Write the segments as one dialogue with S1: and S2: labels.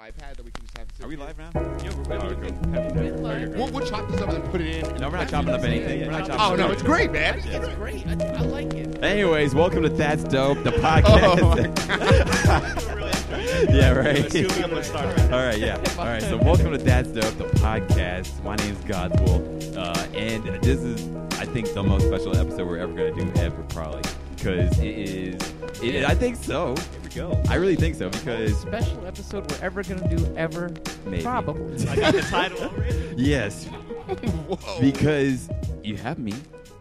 S1: iPad that we can just have. sit
S2: Are we
S1: here?
S2: live now?
S1: We'll, we'll chop this up and then put it in.
S2: No, we're not chopping up anything. We're not chopping
S1: Oh
S2: up
S1: no,
S2: anything.
S1: it's great, man. It's
S2: Yeah.
S1: great. I, I like it.
S2: Anyways, welcome to That's Dope, the
S1: Oh.
S2: podcast. yeah, right. All right, yeah. All right, so welcome to That's Dope, the podcast. My name is Godswell, uh, and this is, I think, the most special episode we're ever going to do ever, probably, because it is. It, I think so. Here we go. I really think so because
S3: special episode we're ever gonna do ever.
S2: maybe
S3: Probably.
S4: I got the title already.
S2: yes,
S1: Whoa.
S2: because you have me.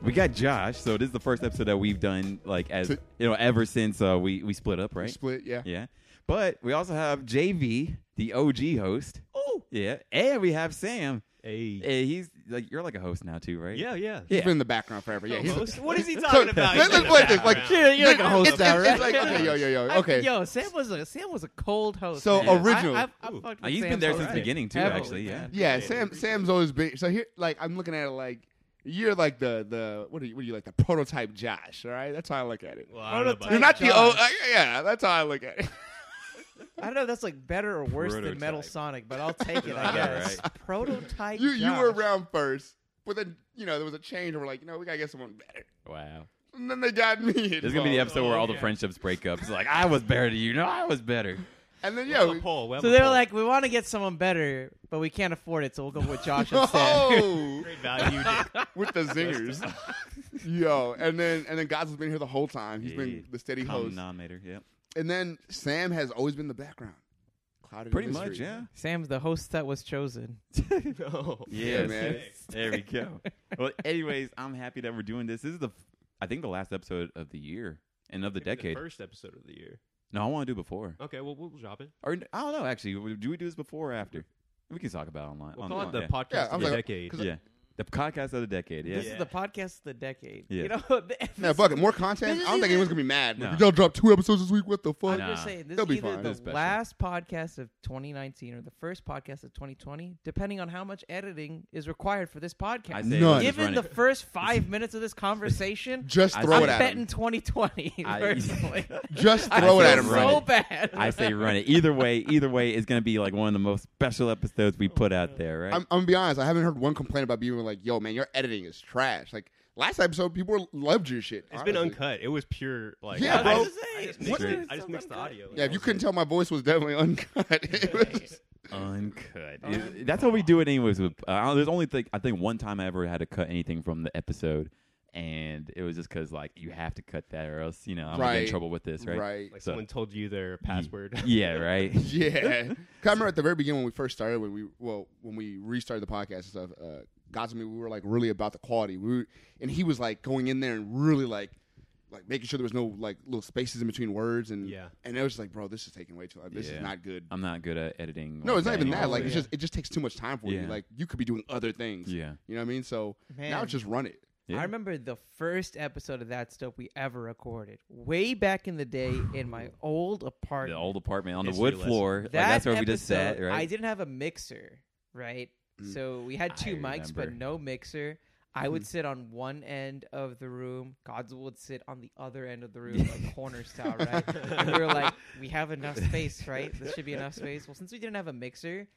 S2: We got Josh, so this is the first episode that we've done like as
S1: To-
S2: you know ever since uh, we we split up, right?
S1: split, yeah.
S2: Yeah, but we also have JV, the OG host.
S4: Oh,
S2: Yeah, and we have Sam.
S4: hey.
S2: Eh, he's like you're like a host now too, right?
S4: Yeah, yeah.
S1: He's been in the background forever. Yeah, he's
S4: Host? What is he
S1: So,
S4: talking
S1: let,
S4: about?
S1: us play this. Like,
S3: Yeah, you're like a host
S1: it's,
S3: now,
S1: it's- it's
S3: right?
S1: like, okay, yo, yo, yo.
S3: I-
S1: Okay.
S3: yo, Sam was a Sam was a cold host.
S1: So
S3: man.
S1: original.
S3: I, I, I fucked
S2: Uh,
S3: with
S2: he's been
S3: Sam
S2: there
S3: for
S2: since
S3: a
S2: the beginning too,
S3: Heavily,
S2: actually. Yeah.
S3: man.
S1: yeah, Sam. Sam's always been. So here, like, I'm looking at it like you're like the the what are you? What are you like the prototype Josh? All right, that's how I look at it.
S4: well, I don't know about
S1: You're not the
S3: Josh.
S1: old. uh, yeah, that's how I look at it.
S3: I don't know if that's like better or worse than
S2: Prototype.
S3: Metal Sonic, but I'll take it. I
S2: Yeah,
S3: guess
S2: right.
S3: prototype.
S1: you you were
S3: Josh.
S1: around first, but then you know there was a change. And we're like, you know, we gotta get someone better.
S2: Wow.
S1: And then they got me.
S2: This is gonna be the episode where all the
S4: okay.
S2: friendships break up. It's like I was better than you. No, I was better.
S1: And then
S4: that.
S1: yeah,
S4: We have a
S1: we,
S4: poll. We have
S3: So
S4: a
S3: they were
S4: poll.
S3: like, we want to get someone better, but we can't afford it, so we'll go with Josh instead.
S1: oh,
S4: Great value. you did.
S1: with the zingers, yo. And then and then God's been here the whole time. He's
S2: Yeah.
S1: been the steady
S2: Common
S1: host.
S2: denominator. Yep.
S1: And then Sam has always been the background. Clouded in
S2: Pretty
S1: mystery.
S2: much. Yeah.
S3: Sam's the host that was chosen.
S4: no.
S2: Yes.
S1: man.
S2: There we go. well, anyways, I'm happy that we're doing this. This is the, I think, the last episode of the year and of the
S4: Maybe
S2: decade.
S4: first episode of the year.
S2: no, I want to do before.
S4: Okay, well, we'll drop it.
S2: Or I don't know. Actually, do we do this before or after? We can talk about it online.
S4: We'll
S2: on-
S4: call
S2: on-
S4: it the
S2: yeah.
S4: podcast
S1: Yeah,
S4: of
S1: I'm
S4: the
S1: like-
S4: decade.
S1: 'cause
S2: Yeah. The podcast of the decade. Yeah.
S3: This is the podcast of the decade.
S2: Yeah.
S3: You know,
S1: Now, fuck it. More content. I
S3: this
S1: don't
S3: is
S1: think
S3: either-
S1: anyone's gonna be mad.
S2: No.
S1: Like, Y'all dropped two episodes this week. What the
S3: I'm
S1: fuck?
S2: Nah.
S3: just saying, this
S1: They'll
S3: is
S1: be
S3: either
S1: fine.
S3: the
S2: It's special.
S3: last podcast of 2019 or the first podcast of 2020, depending on how much editing is required for this
S2: I
S3: podcast.
S2: say
S1: None.
S2: let's just
S3: Given
S2: run
S3: the
S2: it.
S3: first five minutes of this conversation,
S1: Just
S2: I
S1: throw
S2: think-
S3: I'm
S1: it at
S3: betting
S1: him.
S3: 2020.
S2: I-
S3: personally.
S1: Just
S3: I
S1: throw it
S3: feel
S1: at him.
S2: run
S3: so
S2: it.
S3: bad.
S2: I say run it. Either way, either way is gonna be like one of the most special episodes we put out there, right?
S1: I'm, I'm gonna be honest. I haven't heard one complaint about being like, "Yo, man, your editing is trash." Like last episode, people were- loved your shit.
S4: It's been
S1: honestly.
S4: uncut. It was pure, like.
S1: Yeah,
S4: I,
S1: bro.
S4: I just, I just mixed,
S2: What
S4: it.
S2: is
S4: I just mixed the audio.
S1: Yeah, if you couldn't tell, my voice was definitely uncut. It was just-
S2: Uncut. Is- That's how we do it, anyways. With uh, I don't- there's only like I think one time I ever had to cut anything from the episode, and it was just because like you have to cut that or else you know I'm gonna get in
S1: Right.
S2: trouble with this, right?
S1: right.
S4: Like
S2: So-
S4: someone told you their password.
S2: Yeah, right.
S1: Yeah. 'Cause I remember at the very beginning when we first started, when we well, when we restarted the podcast and stuff, uh, God's me, we were like really about the quality. We were, and he was like going in there and really like like making sure there was no like little spaces in between words and
S4: Yeah.
S1: And it was just like, bro, this is taking way too long. This
S2: Yeah.
S1: is not good.
S2: I'm not good at editing.
S1: no,
S2: like
S1: it's not even that.
S2: anymore.
S1: Like it's
S3: Yeah.
S1: just it just takes too much time for
S2: Yeah.
S1: you. Like you could be doing other things.
S2: yeah.
S1: You know what I mean? So now
S3: Man.
S1: just run it.
S2: Yeah.
S3: I remember the first episode of That Stuff we ever recorded, way back in the day in my old
S2: The
S3: apartment.
S2: old apartment on the
S4: History
S2: wood
S4: lesson.
S2: floor. like, that's where we just
S3: episode,
S2: sat, right?
S3: I didn't have a mixer, right?
S1: Mm.
S3: So we had
S2: I
S3: two mics, but
S2: remember. Hmm.
S3: no mixer. I would sit on one end of the room. Gods would sit on the other end of the room, like corner style, right? and we were like, we have enough space, right? This should be enough space. Well, since we didn't have a mixer,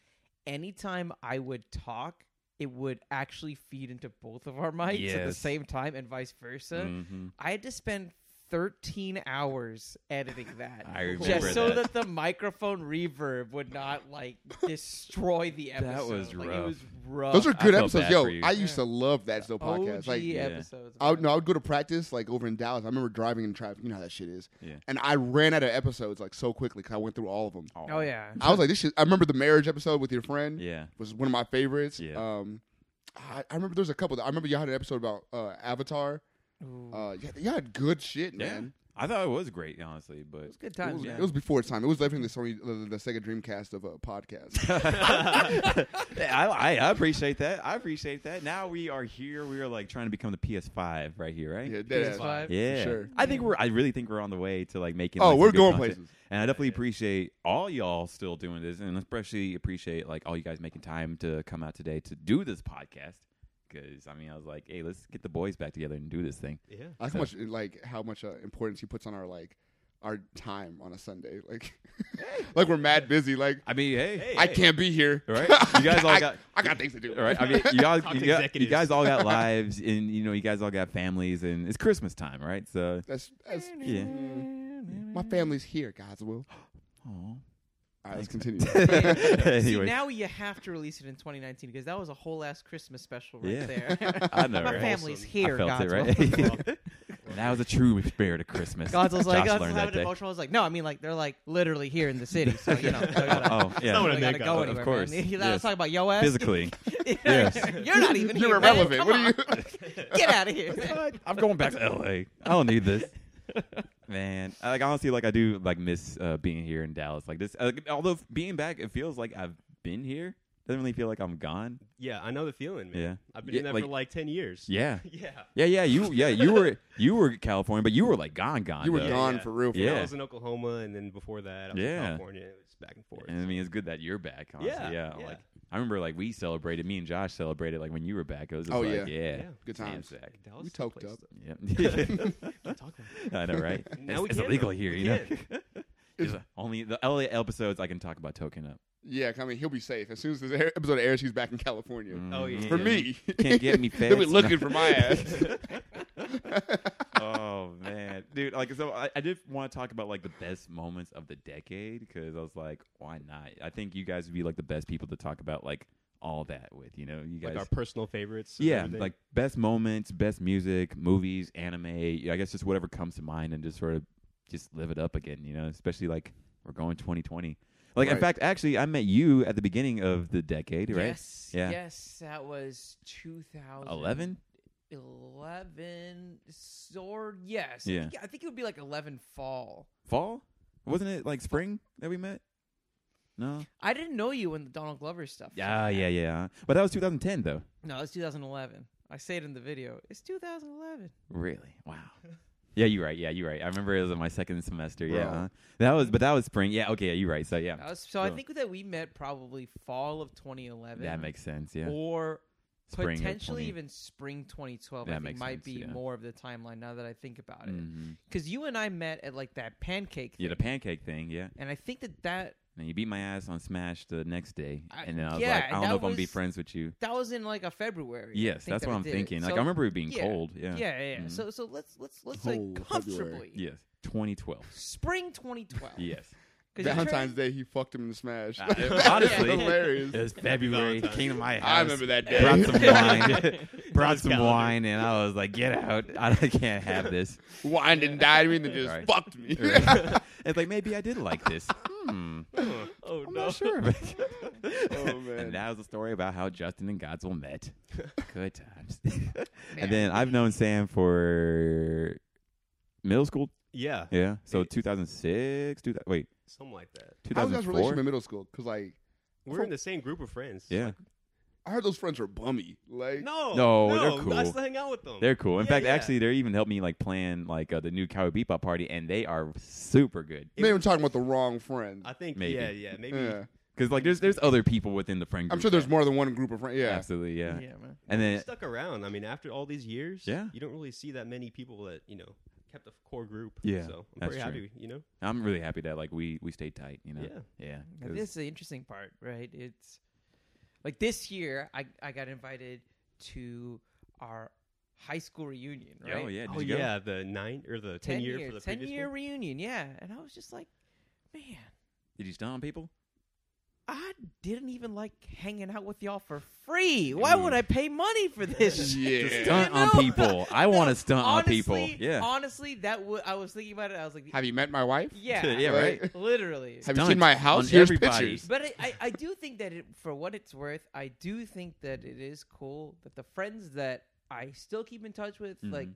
S3: anytime I would talk, it would actually feed into both of our mics at the
S2: Yes.
S3: same time and vice versa.
S2: Mhm.
S3: I had to spend 13 hours editing that.
S2: I remember
S3: just so
S2: that.
S3: that. the microphone reverb would not like destroy the episode.
S2: That was
S3: like, It
S2: rough.
S3: was rough.
S1: Those are
S2: Oh, I
S1: good
S2: felt
S1: episodes.
S2: bad
S1: Yo,
S2: for you.
S1: I used to
S3: Yeah.
S1: love that still podcast.
S3: OG
S1: like
S3: episodes.
S1: I would,
S3: man.
S1: no, I would go to practice like over in Dallas. I remember driving in traffic. You know how that shit is.
S2: Yeah.
S1: And I ran out of episodes like so quickly because I went through all of them.
S3: Oh yeah.
S1: I was like, this shit. I remember the marriage episode with your friend
S2: Yeah.
S1: was one of my favorites.
S2: Yeah.
S1: Um, I, I remember there was a couple. That, I remember y'all had an episode about uh, Avatar.
S3: Ooh.
S1: Uh, y'all, y'all had good shit,
S2: Yeah.
S1: man.
S2: I thought it was great, honestly, but
S3: it was good
S1: It,
S3: times.
S1: was,
S3: man.
S1: it was before its time. It was definitely the Sony, the, the Sega Dreamcast of uh, a podcast.
S2: Yeah, I, I appreciate that. I appreciate that. Now we are here. We are like trying to become the PS5 right here, right?
S1: yeah, dead ass.
S3: PS5.
S2: Yeah.
S1: Sure.
S2: I think we're. I really think we're on the way to like making.
S1: Oh,
S2: like, some
S1: we're
S2: good
S1: going
S2: content.
S1: places.
S2: And I definitely appreciate all y'all still doing this, and especially appreciate like all you guys making time to come out today to do this podcast. Because I mean, I was like, hey, let's get the boys back together and do this thing.
S4: Yeah.
S1: I like how much like how much uh, importance he puts on our like our time on a Sunday. Like, like we're mad busy. Like,
S2: I mean, hey,
S4: Hey.
S1: I can't be here.
S2: Right? You guys all
S1: I,
S2: got-
S1: I got things to do.
S2: All right. I mean, you all,
S4: Talk
S2: you,
S4: to
S2: got, you
S4: executives.
S2: guys all got lives, and you know, you guys all got families, and it's Christmas time, right? So,
S1: That's, that's
S2: yeah.
S1: my family's here, God's will.
S2: Aw.
S1: All right, let's continue.
S3: See,
S2: anyway,
S3: now you have to release it in 2019 because that was a whole ass Christmas special right
S2: Yeah.
S3: there.
S2: I know,
S3: My
S2: right?
S3: family's
S4: Wholesome.
S2: I
S3: here.
S2: felt it,
S3: Godswill.
S2: right? that was a true spirit of Christmas.
S3: Godzilla's like, "Oh,
S2: Josh
S3: Godzilla's
S2: learned that
S3: having
S2: day.
S3: emotional. I was like, no, I mean, like, they're like literally here in the city. So, you know, they gotta,
S2: Oh, yeah.
S4: not what
S3: they
S4: I
S3: gotta
S4: meant,
S3: go
S4: Godzilla.
S3: anywhere.
S2: Of course,
S3: Man. You
S2: yes.
S3: yes. talk about yo ass.
S2: Physically,
S3: You're-
S2: yes.
S3: You're not even
S1: You're
S3: here. man.
S1: irrelevant.
S3: Come
S1: What are
S3: on.
S1: you?
S3: Get out of here.
S2: I'm going back to LA. I don't need this. Man, I- like honestly, like I do like miss uh, being here in Dallas. Like this, uh, although f- being back, it feels like I've been here. Doesn't really feel like I'm gone.
S5: Yeah, I know the feeling, man.
S2: Yeah.
S5: I've been
S2: Yeah,
S5: in that
S2: like-
S5: for like ten years.
S2: Yeah,
S5: Yeah.
S2: yeah, yeah. You, yeah, you were, you were California, but you were like gone, gone.
S1: You were
S2: though.
S1: gone
S5: yeah.
S1: for real. For
S5: When
S2: Yeah.
S5: I was in Oklahoma, and then before that, I was
S2: Yeah.
S5: in California. It was back and forth.
S2: And I mean, it's good that you're back. Honestly. Yeah,
S5: Yeah, yeah.
S2: Like I remember, like we celebrated. Me and Josh celebrated like when you were back. It was just
S1: Oh,
S2: like, yeah,
S1: yeah.
S2: yeah,
S5: Yeah.
S1: Good
S2: damn
S1: times.
S2: sack.
S5: Dallas
S1: We
S5: is the
S1: talked
S5: place
S1: up.
S5: to-
S2: Yep.
S5: Talk about it.
S2: I know, right?
S5: Now
S2: it's
S5: we
S2: it's
S5: can,
S2: illegal
S5: though.
S2: here,
S5: We
S2: you know.
S5: can.
S2: It's only the LA episodes I can talk about token up.
S1: Yeah, I mean, he'll be safe. As soon as this air- episode airs, he's back in California.
S5: Oh, yeah.
S1: For me.
S2: Mm. Mm-hmm. Can't get me
S1: They'll be
S2: fast.
S1: looking for my ass.
S2: oh man, dude! Like, so I, I did want to talk about like the best moments of the decade because I was like, why not? I think you guys would be like the best people to talk about like all that with. You know, you guys.
S5: Like our personal favorites. and
S2: yeah,
S5: everything.
S2: like best moments, best music, movies, anime. I guess just whatever comes to mind, and just sort of just live it up again. You know, especially like we're going 2020. Like, in
S1: Right.
S2: fact, actually, I met you at the beginning of the decade, right?
S3: Yes.
S2: Yeah.
S3: Yes. That was 2000.
S2: Eleven.
S3: 11 or yes
S2: Yeah.
S3: I, think, I think it would be like 11 fall
S2: fall? Wasn't it like spring that we met? No.
S3: i didn't know you when the donald glover stuff
S2: Ah, Yeah, yeah, yeah. But that was 2010 though.
S3: no it's 2011 i say it in the video it's 2011
S2: Really? Wow. Yeah, you're right. Yeah, you're right. I remember it was in my second semester. Yeah,
S1: Bro.
S2: huh? that was, but that was spring. Yeah, okay, yeah, you're right. So yeah,
S3: That was- so i
S2: Cool.
S3: think that we met probably fall of 2011
S2: that makes sense. Yeah,
S3: or
S2: Spring of
S3: potentially
S2: 20
S3: even spring 2012
S2: That
S3: i think
S2: makes
S3: might
S2: sense,
S3: be
S2: yeah.
S3: more of the timeline now that i think about it
S2: Mhm.
S3: because you and i met at like that pancake thing,
S2: yeah, the pancake thing. Yeah,
S3: and i think that that
S2: and you beat my ass on Smash the next day,
S3: I-
S2: and then I was
S3: yeah,
S2: like, I
S3: and
S2: don't know
S3: that
S2: if I'm gonna be
S3: was-
S2: friends with you.
S3: that was in like a february I
S2: Yes,
S3: think
S2: that's
S3: that
S2: what
S3: I
S2: I'm
S3: did it.
S2: thinking. Like
S3: So-
S2: I remember it being
S3: yeah.
S2: cold. Yeah.
S3: Yeah, yeah.
S2: Mhm.
S3: So, so let's let's let's like
S1: Oh, February.
S3: comfortably.
S2: Yes. 2012.
S3: Spring 2012.
S2: yes.
S3: 'Cause you
S1: Valentine's
S3: turned-
S1: Day, he fucked him in the smash.
S2: Uh, honestly,
S1: hilarious.
S2: It was February.
S5: Valentine's.
S2: Came to my house.
S1: I remember that day.
S2: brought some wine, brought some wine, and I was like, "Get out! I can't have this."
S1: Wine and dined me and then just
S2: Right.
S1: fucked me.
S2: it's like maybe I did like this. Hmm.
S5: oh
S2: I'm
S5: no.
S2: not sure.
S1: Oh, man.
S2: And that was a story about how Justin and Godswill met. Good times.
S3: Man.
S2: and then I've known Sam for middle school.
S5: Yeah.
S2: Yeah. So
S5: It-
S2: 2006. Two, wait,
S5: Something like that.
S1: How was that
S2: 2004.
S1: relationship in middle school? Because like,
S5: We're in the same group of friends.
S2: yeah.
S1: I heard those friends were bummy. Like,
S5: No.
S2: No, they're
S5: I
S2: cool.
S5: still hang out with
S1: oh.
S5: them.
S2: They're cool. In
S5: Yeah,
S2: fact,
S5: yeah.
S2: actually, they even helped me like plan like uh, the new Cowboy Bebop party, and they are super good.
S1: maybe I'm talking about the wrong friend.
S5: I think.
S2: Maybe.
S5: Yeah. Yeah. Maybe.
S1: yeah.
S2: Because like there's there's other people within the friend group.
S1: I'm sure there's
S2: that-
S1: more than one group of friends. Yeah,
S2: Absolutely, yeah.
S3: Yeah, man.
S2: And
S5: You
S2: then
S5: stuck around. I mean, after all these years,
S2: Eh. Yeah.
S5: you don't really see that many people that you know kept a core group.
S2: Yeah,
S5: So I'm
S2: that's
S5: pretty
S2: true.
S5: happy. You know.
S2: I'm really happy that like we we stayed tight. You know.
S5: Yeah.
S2: Yeah.
S3: Now,
S2: 'cause-
S3: this is the interesting part, right? It's like this year I I got invited to our high school reunion, right?
S2: Oh yeah. Did
S5: oh
S2: you go?
S5: yeah, the nine or the ten, year, for the
S3: ten
S5: previous
S3: year
S5: one.
S3: reunion, yeah. And I was just like, man,
S2: Did you stun on people?
S3: I didn't even like hanging out with y'all for free. Why would I pay money for this? shit?
S1: yeah.
S2: Stunt on
S3: No.
S2: people. I want to stunt on
S3: honestly,
S2: uh, people. Yeah.
S3: Honestly, that would I was thinking about it. I was like,
S1: Have you met my wife?
S3: yeah,
S2: Yeah, right.
S3: literally.
S1: Have you
S2: Stunt
S1: seen my
S2: on
S1: house? Here's
S2: everybody.
S1: pictures.
S3: But I, I, I do think that it, for what it's worth, I do think that it is cool that the friends that I still keep in touch with, like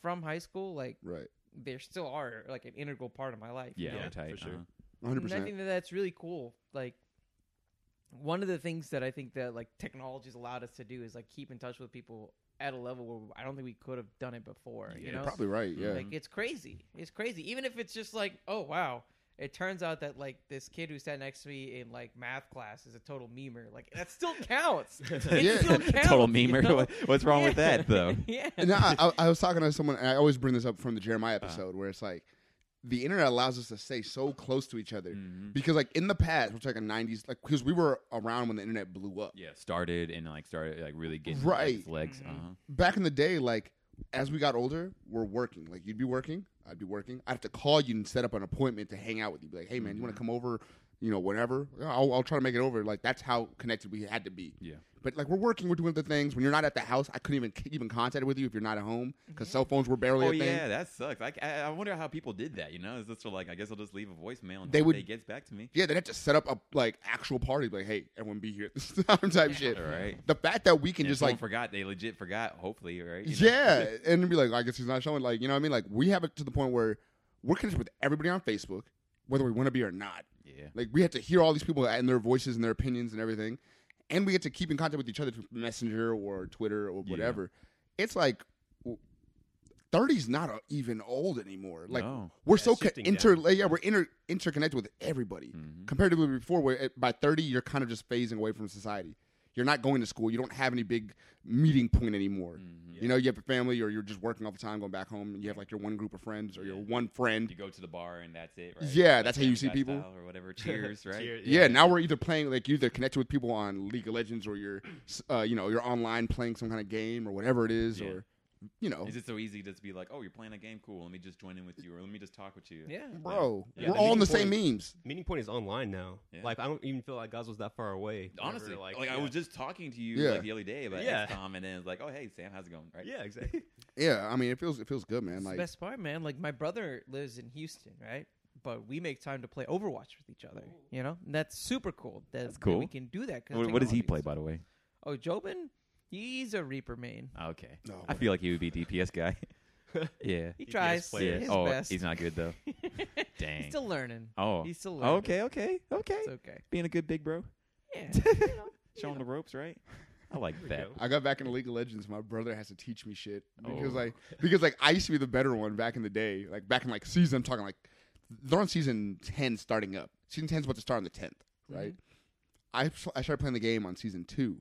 S3: from high school, like
S1: Right,
S3: they still are like an integral part of my life. you
S2: Yeah.
S3: know?
S2: they're tight.
S5: Yeah, for sure.
S2: uh-huh.
S1: 100.
S3: And I think
S1: percent
S3: that that's really cool. Like one of the things that I think that like technology's allowed us to do is like keep in touch with people at a level where I don't think we could have done it before.
S2: Yeah,
S3: you know?
S1: Probably right. Yeah.
S3: Like it's crazy. It's crazy. Even if it's just like, oh wow. It turns out that like this kid who sat next to me in like math class is a total memer. Like that still counts. It
S1: Yeah.
S3: still counts.
S2: Total
S3: you
S2: memer.
S3: know?
S2: What- What's wrong with
S3: Yeah.
S2: that though?
S3: yeah.
S2: Uh-huh.
S1: And I, I, I was talking to someone, and I always bring this up from the Jeremiah episode, where it's like the internet allows us to stay so close to each other
S2: Mhm.
S1: because like in the past, we're talking '90s, like because we were around when the internet blew up.
S2: Yeah, started and like started like really getting
S1: Right.
S2: its legs.
S3: Mhm.
S2: Uh-huh.
S1: Back in the day, like as we got older, we're working. Like you'd be working, I'd be working. I'd have to call you and set up an appointment to hang out with you. Be like, hey man, you want
S2: Mm-hmm.
S1: to come over? You know, whenever "Yeah, I'll, I'll try to make it over. Like that's how connected we had to be.
S2: Yeah.
S1: But like we're working, we're doing the things. When you're not at the house, I couldn't even keep in contact with you if you're not at home because cell phones were barely
S2: Oh
S1: a thing.
S2: yeah, that sucks. I, I I wonder how people did that. You know, is this for like I guess I'll just leave a voicemail and
S1: They
S2: they hope
S1: would-
S2: they gets back to me.
S1: Yeah, they had to set up a like actual party, like, hey, everyone be here at this time type shit.
S2: All right.
S1: The fact that we can
S2: And
S1: just
S2: someone
S1: like
S2: forgot they legit forgot. Hopefully, right? You know?
S1: Yeah. and be like, I guess he's not showing, like, you know what I mean? Like we have it to the point where we're connected with everybody on Facebook, whether we want to be or not.
S2: Yeah.
S1: Like we have to hear all these people and their voices and their opinions and everything. And we get to keep in contact with each other through Messenger or Twitter or
S2: Yeah.
S1: whatever. It's like w- 30's not uh, even old anymore. Like
S2: No.
S1: we're
S5: Yeah,
S1: so
S5: it's
S1: co-
S5: shifting
S1: inter
S5: down.
S1: like, yeah, we're inter- interconnected with everybody.
S2: Mhm.
S1: Comparatively before where at- by 30 you're kind of just phasing away from society. You're not going to school. You don't have any big meeting point anymore.
S2: Mhm.
S1: You know, you have a family or you're just working all the time going back home and you have like your one group of friends or your one friend.
S2: You go to the bar and that's it. Right?
S1: Yeah,
S2: Like
S1: that's how you
S2: Family
S1: see
S2: Guy
S1: people.
S2: style or whatever. Cheers, right?
S4: Cheer-
S1: Yeah, now we're either playing like you either connected with people on League of Legends or you're, uh, you know, you're online playing some kind of game or whatever it is,
S2: Yeah.
S1: or you know,
S2: Is it so easy to just be like, oh, you're playing a game? Cool. Let me just join in with you, or let me just talk with you.
S3: Yeah.
S1: bro,
S2: Yeah,
S1: we're
S2: the
S1: all on the
S5: meeting
S1: same
S5: point-
S1: memes.
S5: Meeting point is online now.
S2: Yeah.
S5: Like I don't even feel like God's was that far away. whenever,
S2: Honestly, like, I
S5: yeah.
S2: was just talking to you
S1: Yeah.
S2: like the other day about
S5: Yeah.
S2: XCOM, and then it's like, oh, hey, Sam, how's it going? Right?
S5: Yeah, exactly.
S1: Yeah, I mean, it feels it feels good, man.
S3: It's
S1: Like,
S3: the best part, man. Like my brother lives in Houston, right? But we make time to play Overwatch with each other. You know, and that's super cool. That,
S2: That's
S3: that
S2: cool.
S3: we can do that. 'cause
S2: What, what does he
S3: technology
S2: play,
S3: is-
S2: by the way?
S3: Oh, Jobin, he's a Reaper main.
S2: Okay.
S1: No.
S2: I feel like he would be DPS guy. yeah.
S3: He
S5: DPS
S3: tries
S5: player.
S3: his
S2: oh,
S3: best.
S2: he's not good though. Dang.
S3: He's still learning.
S2: oh.
S3: He's still learning.
S2: okay. Okay. Okay.
S3: It's okay.
S2: Being a good big bro,
S3: Yeah. you know,
S2: showing the ropes, right? I like
S5: we
S2: that.
S5: go.
S1: I got back into League of Legends. My brother has to teach me shit because
S2: Oh.
S1: like because like I used to be the better one back in the day. Like back in like season, I'm talking like they're on season ten starting up. Season 10's about to start on the tenth,
S2: Mm-hmm.
S1: right? I s- I started playing the game on season two,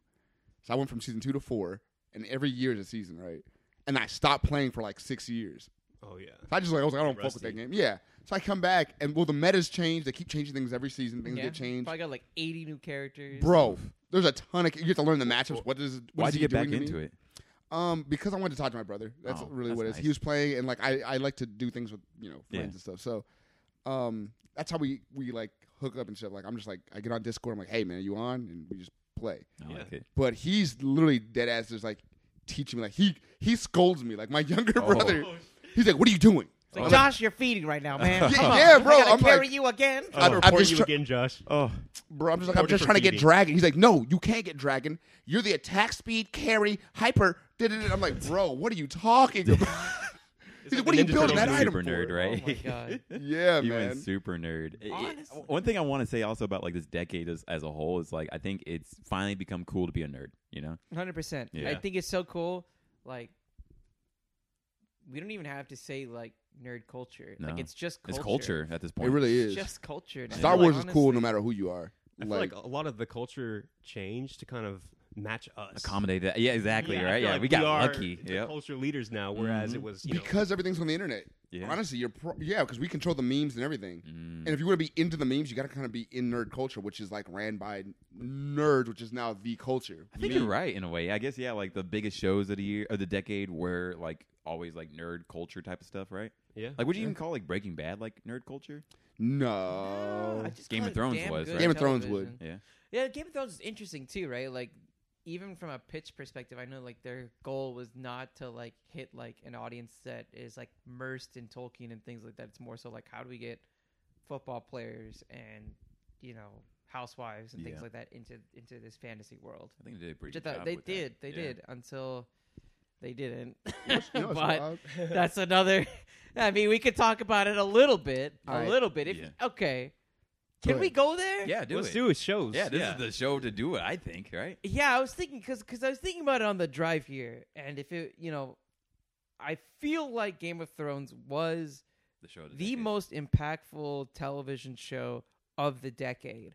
S1: so I went from season two to four, and every year is a season, right? And I stopped playing for like six years.
S5: oh yeah.
S1: So I just like I was like I don't fuck with
S5: Rusty.
S1: that game. Yeah. So I come back and well the meta's changed. They keep changing things every season. Things
S3: yeah.
S1: get changed,
S3: Probably got like 80 new characters.
S1: bro. There's a ton of you have to learn the matchups. What does what
S2: Why'd
S1: is
S2: you
S1: he
S2: get back
S1: doing to me?
S2: into it?
S1: Um, because I wanted to talk to my brother. That's
S2: Oh,
S1: really
S2: that's
S1: what it is.
S2: nice.
S1: He was playing, and like I, I like to do things with you know
S2: Yeah.
S1: friends and stuff. So, um, that's how we we like hook up and stuff. Like I'm just like I get on Discord. I'm like, hey man, you on? And we just play.
S2: I
S5: Yeah.
S2: like it.
S1: But he's literally dead ass. Just like teaching me. Like he he scolds me. Like my younger
S2: Oh.
S1: brother. He's like, what are you doing?
S3: It's like,
S2: Oh.
S3: Josh, you're feeding right now, man.
S1: Yeah,
S3: Come on.
S1: yeah,
S3: I
S1: bro,
S3: gotta
S1: I'm
S3: carry
S1: like-
S3: you again.
S1: I'm-
S5: I'll
S1: I'm
S5: Oh, report
S1: just
S5: you
S1: try- uh,
S5: again, Josh.
S2: Oh,
S1: Bro, I'm just like I'm just
S5: for
S1: trying to get
S5: feeding.
S1: dragon. He's like, no, you can't get dragon. You're the attack speed carry hyper. da-da-da." I'm like, bro, what are you talking about? He's like,
S5: like
S1: what are you
S5: the Ninja
S1: building
S5: Turtles
S1: that
S5: in
S1: item
S2: super nerd,
S1: for?
S2: right?
S3: Oh my god.
S1: Yeah,
S2: He
S1: man.
S2: went super nerd. It- it-
S3: Honestly.
S2: one thing I want to say also about like this decade as, as a whole is like I think it's finally become cool to be a nerd. You know?
S3: Hundred percent. I
S2: Yeah.
S3: think it's so cool. Like, we don't even have to say like nerd culture.
S2: No.
S3: Like, it's just culture.
S2: It's culture at this
S1: It
S2: point.
S1: really
S3: It's
S1: is.
S3: just culture. now.
S1: Star
S3: Like,
S1: Wars is cool no
S3: honestly,
S1: matter who you are.
S5: I feel like a lot of the culture changed to kind of match us.
S2: accommodate that. Yeah, exactly.
S5: Yeah, I
S2: right.
S5: feel
S2: Yeah,
S5: like
S2: we got
S5: are
S2: lucky.
S5: the
S2: Yep.
S5: culture leaders now, whereas it was you know,
S1: Mm-hmm. because everything's on the internet.
S2: Yeah.
S1: Honestly, you're pro- yeah, because we control the memes and everything.
S2: Mm.
S1: And if you want to be into the memes, you got to kind of be in nerd culture, which is like ran by nerds, which is now the culture.
S2: I think
S1: Meme.
S2: you're right in a way. I guess yeah, like the biggest shows of the year of the decade were like always like nerd culture type of stuff, right?
S5: yeah.
S2: Like would you even call like Breaking Bad like nerd culture?
S1: No,
S3: I just
S2: Oh, Game
S3: call
S2: of
S3: it
S2: Thrones
S3: damn
S2: was,
S3: good
S2: right?
S1: Game of Thrones
S3: television.
S1: would.
S2: Yeah.
S3: Yeah, Game of Thrones is interesting too, right? Like, even from a pitch perspective, I know like their goal was not to like hit like an audience that is like immersed in Tolkien and things like that. It's more so like how do we get football players and you know housewives and
S2: Yeah.
S3: things like that into into this fantasy world.
S2: I think they did a pretty good
S3: Which I thought
S2: job
S3: they
S2: with that.
S3: did, they
S2: Yeah.
S3: did until they didn't.
S1: You know, it's
S3: but
S1: wild.
S3: that's another. I mean, we could talk about it a little bit,
S1: All right.
S3: a little bit. If
S2: Yeah.
S3: okay,
S1: Go
S3: can we
S1: ahead.
S3: go there?
S2: Yeah, do
S5: Let's
S2: it.
S5: do it shows.
S2: Yeah, this is the show to do it, I think, right?
S3: Yeah, I was thinking because I was thinking about it on the drive here, and if it, you know, I feel like Game of Thrones was
S2: The show to
S3: the most impactful television show of the decade,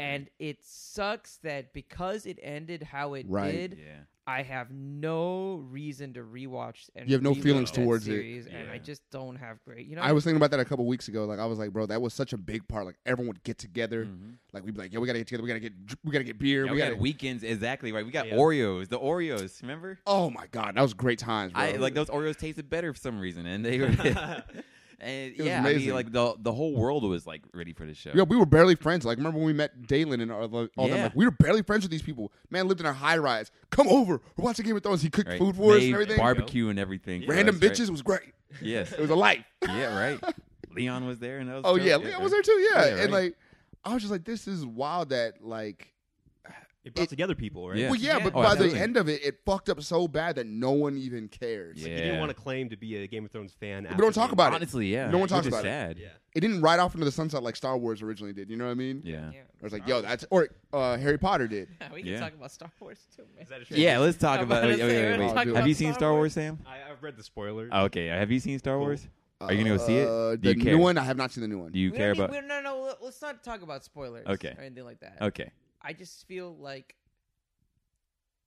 S3: and it sucks that because it ended how it
S1: Right.
S3: did,
S2: yeah.
S3: I have no reason to rewatch and
S1: You have no
S3: rewatch
S1: feelings
S3: that
S1: towards it.
S3: series, and I
S2: Yeah.
S3: just don't have great. You know,
S1: I was thinking about that a couple weeks ago. Like I was like, bro, that was such a big part. Like everyone would get together. Like we'd be like, yo, we gotta get together. We gotta get we gotta get beer.
S2: Mm-hmm. Yeah,
S1: we
S2: we
S1: gotta.
S2: got weekends exactly right. We got
S5: Yeah.
S2: Oreos, the Oreos. Remember?
S1: oh my god, that was great times, bro.
S2: I like those Oreos tasted better for some reason, and they were. and
S1: was
S2: yeah, I
S1: amazing.
S2: mean, like the the whole world was like ready for the show.
S1: Yo, we were barely friends. Like, remember when we met Dalen and all, the- all them?
S2: Yeah.
S1: Like, we were barely friends with these people. Man lived in a high rise. Come over. We're watching Game of Thrones. He cooked
S2: Right?
S1: food for us
S2: Made
S1: and everything.
S2: barbecue and everything. for
S1: Random
S2: us, right?
S1: bitches was great.
S2: Yes.
S1: It was a life.
S2: yeah. Right. Leon was there, and that was
S1: Oh
S2: dope.
S1: yeah, Leon was there too. Yeah,
S2: Yeah,
S1: and
S2: right.
S1: like, I was just like, this is wild. That like,
S5: It brought
S1: It-
S5: together people, right?
S2: Yeah.
S1: well, yeah,
S3: Yeah.
S1: but
S2: Oh,
S1: by
S2: absolutely.
S1: the end of it, it fucked up so bad that no one even cared.
S5: Like,
S2: Yeah.
S5: You didn't want to claim to be a Game of Thrones fan.
S1: We don't talk about it.
S2: Honestly, yeah.
S1: No one
S2: Which
S1: talks
S2: is
S1: about it.
S2: sad.
S5: Yeah.
S1: It didn't ride off into the sunset like Star Wars originally did. You know what I mean?
S2: Yeah.
S3: yeah.
S1: It was like, yo, that's or uh, Harry Potter did.
S3: we can
S2: Yeah.
S3: talk about Star Wars too. Man.
S5: Is that a shame?
S2: Yeah, let's talk
S3: I'm
S2: about.
S3: gonna
S2: Wait,
S3: say,
S2: wait,
S3: we're
S2: wait,
S1: gonna
S2: wait.
S1: talk
S2: Have
S1: about
S2: you seen
S3: Star
S2: Star Wars,
S3: Wars.
S2: Sam?
S5: I, I've read the spoilers.
S2: Oh, okay. Have you seen Star Wars? Are you gonna go see it?
S1: Uh,
S2: Do
S1: the
S2: you care?
S1: new one? I have not seen the new one.
S2: Do you
S3: we
S2: care
S3: don't need-
S2: about?
S3: we- no, no. let- Let's not talk about spoilers.
S2: Okay.
S3: Or anything like that.
S2: Okay.
S3: I just feel like,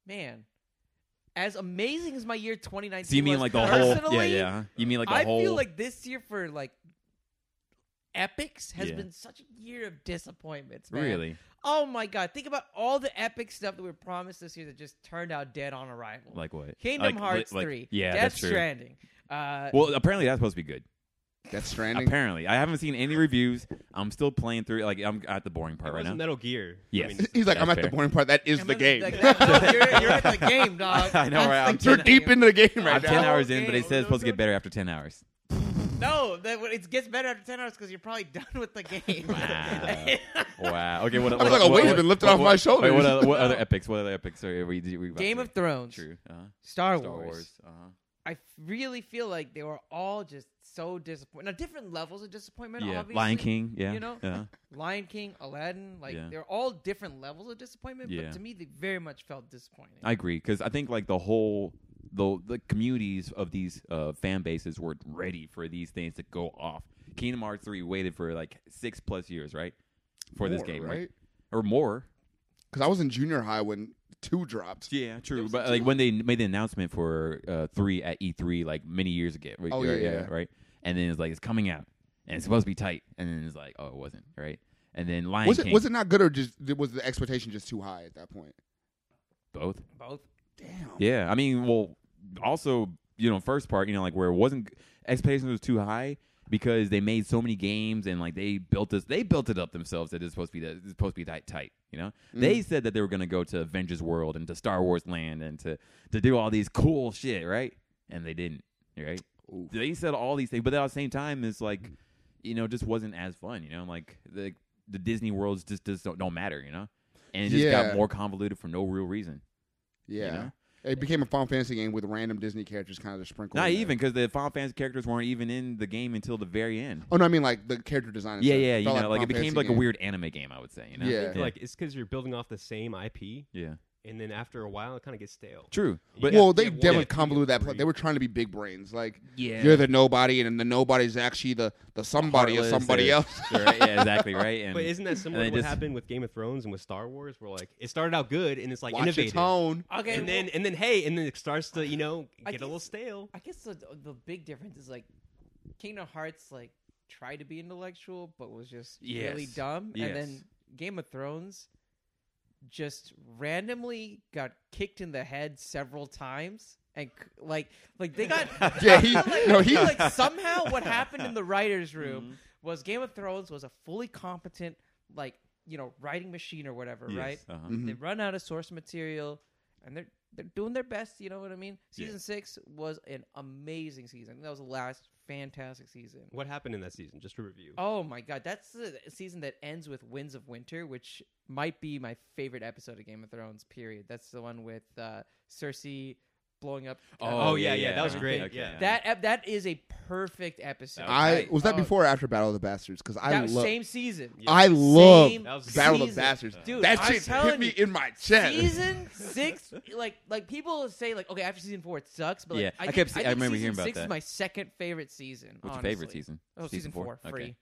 S3: man, as amazing as my year 2019.
S2: So you mean
S3: was
S2: like the whole? Yeah,
S3: personally,
S2: yeah. uh-huh. You mean like the
S3: I
S2: whole?
S3: feel like this year for like epics has
S2: Yeah.
S3: been such a year of disappointments. Man.
S2: really?
S3: Oh my god! Think about all the epic stuff that we were promised this year that just turned out dead on arrival.
S2: Like what?
S3: Kingdom
S2: Like-
S3: Hearts
S2: like-
S3: three.
S2: Yeah,
S3: Death
S2: that's true.
S3: Stranding. Uh,
S2: Well, apparently that's supposed to be good.
S1: That's Stranding.
S2: Apparently, I haven't seen any reviews. I'm still playing through. it. Like I'm at the boring
S5: It
S2: part right
S5: was
S2: now.
S5: Metal Gear.
S2: Yes.
S5: I mean,
S1: He's like,
S2: That's
S1: I'm at
S2: fair.
S1: the boring part. That is
S3: and
S1: the
S3: then-
S1: game.
S3: like that- you're, you're at the game, dog.
S2: I know,
S3: That's
S2: right?
S3: the
S2: I'm-
S1: You're
S3: game.
S1: deep into the game right
S2: I'm ten
S1: now.
S2: hours in, but they
S3: Okay.
S2: said it's supposed to get better after ten hours.
S3: No, that, it gets better after ten hours because you're probably done with the game.
S2: Wow. Wow. Okay. What?
S1: I was like, a weight has been lifted off
S2: what-
S1: my
S2: wait,
S1: shoulders.
S2: what, other, what other epics? What other epics are we? we about
S3: game
S2: to-
S3: of Thrones,
S2: True. Uh-huh.
S3: Star,
S2: Star
S3: Wars.
S2: Wars. Uh-huh.
S3: I f- really feel like they were all just so disappointed. Now, different levels of disappointment.
S2: Yeah.
S3: obviously.
S2: Lion King. Yeah. uh-huh.
S3: you know?
S2: Yeah.
S3: Lion King, Aladdin, like
S2: Yeah.
S3: they're all different levels of disappointment.
S2: Yeah.
S3: But to me, they very much felt disappointing.
S2: I agree because I think like the whole the the communities of these uh, fan bases were ready for these things to go off. Kingdom Hearts three waited for like six plus years, right, for this
S1: More,
S2: game, right? or more.
S1: Because I was in junior high when two dropped.
S2: Yeah, true.
S1: was
S2: But
S1: such a
S2: like when they made the announcement for uh, three at E three, like many years ago. Right?
S1: Oh,
S2: right,
S1: yeah, yeah.
S2: right. And then it's like it's coming out, and it's supposed to be tight, and then it's like, oh, it wasn't, right? And then Lion
S1: Was it
S2: King,
S1: was it not good or just was the expectation just too high at that point?
S2: both?
S3: Both.
S1: Damn.
S2: Yeah, I mean, well, also, you know, first part, you know, like where it wasn't expectations was too high because they made so many games and like they built this, they built it up themselves that it's supposed to be that it's supposed to be tight, tight. You know, they
S1: Mm-hmm.
S2: said that they were going to go to Avengers World and to Star Wars Land and to to do all these cool shit, right? And they didn't, right?
S1: Oof.
S2: They said all these things, but at the same time, it's like, you know, it just wasn't as fun. You know, like the the Disney worlds just just don't, don't matter. You know, and it just
S1: Yeah.
S2: got more convoluted for no real reason.
S1: Yeah.
S2: You know?
S1: It became a Final Fantasy game with random Disney characters kind of just sprinkled.
S2: Not
S1: in there.
S2: even because the Final Fantasy characters weren't even in the game until the very end.
S1: Oh no, I mean like the character design. and
S2: yeah,
S1: stuff.
S2: yeah, you
S1: felt a
S2: know, like it
S1: Final
S2: became
S1: Fantasy
S2: like a
S1: game.
S2: weird anime game, I would say. You know,
S1: Yeah.
S5: It's Like it's because you're building off the same IP,
S2: yeah,
S5: and then after a while, it kind of gets stale.
S2: true. But
S5: But
S1: Well,
S5: yeah,
S1: they
S5: yeah, well,
S1: definitely
S5: yeah,
S1: convoluted that. Play.
S5: three.
S1: They were trying to be big brains. Like
S2: yeah,
S1: you're the nobody, and the nobody's actually the the somebody of
S2: Heartless
S1: somebody
S2: or-
S1: else.
S2: Right, yeah, exactly. Right. And
S5: But isn't that similar
S2: they
S5: to what
S2: just-
S5: happened with Game of Thrones and with Star Wars? Where like it started out good and it's like
S1: Watch your
S5: innovative,
S1: tone.
S3: Okay.
S5: and then
S3: well,
S5: and then hey, and then it starts to you know
S3: I
S5: get a little
S3: guess-
S5: stale.
S3: I guess the the big difference is like Kingdom Hearts like tried to be intellectual but was just really
S2: Yes.
S3: dumb,
S2: Yes.
S3: and then Game of Thrones just randomly got kicked in the head several times. And c- like, like they got
S1: Yeah, he-
S3: I feel like,
S1: no,
S3: I
S1: he- Mm-hmm.
S3: feel like somehow what happened in the writers' room was Game of Thrones was a fully competent, like you know, writing machine or whatever,
S2: Yes,
S3: right?
S2: uh-huh.
S1: Mhm.
S3: They run out of source material, and they're they're doing their best. You know what I mean?
S2: Yeah.
S3: Season six was an amazing season. That was the last fantastic season.
S5: What happened in that season? Just to review.
S3: Oh my god, that's the season that ends with Winds of Winter, which might be my favorite episode of Game of Thrones. Period. That's the one with uh, Cersei blowing up. uh,
S2: Oh,
S5: Oh,
S2: yeah,
S5: yeah, yeah,
S2: yeah,
S5: that was
S2: okay,
S5: great.
S2: okay,
S5: yeah.
S2: yeah.
S3: that ep- that is a perfect episode.
S1: I was that
S3: Oh,
S1: before or after Battle of the Bastards? Because I
S3: that
S1: love
S3: same season.
S1: I love
S3: Same
S5: That was-
S1: Battle of the
S3: season.
S1: Bastards.
S3: Dude,
S1: that
S3: I'm
S1: shit hit
S3: telling
S1: me
S3: you,
S1: in my chest.
S3: season six, like like people say like okay after season four it sucks, but like,
S2: Yeah, I
S3: think-
S2: kept see- I
S3: think
S2: remember
S3: season
S2: hearing about
S3: six is
S2: that.
S3: my second favorite season.
S2: What's your
S3: honestly.
S2: favorite season?
S3: Oh, season, four,
S2: Okay.
S3: free,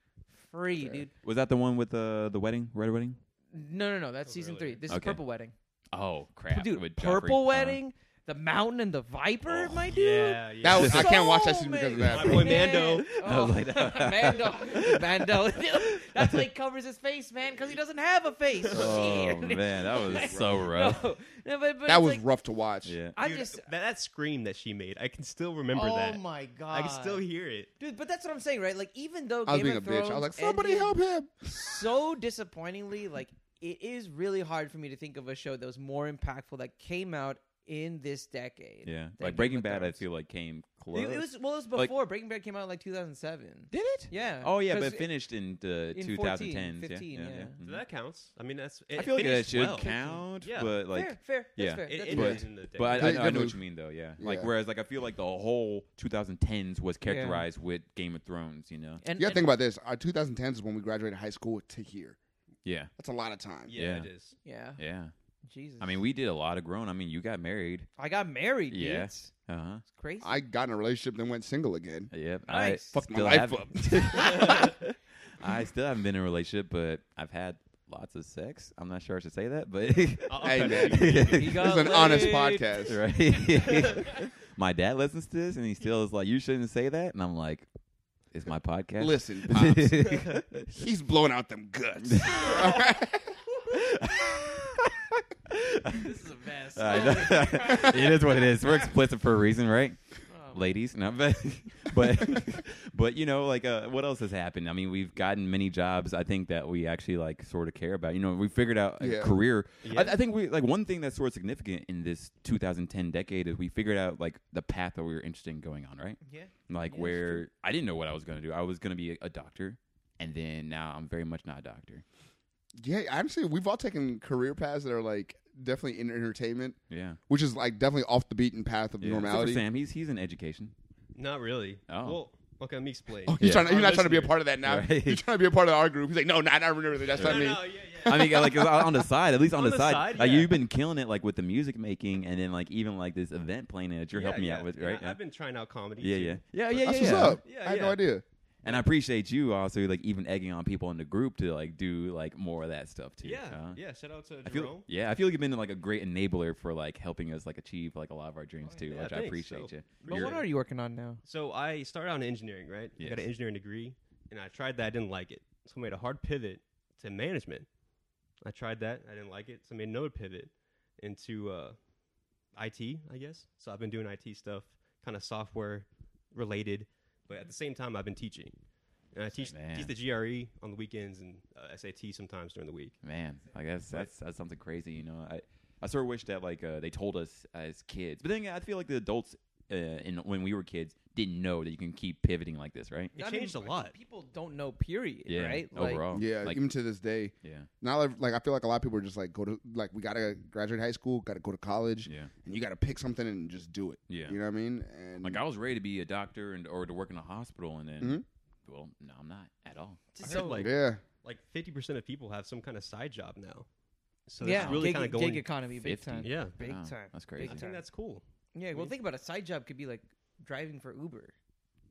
S3: free, dude.
S2: Was that the one with the the wedding, red wedding?
S3: No, no, no, that's season
S5: earlier.
S3: three. This is
S2: Okay.
S3: Purple Wedding,
S2: Oh crap,
S3: dude.
S2: with Joffrey.
S3: Purple
S2: Uh-huh.
S3: Wedding, the mountain and the viper, my dude.
S4: Yeah, yeah.
S1: That was, I can't watch that
S3: So
S1: season because of
S3: many-
S1: that.
S5: My boy Mando.
S2: I
S3: Oh,
S2: was like-
S3: Mando. Mando. That's why he covers his face, man, because he doesn't have a face.
S2: Oh
S3: Shit.
S2: man, that was so
S3: No,
S2: rough.
S3: no, but, but it's
S1: That was
S3: like,
S1: rough to watch.
S2: Yeah.
S3: I
S5: Dude,
S3: just
S5: that, that scream that she made, I can still remember
S3: oh
S5: that.
S3: my god,
S5: I can still hear it.
S3: dude. But that's what I'm saying, right? Like even though
S1: I was
S3: Game
S1: being a
S3: of
S1: bitch. I was
S3: Thrones
S1: like, somebody
S3: ended
S1: help him.
S3: So disappointingly, like it is really hard for me to think of a show that was more impactful that came out in this decade.
S2: Yeah.
S3: than Game
S2: Like Breaking
S3: of
S2: Bad, I
S3: Thrones.
S2: feel like came close.
S3: It, it was well, it was
S2: Like-
S3: before Breaking Bad came out in like 2007.
S2: Did it?
S3: Yeah.
S2: Oh yeah,
S3: 'Cause
S2: but it
S3: it-
S2: finished in the
S3: in
S2: 2010s.
S3: 14, 15,
S2: yeah.
S3: yeah.
S2: Mhm.
S5: So that counts. I mean, that's. It
S2: I feel like that
S5: finished
S2: should
S5: well.
S2: count,
S5: Mm-hmm. Yeah.
S2: but like,
S3: fair, fair. That's
S2: yeah.
S3: fafair
S5: It,
S3: That's
S5: it
S3: fair.
S5: is in the day.
S2: but I,
S1: Good-
S2: I, I
S1: good
S2: know what
S1: move.
S2: you mean though. Yeah, like
S1: Yeah.
S2: whereas like I feel like the whole 2010s was characterized with Game of Thrones. You know.
S3: And,
S1: You gotta
S3: and-
S1: think about this. Our 2010s is when we graduated high school to here.
S2: Yeah.
S1: That's a lot of time.
S5: yeah,
S2: Yeah.
S5: it is.
S3: yeah.
S2: Yeah.
S3: Jesus.
S2: I mean, we did a lot of grown. I mean, you got married.
S3: I got married. dude.
S2: Yeah.
S3: It's
S2: Uh huh.
S3: crazy.
S1: I got in a relationship, then went single again.
S2: Yep.
S3: Nice.
S2: I
S3: Fucked
S1: my
S2: still
S1: life
S2: haven't- I still haven't been in a relationship, but I've had lots of sex. I'm not sure I should say that, but
S5: I'll
S1: Hey,
S5: cut
S1: man.
S5: you.
S3: He
S1: This
S3: got
S1: is an honest
S3: laid.
S1: podcast.
S2: right? My dad listens to this, and he still is like, "You shouldn't say that," and I'm like, "It's my podcast."
S1: Listen, Pops, he's blowing out them guts. All right?
S3: this is a mess.
S2: I know. it is what it is. We're explicit for a reason, right? ladies no but but, but you know like uh, what else has happened i mean we've gotten many jobs i think that we actually like sort of care about you know we figured out a
S1: Yeah.
S2: career
S5: Yeah.
S2: I, I think we like one thing that's sort of significant in this 2010 decade is we figured out like the path that we were interested in going on right
S3: Yeah.
S2: like
S3: Yeah, it's
S2: where i didn't know what i was going to do i was going to be a, a doctor and then now i'm very much not a doctor
S1: yeah, honestly, we've all taken career paths that are like definitely in entertainment,
S2: yeah,
S1: which is like definitely off the beaten path of
S2: yeah. Except for
S1: normality.
S2: sam he's he's in education
S5: Not really.
S2: Oh.
S5: Well, okay, let me explain.
S1: Oh, you're,
S2: Yeah.
S1: trying to, you're
S5: Our
S1: not trying to be a
S5: listeners.
S1: part of that now.
S2: Right.
S1: You're trying to be a part of our group. He's like, no, not, not really. That's
S5: no,
S1: not me.
S5: no, yeah, yeah.
S2: I mean, like it's on the side, at least on, the, side. Like
S5: yeah.
S2: you've been killing it, like with the music making, and then like even like this event planning that you're
S5: Yeah,
S2: helping me
S5: yeah.
S2: out with,
S5: And
S2: right?
S5: I, I've been trying out comedy.
S2: yeah,
S5: too.
S2: yeah, yeah, yeah, yeah.
S1: That's
S2: yeah.
S1: what's up.
S5: Yeah,
S1: I had no
S5: yeah.
S1: idea.
S2: And I appreciate you also, like even egging on people in the group to like do like more of that stuff too.
S5: Yeah,
S2: Uh,
S5: yeah. Shout out to
S2: I feel,
S5: Jerome.
S2: yeah, I feel like you've been like a great enabler for like helping us like achieve like a lot of our dreams too,
S5: Oh, yeah,
S2: which I
S5: thanks.
S2: appreciate
S5: So-
S2: you.
S3: But
S5: You're-
S3: what are you working on now?
S5: So I started out in engineering, right? I got an
S2: Yes.
S5: engineering degree, and I tried that. I didn't like it, so I made a hard pivot to management. I tried that. I didn't like it, so I made another pivot into uh, IT, I guess. So I've been doing IT stuff, kind of software related, but at the same time, I've been teaching. And I teach,
S2: Man.
S5: teach the GRE on the weekends and uh, SAT sometimes during the week.
S2: Man, like that's that's that's something crazy, you know. I I sort of wish that like uh, they told us as kids, but then I feel like the adults uh, in when we were kids didn't know that you can keep pivoting like this, right?
S5: It
S3: I mean,
S5: changed a lot.
S3: People don't know. Period.
S2: Yeah,
S3: Right. Like,
S2: overall,
S1: Yeah,
S2: Oh, like,
S1: even to this day.
S2: yeah,
S1: Now, like- like, I feel like a lot of people are just like, go to, like, we got to graduate high school, got to go to college,
S2: yeah.
S1: and you got to pick something and just do it.
S2: Yeah.
S1: You know what I mean? And
S2: Like I was ready to be a doctor and or to work in a hospital, and then
S1: Mhm.
S2: well, no, I'm not at all.
S5: I heard,
S3: So-
S5: like
S1: yeah.
S5: like fifty percent of people have some kind of side job now. So that's
S3: yeah,
S5: really
S3: gig,
S5: kind of
S3: gig
S5: going.
S3: economy, big
S2: 50.
S3: time.
S5: Yeah,
S3: Big
S2: Wow,
S3: time.
S2: That's
S5: I
S2: crazy.
S3: Big
S5: think
S3: time.
S5: that's cool.
S3: Yeah. Well,
S5: Mhm.
S3: think about it. A side job could be like driving for Uber.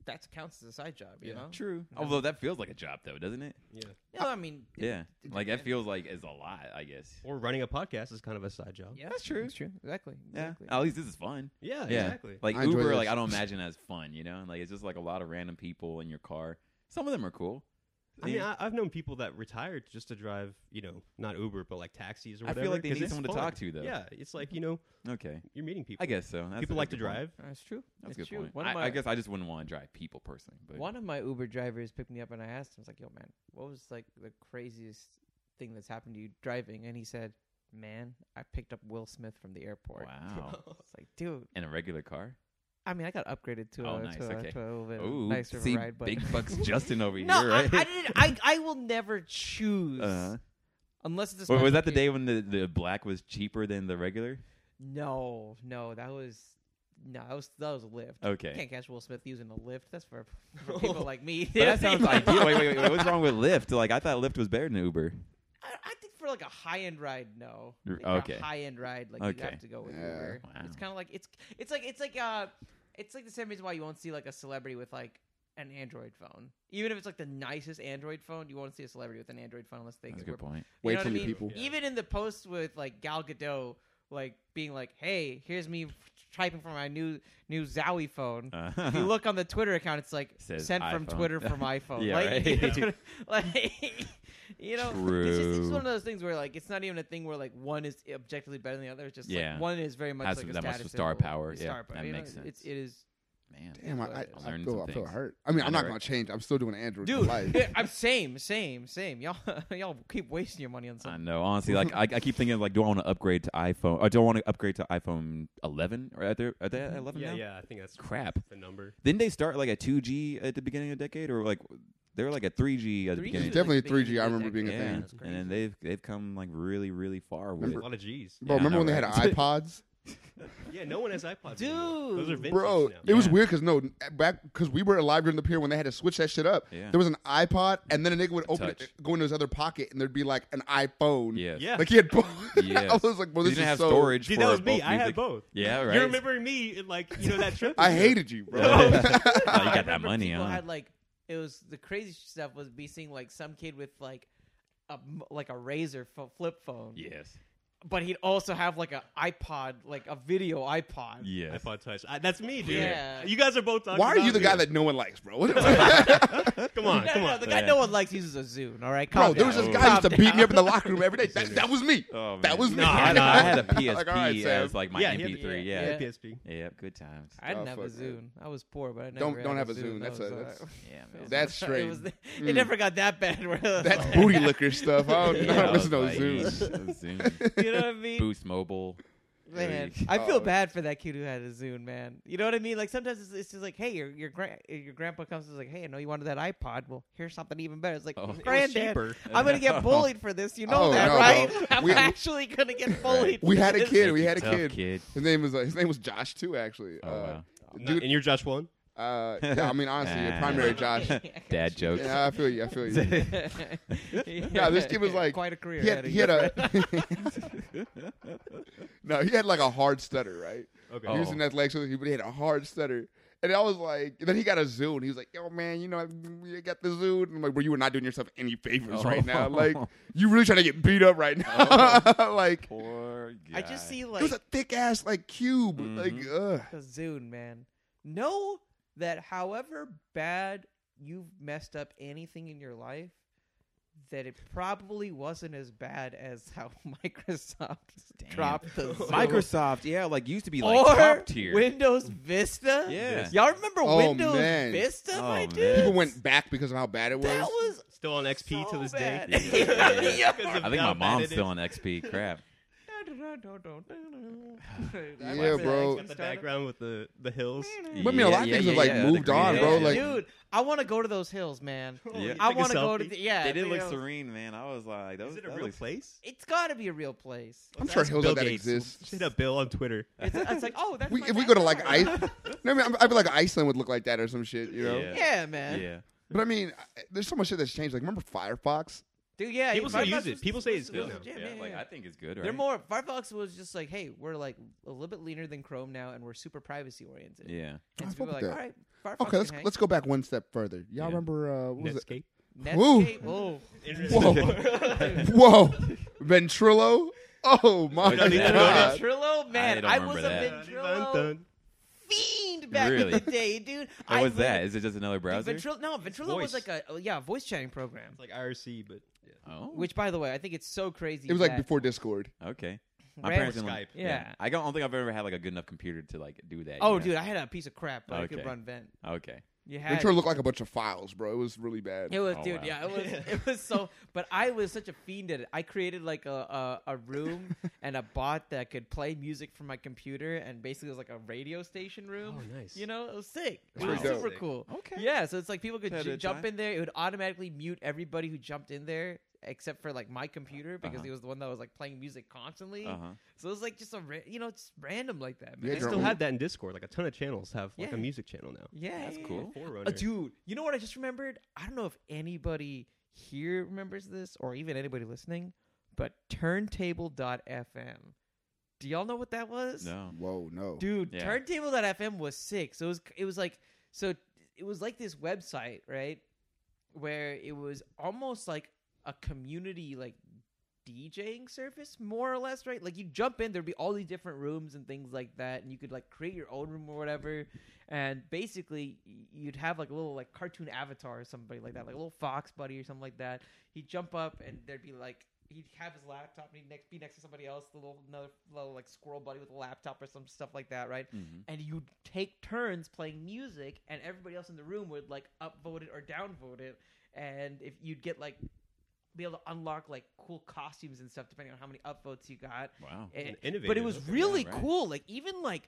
S3: That counts as a side job. You know.
S2: True. Although that feels like a job, though, doesn't it?
S5: Yeah.
S3: No, I mean. it-
S2: Yeah.
S3: it
S2: Like that
S3: depends.
S2: feels like is a lot. I guess.
S5: Or running a podcast is kind of a side job.
S3: Yeah,
S2: That's true.
S3: That's true. Exactly.
S2: Yeah.
S3: Exactly.
S2: At least this is fun.
S5: Yeah,
S2: Yeah.
S5: exactly.
S2: Like
S1: I enjoy
S2: Uber,
S1: this.
S2: like I don't imagine as fun, you know. Like it's just like a lot of random people in your car. Some of them are cool.
S5: I mean, I, I've known people that retired just to drive, you know, not Uber, but like taxis or
S2: I
S5: whatever.
S2: feel like they
S5: 'cause
S2: need
S5: it's
S2: someone to
S5: fun.
S2: talk to, though.
S5: Yeah, it's like, you know,
S2: Okay,
S5: you're meeting people.
S2: I guess so. That's
S5: people
S2: a-
S5: like to
S2: that's a good point.
S5: drive.
S3: That's true.
S2: That's a
S3: It's
S2: good
S3: true.
S2: point.
S3: One of
S2: I,
S3: my,
S2: I guess I just wouldn't want to drive people personally. But
S3: One of my Uber drivers picked me up and I asked him, I was like, yo, man, what was like the craziest thing that's happened to you driving? And he said, man, I picked up Will Smith from the airport.
S2: wow,
S3: It's like, dude,
S2: in a regular car.
S3: I mean, I got upgraded to,
S2: Oh,
S3: a,
S2: nice,
S3: to, a-
S2: okay.
S3: to a little bit
S2: Ooh,
S3: nicer of a
S2: see,
S3: ride. But
S2: big bucks Justin over
S3: no,
S2: here, right?
S3: I, I didn't. I, I will never choose
S2: Uh-huh.
S3: unless it's. a
S2: Wait, was
S3: special
S2: that the day
S3: occasion.
S2: when the, the black was cheaper than the regular?
S3: No, no, that was no, that was that was a lift. You
S2: Okay.
S3: can't catch Will Smith using a lift. That's for, for people like me.
S2: But that sounds ideal. Wait, wait, wait, wait. What's wrong with Lyft? Like, I thought Lyft was better than Uber.
S3: I, I think for like a high end ride, no.
S2: R-
S3: Like, for a
S2: okay.
S3: high end ride, like you
S2: Okay.
S3: have to go with
S1: Yeah.
S3: Uber.
S2: Wow.
S3: It's kind of like it's it's like it's like uh it's like the same reason why you won't see like a celebrity with like an Android phone, even if it's like the nicest Android phone, you won't see a celebrity with an Android phone unless they
S2: That's a
S3: can
S2: good
S3: rip-
S2: point.
S3: You
S1: Way
S3: know what
S1: too
S3: I
S1: many
S3: mean?
S1: people.
S5: Yeah.
S3: Even in the post with like Gal Gadot, like being like, "Hey, here's me typing from my new new Zowie phone.
S2: Uh,
S3: If you look on the Twitter account, it's like
S2: Says
S3: sent from
S2: iPhone.
S3: Twitter from iPhone.
S2: Yeah,
S3: like,
S2: right?
S3: you know, Twitter- like, you know, it's just it's
S2: True.
S3: just one of those things where like it's not even a thing where like one is objectively better than the other. It's just
S2: Yeah.
S3: like one is very much
S2: Has
S3: like a
S2: that much
S3: status
S2: star
S3: symbol.
S2: power. Yeah,
S3: Star power.
S2: that
S3: You know,
S2: makes
S3: It's,
S2: sense.
S3: it is
S2: man.
S1: Damn, I, I, I,
S2: Learn
S1: feel,
S2: some
S1: I feel
S2: things.
S1: hurt. I mean,
S2: I
S1: I'm
S2: know,
S1: not
S2: right?
S1: gonna change. I'm still doing Android. for
S3: Dude,
S1: life.
S3: I'm same, same, same. Y'all, y'all keep wasting your money on
S2: I
S3: something.
S2: know. Honestly, like I, I keep thinking, like, do I want to upgrade to iPhone? Or do I want to upgrade to iPhone 11? Or are they are they at 11
S5: Mm-hmm. Yeah,
S2: now?
S5: yeah. I think that's
S2: Crap.
S5: the number.
S2: Didn't they start like at 2G at the beginning of the decade, or like they were like at 3G at the
S3: 3G
S2: beginning?
S1: It's definitely
S3: like the
S1: 3G, I
S3: beginning of
S1: remember
S3: the
S1: being a
S2: yeah,
S3: decade.
S1: thing.
S3: That's
S2: and then
S3: crazy.
S2: they've they've come like really, really far with.
S5: A
S2: it.
S5: lot of G's.
S2: Yeah,
S1: Bro,
S2: I
S1: remember
S2: know,
S1: when they
S2: right?
S1: had iPods?
S5: Yeah, no one has iPods. anymore. those are
S3: Dude.
S5: vintage
S1: Bro,
S5: now.
S1: it was
S2: Yeah.
S1: weird because no, back because we were alive during the period when they had to switch that shit up.
S2: Yeah.
S1: There was an iPod, and then a nigga would open
S2: touch.
S1: it, go into his other pocket, and there'd be like an iPhone.
S2: Yes.
S5: Yeah.
S1: like he had both. I
S2: Yes.
S1: was like, bro,
S2: you
S1: this
S2: didn't
S1: is
S2: have
S1: so.
S2: storage.
S5: See,
S2: for
S5: that was
S2: both
S5: me. I had
S2: music.
S5: both.
S2: Yeah, right.
S5: You're remembering me, in, like you know that trip.
S1: I hated you, bro.
S2: Oh, you
S3: I
S2: got that
S3: remember
S2: money,
S3: People
S2: huh?
S3: had like it was the crazy stuff was be seeing like some kid with like a m- like a razor fo- flip phone,
S2: Yes.
S3: but he'd also have like a iPod, like a video iPod.
S2: Yes.
S5: iPod Touch. I, that's me, dude.
S3: Yeah.
S5: You guys are both. talking
S1: Why are you
S5: about
S1: the
S5: me.
S1: guy that no one likes, bro? What the-
S5: Come on,
S3: No,
S5: come
S3: no,
S5: on.
S3: the guy
S2: Yeah.
S3: no one likes uses a Zune. All right,
S1: bro,
S3: Calm
S1: there was
S3: down.
S1: this guy who used to
S3: Calm
S1: beat me up in the
S3: down.
S1: locker room every day. That, that was me.
S2: Oh, man.
S1: That was me.
S5: No,
S2: I, had a- I had a PSP
S1: Like, all right, Sam.
S2: as like my
S5: yeah, he had the-
S2: MP3.
S5: yeah,
S2: Yeah.
S5: he had PSP.
S2: Yep. Good times.
S3: I didn't
S1: Oh,
S3: have a
S1: fuck, man.
S3: Zune. I was poor, but I never
S1: Don't-
S3: had
S1: don't have a Zune.
S3: That
S1: That's a-
S3: was, uh,
S1: that's-
S2: Yeah,
S3: it was-
S1: That's
S3: It,
S1: strange.
S3: was, it
S1: Mm.
S3: never got that bad. Where it was
S1: That's
S3: like-
S1: booty liquor stuff. I don't
S3: Yeah,
S1: know.
S2: I
S1: There's
S2: was
S1: no
S2: like,
S1: Zoom.
S2: eesh, Zoom.
S3: You know what I mean?
S2: Boost Mobile.
S3: Man,
S2: Really?
S3: I feel
S1: Oh.
S3: bad for that kid who had a Zune, man. You know what I mean? Like sometimes it's, it's just like, hey, your your gran- your grandpa comes and is like, hey, I know you wanted that iPod. Well, here's something even better. It's like,
S2: Oh. It was
S3: granddad,
S5: cheaper.
S3: I'm gonna get bullied for this. You know
S1: Oh,
S3: that,
S1: no, bro.
S3: right? I'm
S1: We-
S3: actually gonna get bullied.
S1: We
S3: for
S1: had a
S3: this.
S1: kid. We had a
S2: Tough
S1: kid.
S2: kid.
S1: His name was uh, his name was Josh too. Actually,
S2: Oh,
S1: uh,
S2: wow.
S1: dude.
S5: and you're Josh one.
S1: Uh, yeah, I mean, honestly, your
S2: Ah.
S1: primary Josh.
S2: Dad jokes.
S1: Yeah, I feel you. I feel you.
S3: Yeah,
S1: this kid was like-
S3: quite a career.
S1: He had,
S3: had
S1: he had a
S2: That's
S1: no. He had like a hard stutter, right?
S5: Okay.
S1: He was
S2: Oh.
S1: in athletic, so he but he had a hard stutter. And I was like, and then he got a zoo, and he was like, "Yo, man, you know, you got the zoo." And I'm like, "Bro, you are not doing yourself any favors right now. Like, you really trying to get beat up right now. like,
S2: Poor guy.
S3: I just see
S1: it
S3: like
S1: was a thick ass like cube. Like, ugh.
S3: the Zune, man. Know that however bad you've messed up anything in your life, that it probably wasn't as bad as how Microsoft dropped the Zune.
S2: Microsoft. Yeah, like used to be like
S3: or
S2: top tier.
S3: Windows Vista.
S2: Yeah.
S3: y'all remember
S1: Oh,
S3: Windows
S1: man.
S3: Vista,
S2: Oh,
S3: my
S2: man.
S3: dude.
S1: People went back because of how bad it was.
S3: That was
S5: Still on XP to
S3: so
S5: this
S3: bad.
S5: day.
S2: Yeah.
S3: Yeah.
S5: Because of
S2: I think
S5: how
S2: my
S5: bad
S2: mom's
S5: it
S2: still on
S5: is.
S2: XP. Crap.
S3: I
S1: Yeah, bro.
S5: Got
S3: remember that
S5: the
S3: started.
S5: background with the the hills.
S1: But I mean, a lot of
S2: Yeah,
S1: things
S2: yeah,
S1: have like
S2: yeah, the
S1: moved on,
S2: green
S1: bro.
S2: egg.
S1: Like,
S3: dude, I want to go to those hills, man.
S2: Yeah.
S3: I
S5: Take a
S3: want to go to
S5: selfie.
S3: the, yeah.
S2: they did
S3: take
S2: look
S3: a-
S2: serene, man. I was like, that
S5: Is
S2: was
S5: it
S2: that
S5: a real
S2: looks-
S5: place?
S3: It's got to be a real place.
S1: I'm sure hills
S5: Bill
S1: like that
S5: Gates.
S1: exist.
S5: Hit up Bill on Twitter.
S3: It's, it's like, oh, that's
S1: we,
S3: my
S1: if we go to like
S3: backyard.
S1: Ice, no, I mean, I feel like Iceland would look like that or some shit, you know.
S2: Yeah.
S3: Yeah, man.
S2: Yeah.
S1: But I mean, I- there's so much shit that's changed. Like, remember Firefox?
S3: Dude, yeah.
S5: People
S3: you-
S5: still
S3: Firefox
S5: use it.
S3: was-
S5: People say it's
S3: was-
S5: good
S3: was-
S5: now.
S3: Yeah,
S2: Yeah,
S3: man,
S2: like
S3: yeah.
S2: I think it's good, right?
S3: They're more Firefox was just like, hey, we're like a little bit leaner than Chrome now, and we're super privacy oriented.
S2: Yeah.
S1: I fuck
S3: And so people were
S1: with
S3: like, all right, Firefox.
S1: Okay, let's
S3: can hang.
S1: let's go back one step further. Y'all
S2: Yeah.
S1: remember uh, what was
S5: Netscape.
S3: Netscape. Whoa.
S1: it? Whoa, Ventrilo! Oh my
S2: Wait, I need to know
S1: god!
S3: Ventrilo, man,
S2: don't
S3: I,
S2: remember
S3: was a
S2: that.
S3: Ventrilo fiend back
S2: Really?
S3: in the day, dude.
S2: What
S3: I
S2: was that?
S3: literally-
S2: Is it just another browser?
S3: Ventrilo, no, Ventrilo was
S5: voice.
S3: like a oh, yeah voice chatting program.
S5: It's like IRC, but yeah.
S2: Oh.
S3: Which, by the way, I think it's so crazy.
S1: It was like
S3: that
S1: before Discord.
S2: Okay. My
S3: Ram-
S2: parents didn't like-
S5: Skype.
S3: Yeah.
S2: I don't I don't think I've ever had like a good enough computer to like do that.
S3: Oh,
S2: you know?
S3: dude, I had a piece of crap, but I could
S2: Okay.
S3: run vent.
S2: Okay.
S3: You had
S1: Ventrilo looked like a bunch of files, bro. It was really bad.
S3: It was,
S2: Oh,
S3: dude.
S2: wow.
S3: Yeah, it was. It was so. But I was such a fiend at it. I created like a a, a room and a bot that could play music from my computer, and basically it was like a radio station room.
S5: Oh, nice.
S3: You know, it was sick. It
S1: Wow.
S3: was
S1: Pretty
S3: super
S5: dope.
S3: cool.
S2: Okay.
S3: Yeah, so it's like people could
S2: Had
S3: ju-
S2: a
S3: jump
S2: time.
S3: in there. It would automatically mute everybody who jumped in there. Except for like my computer because
S2: Uh-huh.
S3: he was the one that was like playing music constantly,
S2: Uh huh.
S3: so it was like just a ra- you know just random like that.
S1: You had
S3: Man.
S5: They
S1: your
S5: still
S1: own-
S5: had that in Discord. Like a ton of channels have like
S3: Yeah.
S5: a music channel now.
S3: Yeah,
S2: That's
S3: yeah,
S2: cool.
S3: yeah.
S5: Forerunner.
S3: Uh, dude, you know what I just remembered? I don't know if anybody here remembers this or even anybody listening, but turntable.fm. Do y'all know what that was?
S2: No.
S1: Whoa, no.
S3: Dude,
S2: Yeah.
S3: turntable.fm was sick. So it was it was like so it was like this website, right? Where it was almost like a community like DJing service, more or less, right? Like you jump in, there'd be all these different rooms and things like that, and you could like create your own room or whatever. And basically, y- you'd have like a little like cartoon avatar or somebody like that, like a little fox buddy or something like that. He'd jump up, and there'd be like he'd have his laptop, and he'd next be next to somebody else, the little another little like squirrel buddy with a laptop or some stuff like that, right?
S2: Mhm.
S3: and you'd take turns playing music and everybody else in the room would like upvote it or downvote it and if you'd get like be able to unlock like cool costumes and stuff depending on how many upvotes you got
S2: Wow.
S3: And-
S5: innovative.
S3: but it was
S5: Okay.
S3: really
S2: right.
S3: cool like even like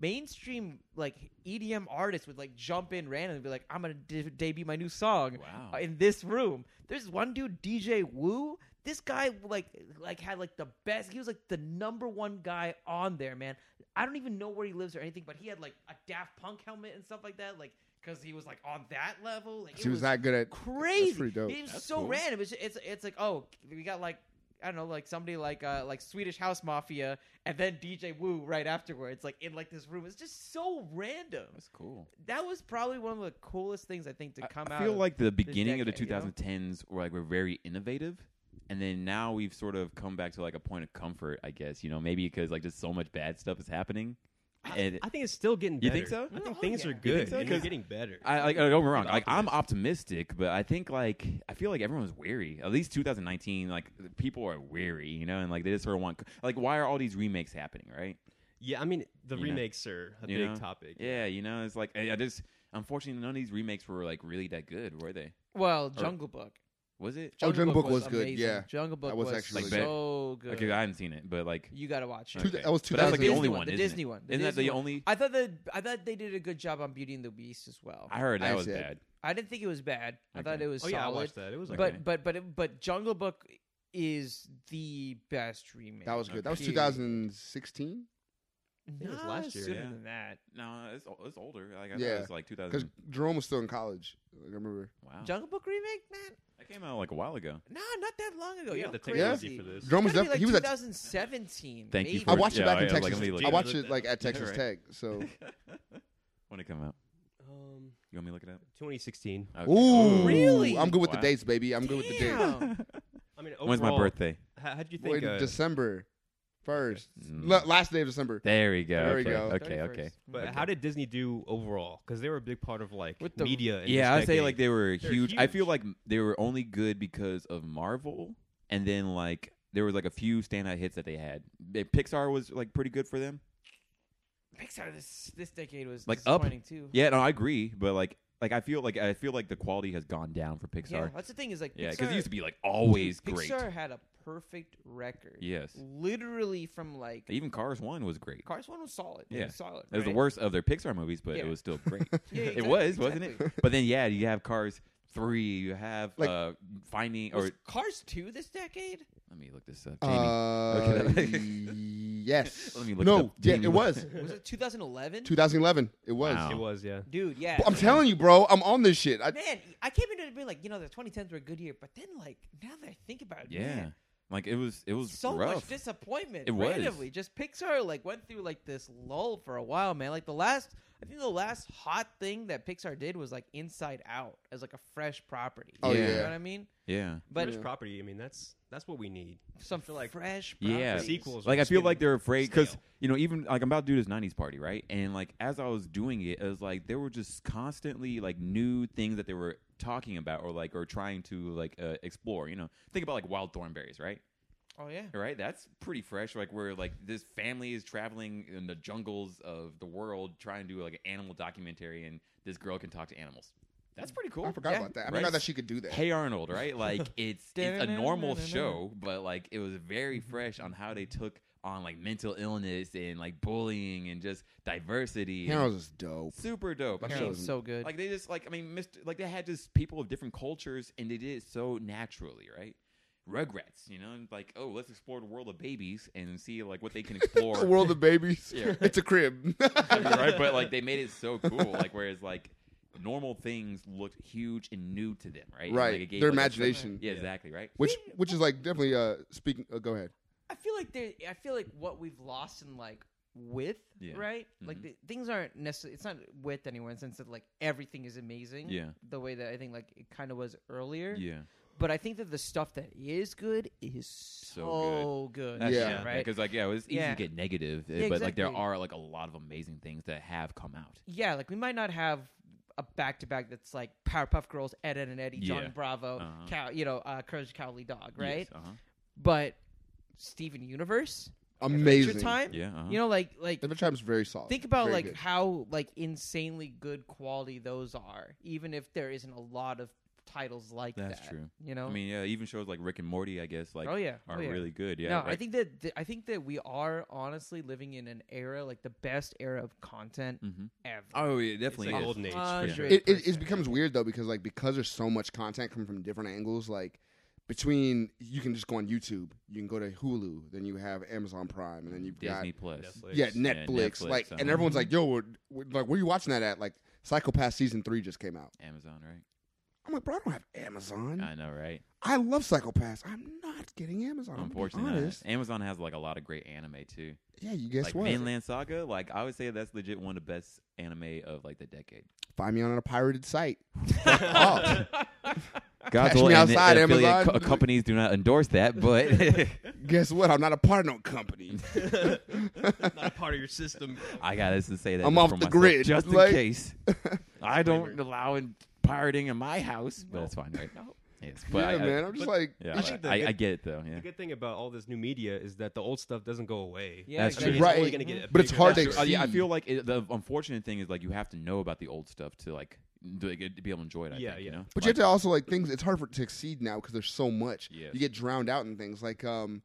S3: mainstream like edm artists would like jump in randomly and be like i'm gonna de- debut my new song
S2: Wow.
S3: uh, in this room. There's one dude, DJ Wu. This guy like like had like the best. He was like the number one guy on there, man. I don't even know where he lives or anything, but he had like a Daft Punk helmet and stuff like that, like because he was like on that level. Like, it
S1: She was that good at.
S3: crazy.
S1: pretty dope.
S3: It was
S2: That's
S3: so
S2: cool.
S3: random. It's, it's it's like oh we got like I don't know like somebody like uh like Swedish House Mafia and then DJ Wu right afterwards like in like this room. It's just so random.
S2: That's cool.
S3: That was probably one of the coolest things I think to
S2: I-
S3: come
S2: I
S3: out.
S2: feel
S3: of-
S2: like the beginning of the
S3: decade, you know?
S2: 2010s were like we're very innovative, and then now we've sort of come back to like a point of comfort, I guess. You know, maybe because like just so much bad stuff is happening. And
S5: I think it's still getting
S2: You
S5: better.
S2: think so?
S5: I think
S3: Oh,
S5: things
S3: yeah.
S5: are
S3: You
S5: good.
S2: so?
S5: and they're
S2: 'Cause
S5: getting better.
S2: I like don't get me wrong.
S5: I'm
S2: Like I'm optimistic, but I think like I feel like everyone's weary. At least 2019, like the people are weary, you know, and like they just sort of want like why are all these remakes happening, right?
S5: yeah, I mean, the
S2: You know.
S5: remakes are a
S2: You
S5: big
S2: know?
S5: topic.
S2: Yeah, you know, it's like I I just unfortunately none of these remakes were like really that good, were they?
S3: Well, Jungle Book.
S2: Was it?
S1: Oh, Jungle Book was good, yeah.
S3: Jungle Book
S1: That
S3: was,
S1: was actually
S2: Like, good.
S3: so good.
S2: Okay, I haven't seen it, but like
S3: you gotta watch it.
S1: Two,
S2: Okay.
S1: That was
S2: But that's like the
S1: Disney
S2: only
S1: one.
S2: one.
S3: the
S2: isn't it?
S3: Disney one. The
S2: Isn't that the
S3: Disney one.
S2: only?
S3: I thought that I thought they did a good job on Beauty and the Beast as well.
S2: I heard that
S1: I
S2: was
S1: said-
S2: bad.
S3: I didn't think it was bad. I thought
S2: Okay.
S3: it was
S5: Oh
S3: solid.
S5: yeah, I watched that. It was
S2: Okay.
S5: like
S3: But but but it- but Jungle Book is the best remake.
S1: That was good. That was
S3: Period.
S1: 2016.
S5: it was
S3: Nah,
S5: last year,
S3: sooner
S2: yeah.
S3: than that.
S2: No, it's o- it's older. Like I thought
S1: Yeah.
S2: it was like 2000.
S1: Because Jerome was still in college. Like, I remember.
S2: wow,
S3: Jungle Book remake, man.
S2: that came out like a while ago.
S3: No, not that long ago.
S5: we
S3: You're
S5: have the
S3: crazy.
S5: technology for this.
S1: Jerome was
S3: Gotta be
S1: def-
S3: like
S1: he was at.
S3: 2017.
S2: Thank you
S3: maybe.
S2: for-
S1: I watched
S2: Yeah,
S1: it back in
S2: yeah, like,
S1: Texas.
S2: let me look
S1: I
S2: it
S1: watched
S5: up.
S1: it like at
S2: Yeah,
S1: Texas
S2: right.
S1: Tech. So
S2: When it come out,
S5: Um,
S2: you want me to look it up?
S5: 2016.
S2: Okay.
S1: ooh,
S3: Really?
S1: I'm good with
S2: Wow.
S1: the dates, baby. I'm good with the dates.
S3: Damn.
S5: I mean, overall,
S2: When's my birthday?
S5: How, how'd you
S1: Wait,
S5: think? Uh,
S1: December first,
S2: Mm.
S1: La- last day of December.
S2: There we go.
S1: There we
S2: okay.
S1: go.
S2: Okay. Okay.
S3: 31st.
S5: but
S2: Okay.
S5: how did Disney do overall? Because they were a big part of like
S3: With the-
S5: media. in
S2: Yeah,
S5: this
S2: I'd say
S5: decade.
S2: like they were
S5: They're
S2: huge. I feel
S5: huge.
S2: like they were only good because of Marvel, and then like there was like a few standout hits that they had. They- Pixar was like pretty good for them.
S3: Pixar this this decade was
S2: Like, up?
S3: disappointing too.
S2: Yeah, no, I agree, but like like I feel like I feel like the quality has gone down for
S3: Yeah,
S2: Pixar.
S3: that's the thing is like
S2: Yeah, because
S3: Pixar,
S2: it used to be like always great.
S3: Pixar had a perfect record.
S2: Yes,
S3: literally from like
S2: even Cars One was great.
S3: Cars One was solid.
S2: Yeah.
S3: it was solid.
S2: It was the
S3: right?
S2: worst of their Pixar movies, but
S3: Yeah.
S2: it was still great.
S3: Yeah,
S2: it
S3: exactly,
S2: was, wasn't
S3: exactly.
S2: it? But then, yeah, you have Cars three, you have
S1: Like-
S2: uh, Finding, or
S3: Was Cars Two this decade?
S2: let me look this up. Jamie.
S1: Uh,
S2: Okay.
S1: yes.
S2: Let me look it
S1: no,
S2: up.
S1: yeah,
S2: Jamie.
S1: it was
S3: Was it 2011?
S1: 2011. It was.
S2: Wow.
S5: it was yeah.
S3: Dude, yeah.
S1: I'm telling you, bro. I'm on this shit. I,
S3: Man, I came into it being like, you know, the 2010s were a good year, but then like now that I think about it,
S2: yeah,
S3: man,
S2: like it was, it was
S3: so much
S2: rough.
S3: disappointment.
S2: It was.
S3: randomly. just Pixar like went through like this lull for a while, man. Like the last, I think the last hot thing that Pixar did was like Inside Out as like a fresh property.
S1: Oh,
S3: you know
S1: yeah.
S3: what I mean?
S2: yeah,
S3: But
S5: Rich property. I mean, that's that's what we need.
S3: something like fresh,
S2: yeah.
S3: properties.
S5: Sequels.
S2: Like I
S5: just
S2: feel
S5: getting
S2: like they're afraid because
S5: stale.
S2: you know even like I'm about to do this '90s party, right? And like as I was doing it, it was like there were just constantly like new things that they were talking about or like or trying to like uh, explore. You know, think about like Wild Thornberries, right?
S3: Oh yeah.
S2: All right, that's pretty fresh. Like where like this family is traveling in the jungles of the world trying to do like an animal documentary, and this girl can talk to animals. That's pretty cool.
S1: I forgot
S3: Yeah.
S1: about that. I
S2: Right.
S1: forgot that she could do that.
S2: Hey Arnold, right? Like it's it's a normal show, but like it was very fresh on how they took on like mental illness and like bullying and just diversity. and
S1: Harold's is dope.
S2: super dope. I
S1: That
S3: Man,
S2: mean,
S1: show's
S3: it's so good.
S2: like they just like I mean, missed, like they had just people of different cultures, and they did it so naturally, right? Rugrats, you know, and like oh, let's explore the world of babies and see like what they can explore,
S1: The world of babies.
S2: Yeah.
S1: It's a crib.
S2: right? But like they made it so cool, like whereas like normal things looked huge and new to them, right? And,
S1: Right.
S2: like, it gave,
S1: Their
S2: like, a-
S1: imagination.
S2: yeah, exactly, right?
S1: Which, which
S3: oh.
S1: is like definitely uh speaking. Uh, go ahead.
S3: I feel like there. I feel like what we've lost in like width,
S2: Yeah.
S3: right? Like
S2: Mhm.
S3: the, things aren't necessarily. It's not width anymore in the sense that like everything is amazing.
S2: Yeah.
S3: The way that I think like it kind of was earlier.
S2: Yeah,
S3: But I think that the stuff that is good is so,
S2: So
S3: good.
S1: That's- Yeah.
S2: yeah,
S3: right.
S2: Because like, yeah, it's easy
S3: Yeah.
S2: to get negative, uh,
S3: Yeah,
S2: but like there
S3: exactly.
S2: are like a lot of amazing things that have come out.
S3: Yeah, like we might not have a back to back that's like Powerpuff Girls, Ed, Ed and Eddie,
S2: Yeah.
S3: John Bravo,
S2: Uh-huh.
S3: Cow, you know, uh, Courage the Cowardly Dog,
S2: Yes,
S3: right?
S2: uh-huh.
S3: But Steven Universe,
S1: Amazing.
S3: Adventure Time,
S2: Yeah. Uh-huh.
S3: you know, like like
S1: Adventure Time's very solid.
S3: think about
S1: Very
S3: like
S1: good.
S3: how like insanely good quality those are, even if there isn't a lot of titles like
S2: That's
S3: that.
S2: true.
S3: You know,
S2: I mean, yeah, even shows like Rick and Morty, I guess, like
S3: oh yeah,
S2: are
S3: oh, yeah.
S2: really good. Yeah.
S3: no, I
S2: like-
S3: think that th- I think that we are honestly living in an era, like the best era of content
S2: Mhm.
S3: ever.
S2: Oh, yeah, it definitely
S5: like
S2: is.
S5: golden age.
S3: Hundred
S1: it, it, it
S3: percent.
S1: becomes weird though because like because there's so much content coming from different angles like between you can just go on youtube you can go to hulu then you have amazon prime and then you've
S2: Disney
S1: got
S2: Plus.
S5: Netflix.
S1: yeah
S2: Yeah,
S1: netflix,
S2: Netflix,
S1: like and
S2: uh-huh.
S1: everyone's like yo we're, we're- like where are you watching that at like psychopath season three just came out
S2: Amazon, right?
S1: i'm like bro i don't have amazon
S2: I know, right?
S1: i love psychopaths i'm not getting amazon
S2: Unfortunately,
S1: I'm
S2: not.
S1: being honest.
S2: Amazon has like a lot of great anime too.
S1: yeah you guess
S2: like
S1: what
S2: Vinland Saga, like I would say that's legit one of the best anime of like the decade.
S1: find me on a pirated site Fuck off.
S2: God's
S1: me
S2: will and
S1: outside,
S2: affiliate
S1: Amazon.
S2: co- companies do not endorse that, but
S1: guess what i'm not a part of no company
S5: Not a part of your system.
S2: I got us to say that.
S1: I'm
S2: just
S1: off
S2: for
S1: the
S2: myself,
S1: grid,
S2: just
S1: like-
S2: in case. I don't allow in pirating in my house, but that's fine, right?
S3: No.
S2: Yes, but
S1: yeah
S2: I, I-
S1: man i'm just
S5: but-
S1: like
S2: yeah,
S5: I think the
S2: I,
S5: good-
S2: I get it though. Yeah,
S5: The good thing about all this new media is that the old stuff doesn't go away.
S3: Yeah,
S2: That's
S5: I mean,
S2: true.
S5: it's only
S1: Right.
S5: gonna get
S1: But it's
S5: bigger.
S1: hard to
S5: That's
S2: Uh,
S5: true.
S2: yeah, I
S1: see.
S2: feel like it, the unfortunate thing is like you have to know about the old stuff to like do, to be able to enjoy it. I
S5: Yeah,
S2: think, You
S5: yeah.
S2: know?
S1: But you
S2: Like-
S1: have to also like things. It's hard for to exceed now because there's so much.
S2: Yes.
S1: You get drowned out in things like um,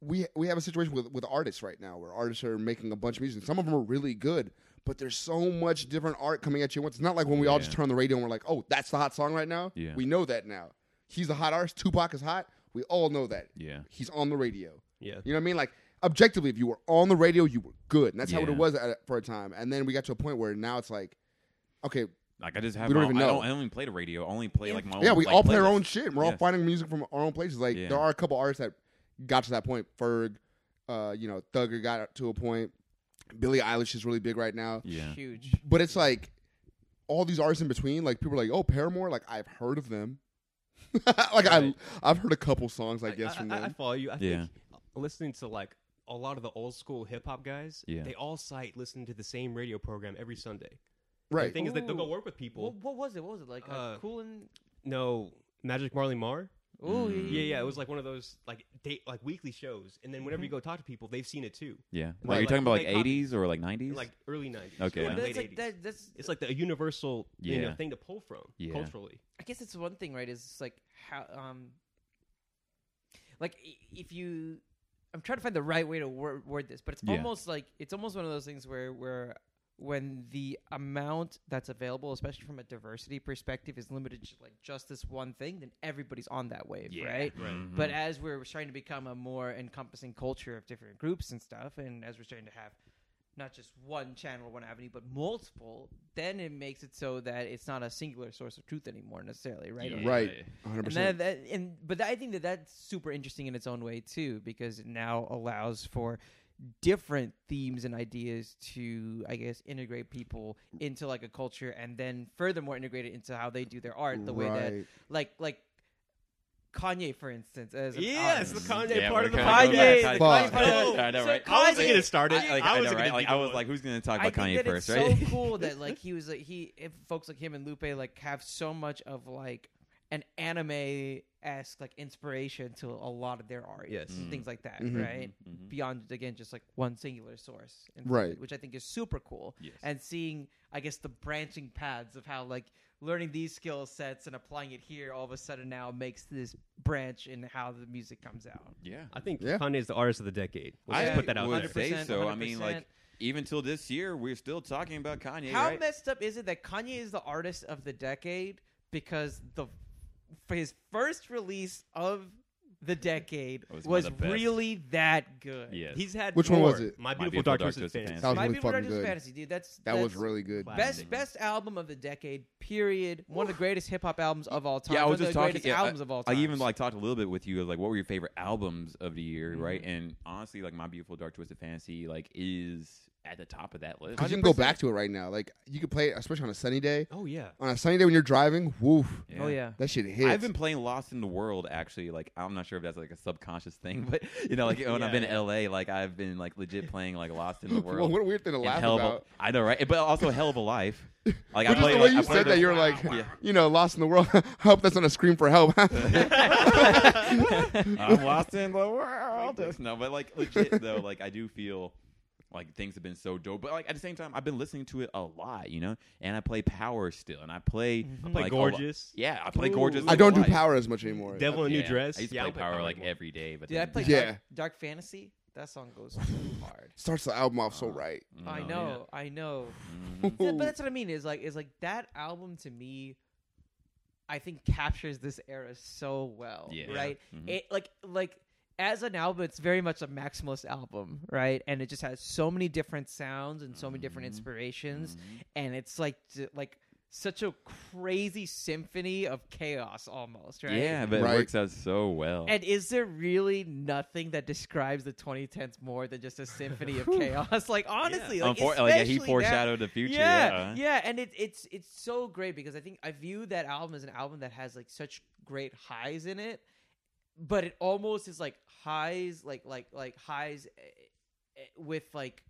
S1: we we have a situation with with artists right now where artists are making a bunch of music. Some of them are really good, but there's so much different art coming at you at once. It's not like when we all just
S2: Yeah.
S1: turn on the radio and we're like, oh, that's the hot song right now.
S2: Yeah.
S1: We know that now. He's a hot artist. Tupac is hot. We all know that.
S2: Yeah.
S1: He's on the radio.
S5: Yeah.
S1: You know what I mean? Like objectively, if you were on the radio, you were good, and that's how
S2: Yeah.
S1: it was at, for a time. And then we got to a point where now it's like, okay,
S2: Like I just have.
S1: We don't
S2: my own-
S1: even
S2: I
S1: know.
S2: don't, I only play the radio. I only play like my.
S1: yeah,
S2: own,
S1: we
S2: like,
S1: all play our
S2: playlist.
S1: own shit. We're
S2: Yeah.
S1: all finding music from our own places. Like
S2: Yeah.
S1: there are a couple artists that got to that point. Ferg, uh, you know, Thugger got to a point. Billie Eilish is really big right now.
S2: Yeah.
S3: Huge.
S1: But it's like all these artists in between. Like people are like, oh, Paramore. Like I've heard of them. like I,
S5: Right.
S1: I've heard a couple songs, I
S5: Like,
S1: guess, from
S5: I, I
S1: them.
S5: follow you. I
S2: Yeah.
S5: think listening to like a lot of the old school hip hop guys,
S2: Yeah.
S5: they all cite listening to the same radio program every Sunday. The
S1: right.
S5: thing is that they'll go
S3: Ooh.
S5: work with
S3: What,
S5: people.
S3: what was it? What was it like? Uh,
S5: Uh,
S3: cool and
S5: No, Magic Marley Marr.
S3: ooh,
S2: Mm.
S5: Yeah, yeah. It was like one of those like date like weekly shows, and then whenever
S1: Mm-hmm.
S5: you go talk to people, they've seen it too,
S2: Yeah. Like,
S5: Right.
S2: you're talking about
S5: Like,
S2: like
S5: they copy-
S2: '80s or like '90s.
S5: in, like early nineties.
S2: Okay. Yeah.
S3: But
S5: late
S3: that's like
S5: 80s.
S3: that, that's.
S5: It's like the universal you know,
S2: Yeah.
S5: thing to pull from
S2: Yeah.
S5: culturally.
S3: I guess it's one thing, right? Is it's like how um, like i- if you, I'm trying to find the right way to word, word this, but it's
S2: Yeah.
S3: almost like it's almost one of those things where where when the amount that's available, especially from a diversity perspective, is limited to like just this one thing, then everybody's on that wave,
S2: yeah.
S3: right?
S2: Mhm.
S1: Mm-hmm.
S3: But as we're trying to become a more encompassing culture of different groups and stuff, and as we're starting to have not just one channel, one avenue, but multiple, then it makes it so that it's not a singular source of truth anymore necessarily, right?
S2: Yeah.
S1: Right. Hundred
S3: And,
S1: percent.
S3: that, that- and but I think that that's super interesting in its own way too, because it now allows for different themes and ideas to, I guess, integrate people into like a culture, and then furthermore integrate it into how they do their art, the way that
S1: Right.
S3: like like Kanye, for instance, as an
S5: Yes,
S3: artist.
S5: the Kanye
S2: Yeah,
S5: part of
S2: we're
S5: the
S2: kinda going back
S3: Kanye, the
S2: to
S1: Kanye
S2: Kanye.
S1: part
S3: of
S2: I know,
S3: so
S2: right?
S3: I wasn't gonna
S5: start
S2: I, like, I, know,
S5: wasn't
S2: right?
S5: gonna
S2: Like,
S5: be
S2: I
S5: the
S2: was
S5: one.
S2: like, who's gonna talk
S3: I
S2: about
S3: think
S2: Kanye
S3: that
S2: first,
S3: it's
S2: right?
S3: so cool that like he was like he if folks like him and Lupe like have so much of like an anime esque like inspiration to a lot of their art,
S5: Yes.
S3: and
S2: Mm-hmm.
S3: things like that,
S1: Mhm.
S3: right?
S2: Mhm.
S3: Beyond again, just like one singular source, and-
S1: Right.
S3: Which I think is super cool,
S2: Yes.
S3: and seeing I guess the branching paths of how like learning these skill sets and applying it here all of a sudden now makes this branch in how the music comes out.
S2: Yeah.
S5: I think
S1: Yeah.
S5: Kanye is the artist of the decade. Let's
S2: I
S5: just put that out
S2: would
S5: there.
S2: say
S3: 100%,
S2: so. I mean, like
S3: 100%.
S2: even till this year, we're still talking about Kanye.
S3: How
S2: right?
S3: messed up is it that Kanye is the artist of the decade because the for his first release of the decade
S2: Was
S3: was,
S2: one of the best.
S3: really that good.
S2: Yes.
S5: He's had
S1: Which one was
S5: more.
S1: it?
S5: My beautiful, dark twisted
S2: Twisted
S5: fantasy.
S1: That was
S3: My
S1: really
S3: Beautiful
S1: fucking
S3: Dark Twisted
S1: good.
S3: Fantasy, dude. That's
S1: That was
S3: that's
S1: really good.
S3: best
S5: Wow.
S3: best album of the decade. Period. One of the greatest hip hop albums of all time.
S2: Yeah, I
S3: One
S2: was
S3: of
S2: just
S3: the
S2: talking.
S3: greatest
S2: Yeah,
S3: albums
S2: I,
S3: of all
S2: I
S3: time.
S2: even like talked a little bit with you of like what were your
S3: Mm-hmm.
S2: favorite albums of the year, right? And honestly, like my beautiful dark twisted fantasy, like is at the top of that list.
S1: Because you can go back to it right now. Like you could play, it, especially on a sunny day.
S5: Oh yeah.
S1: On a sunny day when you're driving, woof,
S3: Oh yeah.
S1: that shit hits.
S2: I've been playing Lost in the World actually. Like I'm not sure if that's like a subconscious thing, but you know, like when I've
S4: Yeah,
S2: been in LA, like I've been like legit playing like Lost in the
S1: well,
S2: World.
S1: what a weird thing to
S2: and
S1: laugh
S2: hell of a-
S1: about.
S2: I know, right? But also Hell of a Life. Like
S1: Which is
S2: I played
S1: the way
S2: like,
S1: you
S2: I played
S1: said
S2: the-
S1: that. You're like,
S2: Yeah.
S1: you know, lost in the world. I hope that's on a scream for help.
S2: I'm lost in the world. No, but like legit though, like I do feel like things have been so dope. But like at the same time, I've been listening to it a lot, you know. And I play Power still, and I play,
S3: Mhm. I
S2: like,
S4: Like
S2: a lot-
S4: gorgeous.
S2: Yeah, I play
S4: Ooh.
S2: Gorgeous.
S1: I don't do
S2: Life.
S1: power as much anymore.
S5: Devil in a
S2: Yeah.
S5: New Dress.
S2: I used to
S5: Yeah,
S2: play
S5: I'll
S2: power like
S5: more.
S2: every day, but
S3: Dude, I
S2: then-
S3: play
S1: Yeah.
S3: Dark, Dark Fantasy. That song goes too hard.
S1: Starts the album off so right.
S2: Mm,
S3: I
S2: yeah.
S3: know, I know.
S2: Mhm.
S3: Yeah, but that's what I mean. Is like, is like that album to me. I think captures this era so well,
S2: Yeah.
S3: right?
S2: Mhm.
S3: It like like as an album, it's very much a maximalist album, right? And it just has so many different sounds and so many different
S2: Mhm.
S3: inspirations, and it's like j- like such a crazy symphony of chaos, almost, right?
S2: Yeah, but
S1: Right.
S2: it works out so well.
S3: And is there really nothing that describes the 2010s more than just a symphony of chaos? Like honestly, like,
S2: Unfor- like, yeah, he
S3: especially now-
S2: foreshadowed the future. Uh,
S3: Yeah,
S2: Yeah,
S3: yeah, and it, it's it's so great because I think I view that album as an album that has like such great highs in it, but it almost is like highs, like like like highs eh, eh, with like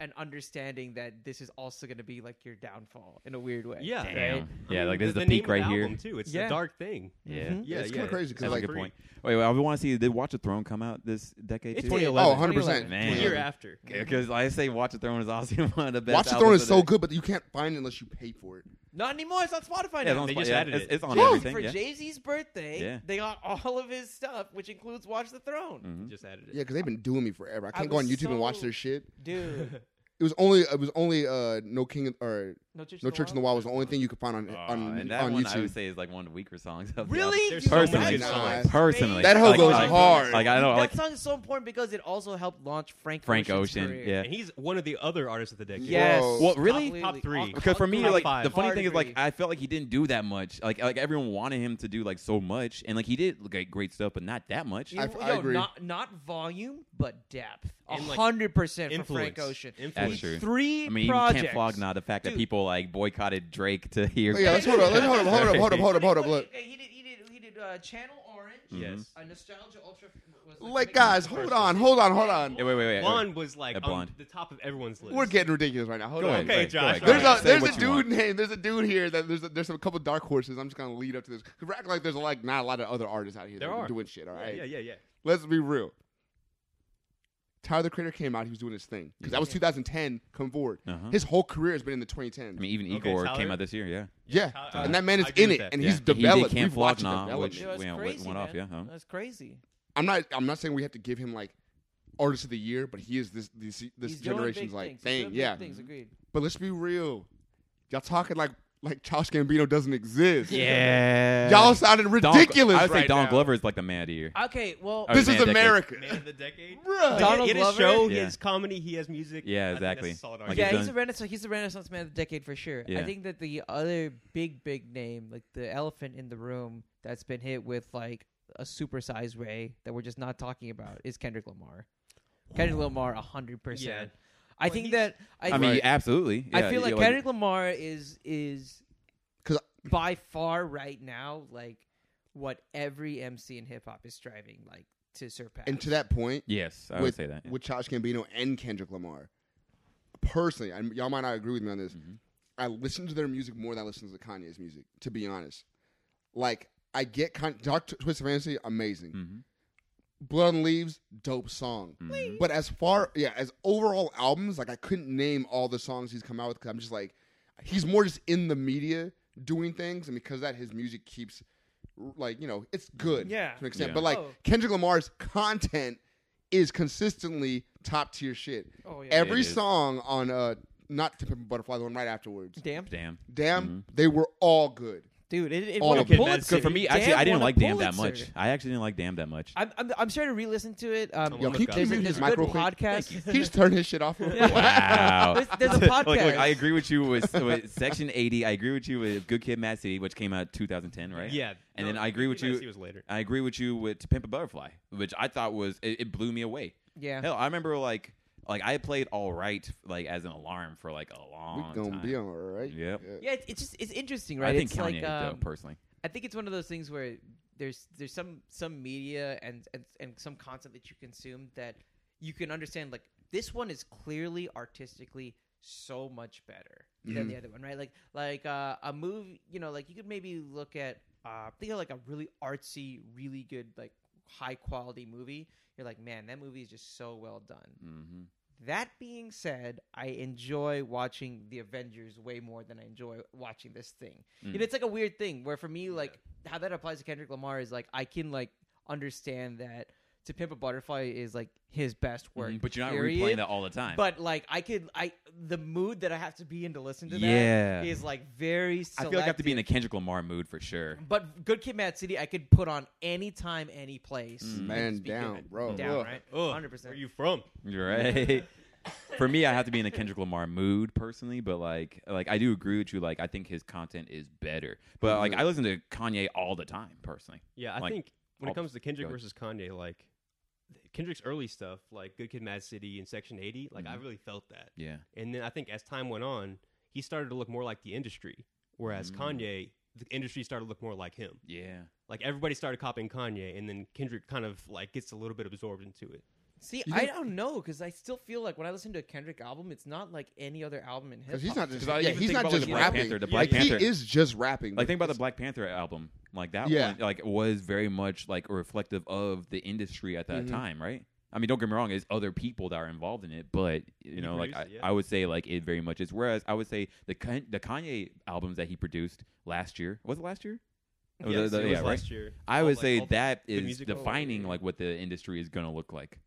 S3: an understanding that this is also going to be like your downfall in a weird way.
S5: Yeah.
S2: Damn.
S3: Right?
S2: Yeah, like this is the,
S5: name
S2: peak
S5: of the
S2: right here.
S5: album, Too. It's
S3: Yeah.
S5: a dark thing.
S2: Yeah.
S3: Mhm.
S5: Yeah,
S1: Mm-hmm. it's
S5: yeah.
S1: kinda crazy because
S2: That's
S1: like
S2: a good point. Wait, wait, I want to see. Did Watch a Throne come out this decade?
S3: It
S2: too?
S3: did.
S4: 2011.
S1: Oh, 100%.
S2: Man.
S5: A year after.
S2: Because I say Watch the Throne is obviously one of the best.
S1: Watch the
S2: albums
S1: Throne
S2: of
S1: is so
S2: the-
S1: good, but you can't find it unless you pay for it.
S3: Not anymore. It's on Spotify
S2: Yeah, it's
S3: now.
S2: on,
S4: They
S2: Spotify.
S4: just
S2: yeah,
S4: added
S2: it's,
S4: it.
S2: it's on
S3: Yeah,
S2: everything.
S3: for
S2: yeah.
S3: Jay Z's birthday,
S2: Yeah.
S3: they got all of his stuff, which includes Watch the Throne.
S2: Mhm.
S5: Just added it.
S1: Yeah, because they've been doing me forever. I
S3: I
S1: can't go on
S3: was
S1: YouTube and watch
S3: so-
S1: their shit.
S3: Dude,
S1: It was only it was only uh no king or
S3: No Church,
S1: no
S3: in, the
S1: church in the
S3: Wild?
S1: wall was the only thing you could find on
S2: Oh,
S1: on,
S2: and that
S1: on
S2: one I
S1: YouTube.
S2: would say is like one of the weaker songs. Of the
S3: Really?
S2: album.
S5: There's
S3: You
S5: so many
S3: think
S2: Personally.
S5: good
S3: so?
S5: songs.
S1: Nah.
S2: Personally,
S1: That hoe
S2: like,
S1: goes
S2: like-
S1: hard.
S2: Like I don't
S3: that
S2: like
S3: song is so important because it also helped launch Frank
S2: Frank
S3: Ocean's
S2: Ocean.
S3: career.
S2: Yeah.
S5: And he's one of the other artists of the decade.
S3: Yes.
S1: Whoa.
S2: Well, really?
S5: Top three.
S3: Off-
S2: because for me,
S3: top
S2: like
S3: five.
S2: the funny
S3: Hard
S2: thing is, like
S3: agree.
S2: I felt like he didn't do that much. Like like everyone wanted him to do like so much, and like he did great great stuff, but not that much.
S3: You-
S1: I- I
S3: yo,
S1: agree.
S3: Not not volume, but depth. A
S5: And, like,
S3: hundred percent for
S5: Influence.
S3: Frank Ocean.
S2: That's
S5: Influence.
S2: true.
S3: Three
S2: I mean,
S3: projects.
S2: you can't flog now the fact that
S3: Dude.
S2: people like boycotted Drake to hear.
S1: Oh, yeah, let's hold up, let's hold up, hold up, hold up, hold up, hold up. Look,
S3: Okay, He did. He did. He did. Uh, Channel Orange.
S2: Mm-hmm.
S5: Yes.
S3: A nostalgia ultra. Was
S1: like guys, hold on, hold on, hold on.
S2: Hey, wait, wait, wait. wait.
S5: Blonde was like
S2: Yeah,
S5: on
S2: Blonde.
S5: the top of everyone's list.
S1: We're getting ridiculous right now. Hold
S2: Go
S1: on.
S2: ahead.
S5: Okay,
S2: Blake, go ahead,
S5: Josh,
S1: There's
S2: go
S1: a
S2: ahead.
S1: there's
S2: Say
S1: a
S2: what you want.
S1: dude named there's a dude here that there's a, there's a couple dark horses. I'm just gonna lead up to this. 'Cause we're acting like there's like not a lot of other artists out here
S5: There
S1: that
S5: are.
S1: doing shit. All right,
S5: Yeah, yeah, yeah.
S1: let's be real. Tyler the Creator came out. He was doing his thing because that was 2010. Come forward.
S2: Uh-huh.
S1: His whole career has been in the 2010s.
S2: I mean, even
S5: Okay,
S2: Igor
S5: Tyler?
S2: came out this year. Yeah,
S1: yeah,
S5: Tyler-
S1: and that man
S5: I
S1: is
S5: agree
S1: in
S5: with
S1: it,
S5: that.
S1: and
S2: Yeah.
S1: he's
S2: He did
S1: developed.
S2: Can't
S1: We've
S2: Flog
S1: watched
S2: Nah,
S1: the development.
S2: which-
S3: That's
S2: Yeah, went-
S3: crazy,
S2: went
S3: man.
S2: off, yeah, huh?
S3: That's crazy.
S1: I'm not. I'm not saying we have to give him like artist of the year, but he is this this, this
S3: He's doing
S1: generation's
S3: big
S1: like
S3: things. He's
S1: thing.
S3: doing big
S1: Yeah,
S3: Things agreed.
S1: but let's be real. Y'all talking like like Josh Gambino doesn't exist.
S2: yeah.
S1: Y'all sounded
S2: Don-
S1: ridiculous.
S2: I would say
S1: right
S2: Don
S1: now.
S2: Glover is like the man of the year.
S3: Okay. Well.
S2: I-
S1: This
S2: Man
S1: is
S2: of the decade.
S1: America.
S5: Man of the decade.
S1: Bruh.
S5: Like,
S3: Donald
S5: he had his
S3: Glover?
S5: show, he
S2: Yeah.
S5: has comedy, he has music.
S2: Yeah,
S5: I think that's
S2: exactly.
S5: a solid
S2: Like,
S5: argument.
S2: he's
S3: yeah, he's
S2: done-
S3: a renaissance. He's a renaissance man of the decade for sure.
S2: Yeah.
S3: I think that the other big, big name, like the elephant in the room, that's been hit with like a supersized ray that we're just not talking about is Kendrick Lamar. Kendrick Lamar, hundred percent. I
S5: Well,
S3: think
S5: he's-
S3: that I,
S2: I mean,
S1: Right.
S2: absolutely.
S3: I
S2: Yeah,
S3: feel like
S2: yeah,
S3: Kendrick Lamar is is
S1: 'Cause
S3: by far right now like what every MC in hip hop is striving like to surpass.
S1: And to that point,
S2: Yes, I would
S1: with,
S2: say that. yeah.
S1: with Josh Gambino and Kendrick Lamar, personally, and y'all might not agree with me on this.
S2: Mm-hmm.
S1: I listen to their music more than I listen to Kanye's music. To be honest, like I get Kanye, Dark Tw- Twisted Fantasy, amazing.
S2: Mhm.
S1: Blood on Leaves, dope song.
S2: Mm-hmm.
S1: But as far yeah, as overall albums, like I couldn't name all the songs he's come out with because I'm just like, he's more just in the media doing things, and because of that his music keeps like you know it's good
S3: Yeah.
S1: to an extent.
S2: Yeah.
S1: But like
S3: Oh.
S1: Kendrick Lamar's content is consistently top tier shit.
S3: oh yeah,
S1: Every
S2: It is.
S1: song on uh not to Pimp a Butterfly, the one right afterwards.
S3: damn
S2: Damn.
S1: Damn, they were all good.
S3: dude, it, it
S1: All
S3: won a
S1: of them.
S3: Pulitzer.
S2: Good for me. Actually,
S3: Damn
S2: I didn't
S3: won a
S2: like Damn that
S3: Pulitzer.
S2: much. I actually didn't like Damn that much.
S3: I'm, I'm, I'm starting to re-listen to it. Um,
S5: Yo,
S1: can you
S3: there's, a-
S1: mute
S3: there's
S1: his
S3: a
S1: mic
S3: good
S1: real quick?
S3: podcast.
S1: Can you just turn his shit off? real
S3: Yeah.
S1: quick?
S2: Wow.
S3: There's- there's a
S2: Look, look,
S3: podcast.
S2: I agree with you with, with Section 80. I agree with you with Good Kid, Mad City, which came out 2010, right?
S5: Yeah.
S2: And
S5: no,
S2: then I agree with
S5: Pete
S2: you.
S5: Massey was later.
S2: I agree with you with To Pimp a Butterfly, which I thought was it, it blew me away.
S3: yeah,
S2: Hell, I remember like Like I played all right, like as an alarm for like a
S1: we
S2: long
S1: gonna
S2: time.
S1: be all right.
S2: Yep.
S1: Yeah.
S3: Yeah, it's, it's just it's interesting, right?
S2: I think
S3: it's
S2: Kanye
S3: like
S2: is
S3: um,
S2: dope personally.
S3: I think it's one of those things where there's there's some some media and and, and some content that you consume that you can understand like this one is clearly artistically so much better than the other one, right? Like like uh, a movie, you know, like you could maybe look at uh, think of like a really artsy, really good like high quality movie. You're like, man, that movie is just so well done.
S2: Mm-hmm.
S3: That being said, I enjoy watching the Avengers way more than I enjoy watching this thing. You
S2: Mm.
S3: know, it's like a weird thing where for me, like how that applies to Kendrick Lamar is like I can like understand that "To Pimp a Butterfly" is like his best work,
S2: Mm-hmm. But you're not replaying
S3: period.
S2: that all the time.
S3: But like I could, I the mood that I have to be in to listen to
S2: Yeah.
S3: that is like very.
S2: I
S3: Selective.
S2: feel like I have to be in a Kendrick Lamar mood for sure.
S3: But Good Kid, Mad City, I could put on any time, any place.
S2: Mm. Mm-hmm.
S3: and
S1: Man
S3: just be
S1: down,
S3: good.
S1: bro.
S3: Down,
S1: Ugh.
S3: right?
S5: Ugh,
S3: Hundred percent.
S5: Where you from?
S2: right? For me, I have to be in a Kendrick Lamar mood personally, but like, like I do agree with you. Like, I think his content is better, but
S3: Mm-hmm.
S2: like, I listen to Kanye all the time personally.
S5: Yeah, I
S2: Like,
S5: think when
S2: I'll-
S5: it comes to Kendrick
S2: go ahead.
S5: versus Kanye, like Kendrick's early stuff, like Good Kid, Mad City, and Section 80, like I
S2: Mhm.
S5: really felt that.
S2: Yeah,
S5: And then I think as time went on, he started to look more like the industry, whereas
S2: Mm.
S5: Kanye, the industry started to look more like him.
S2: yeah.
S5: Like everybody started copying Kanye, and then Kendrick kind of like gets a little bit absorbed into it.
S3: See,
S1: You
S3: I
S1: think-
S3: don't know because I still feel like when I listen to a Kendrick album, it's not like any other album in hip hop.
S1: Because he's not just,
S2: 'Cause I
S1: yeah,
S2: even
S1: he's
S2: think
S1: not
S2: about,
S1: just
S2: like, Black
S1: rapping.
S2: Panther, the
S1: Like,
S2: Black Panther.
S1: He is just rapping.
S2: Like, think about the
S1: It's-
S2: Black Panther album. Like that
S1: Yeah.
S2: one, like was very much like reflective of the industry at that
S1: Mhm.
S2: time, right? I mean, don't get me wrong; it's other people that are involved in it, but you
S5: He
S2: know, like I,
S5: produced it, yeah.
S2: I would say, like it very much is. Whereas I would say the Kan- the Kanye albums that he produced last year was it last year? Oh, the-
S5: Yes,
S2: the-
S5: it was
S2: yeah, right?
S5: last year.
S2: I
S5: All,
S2: would
S5: like,
S2: say
S5: all the-
S2: that is
S5: musical-
S2: defining like what the industry is going to look like.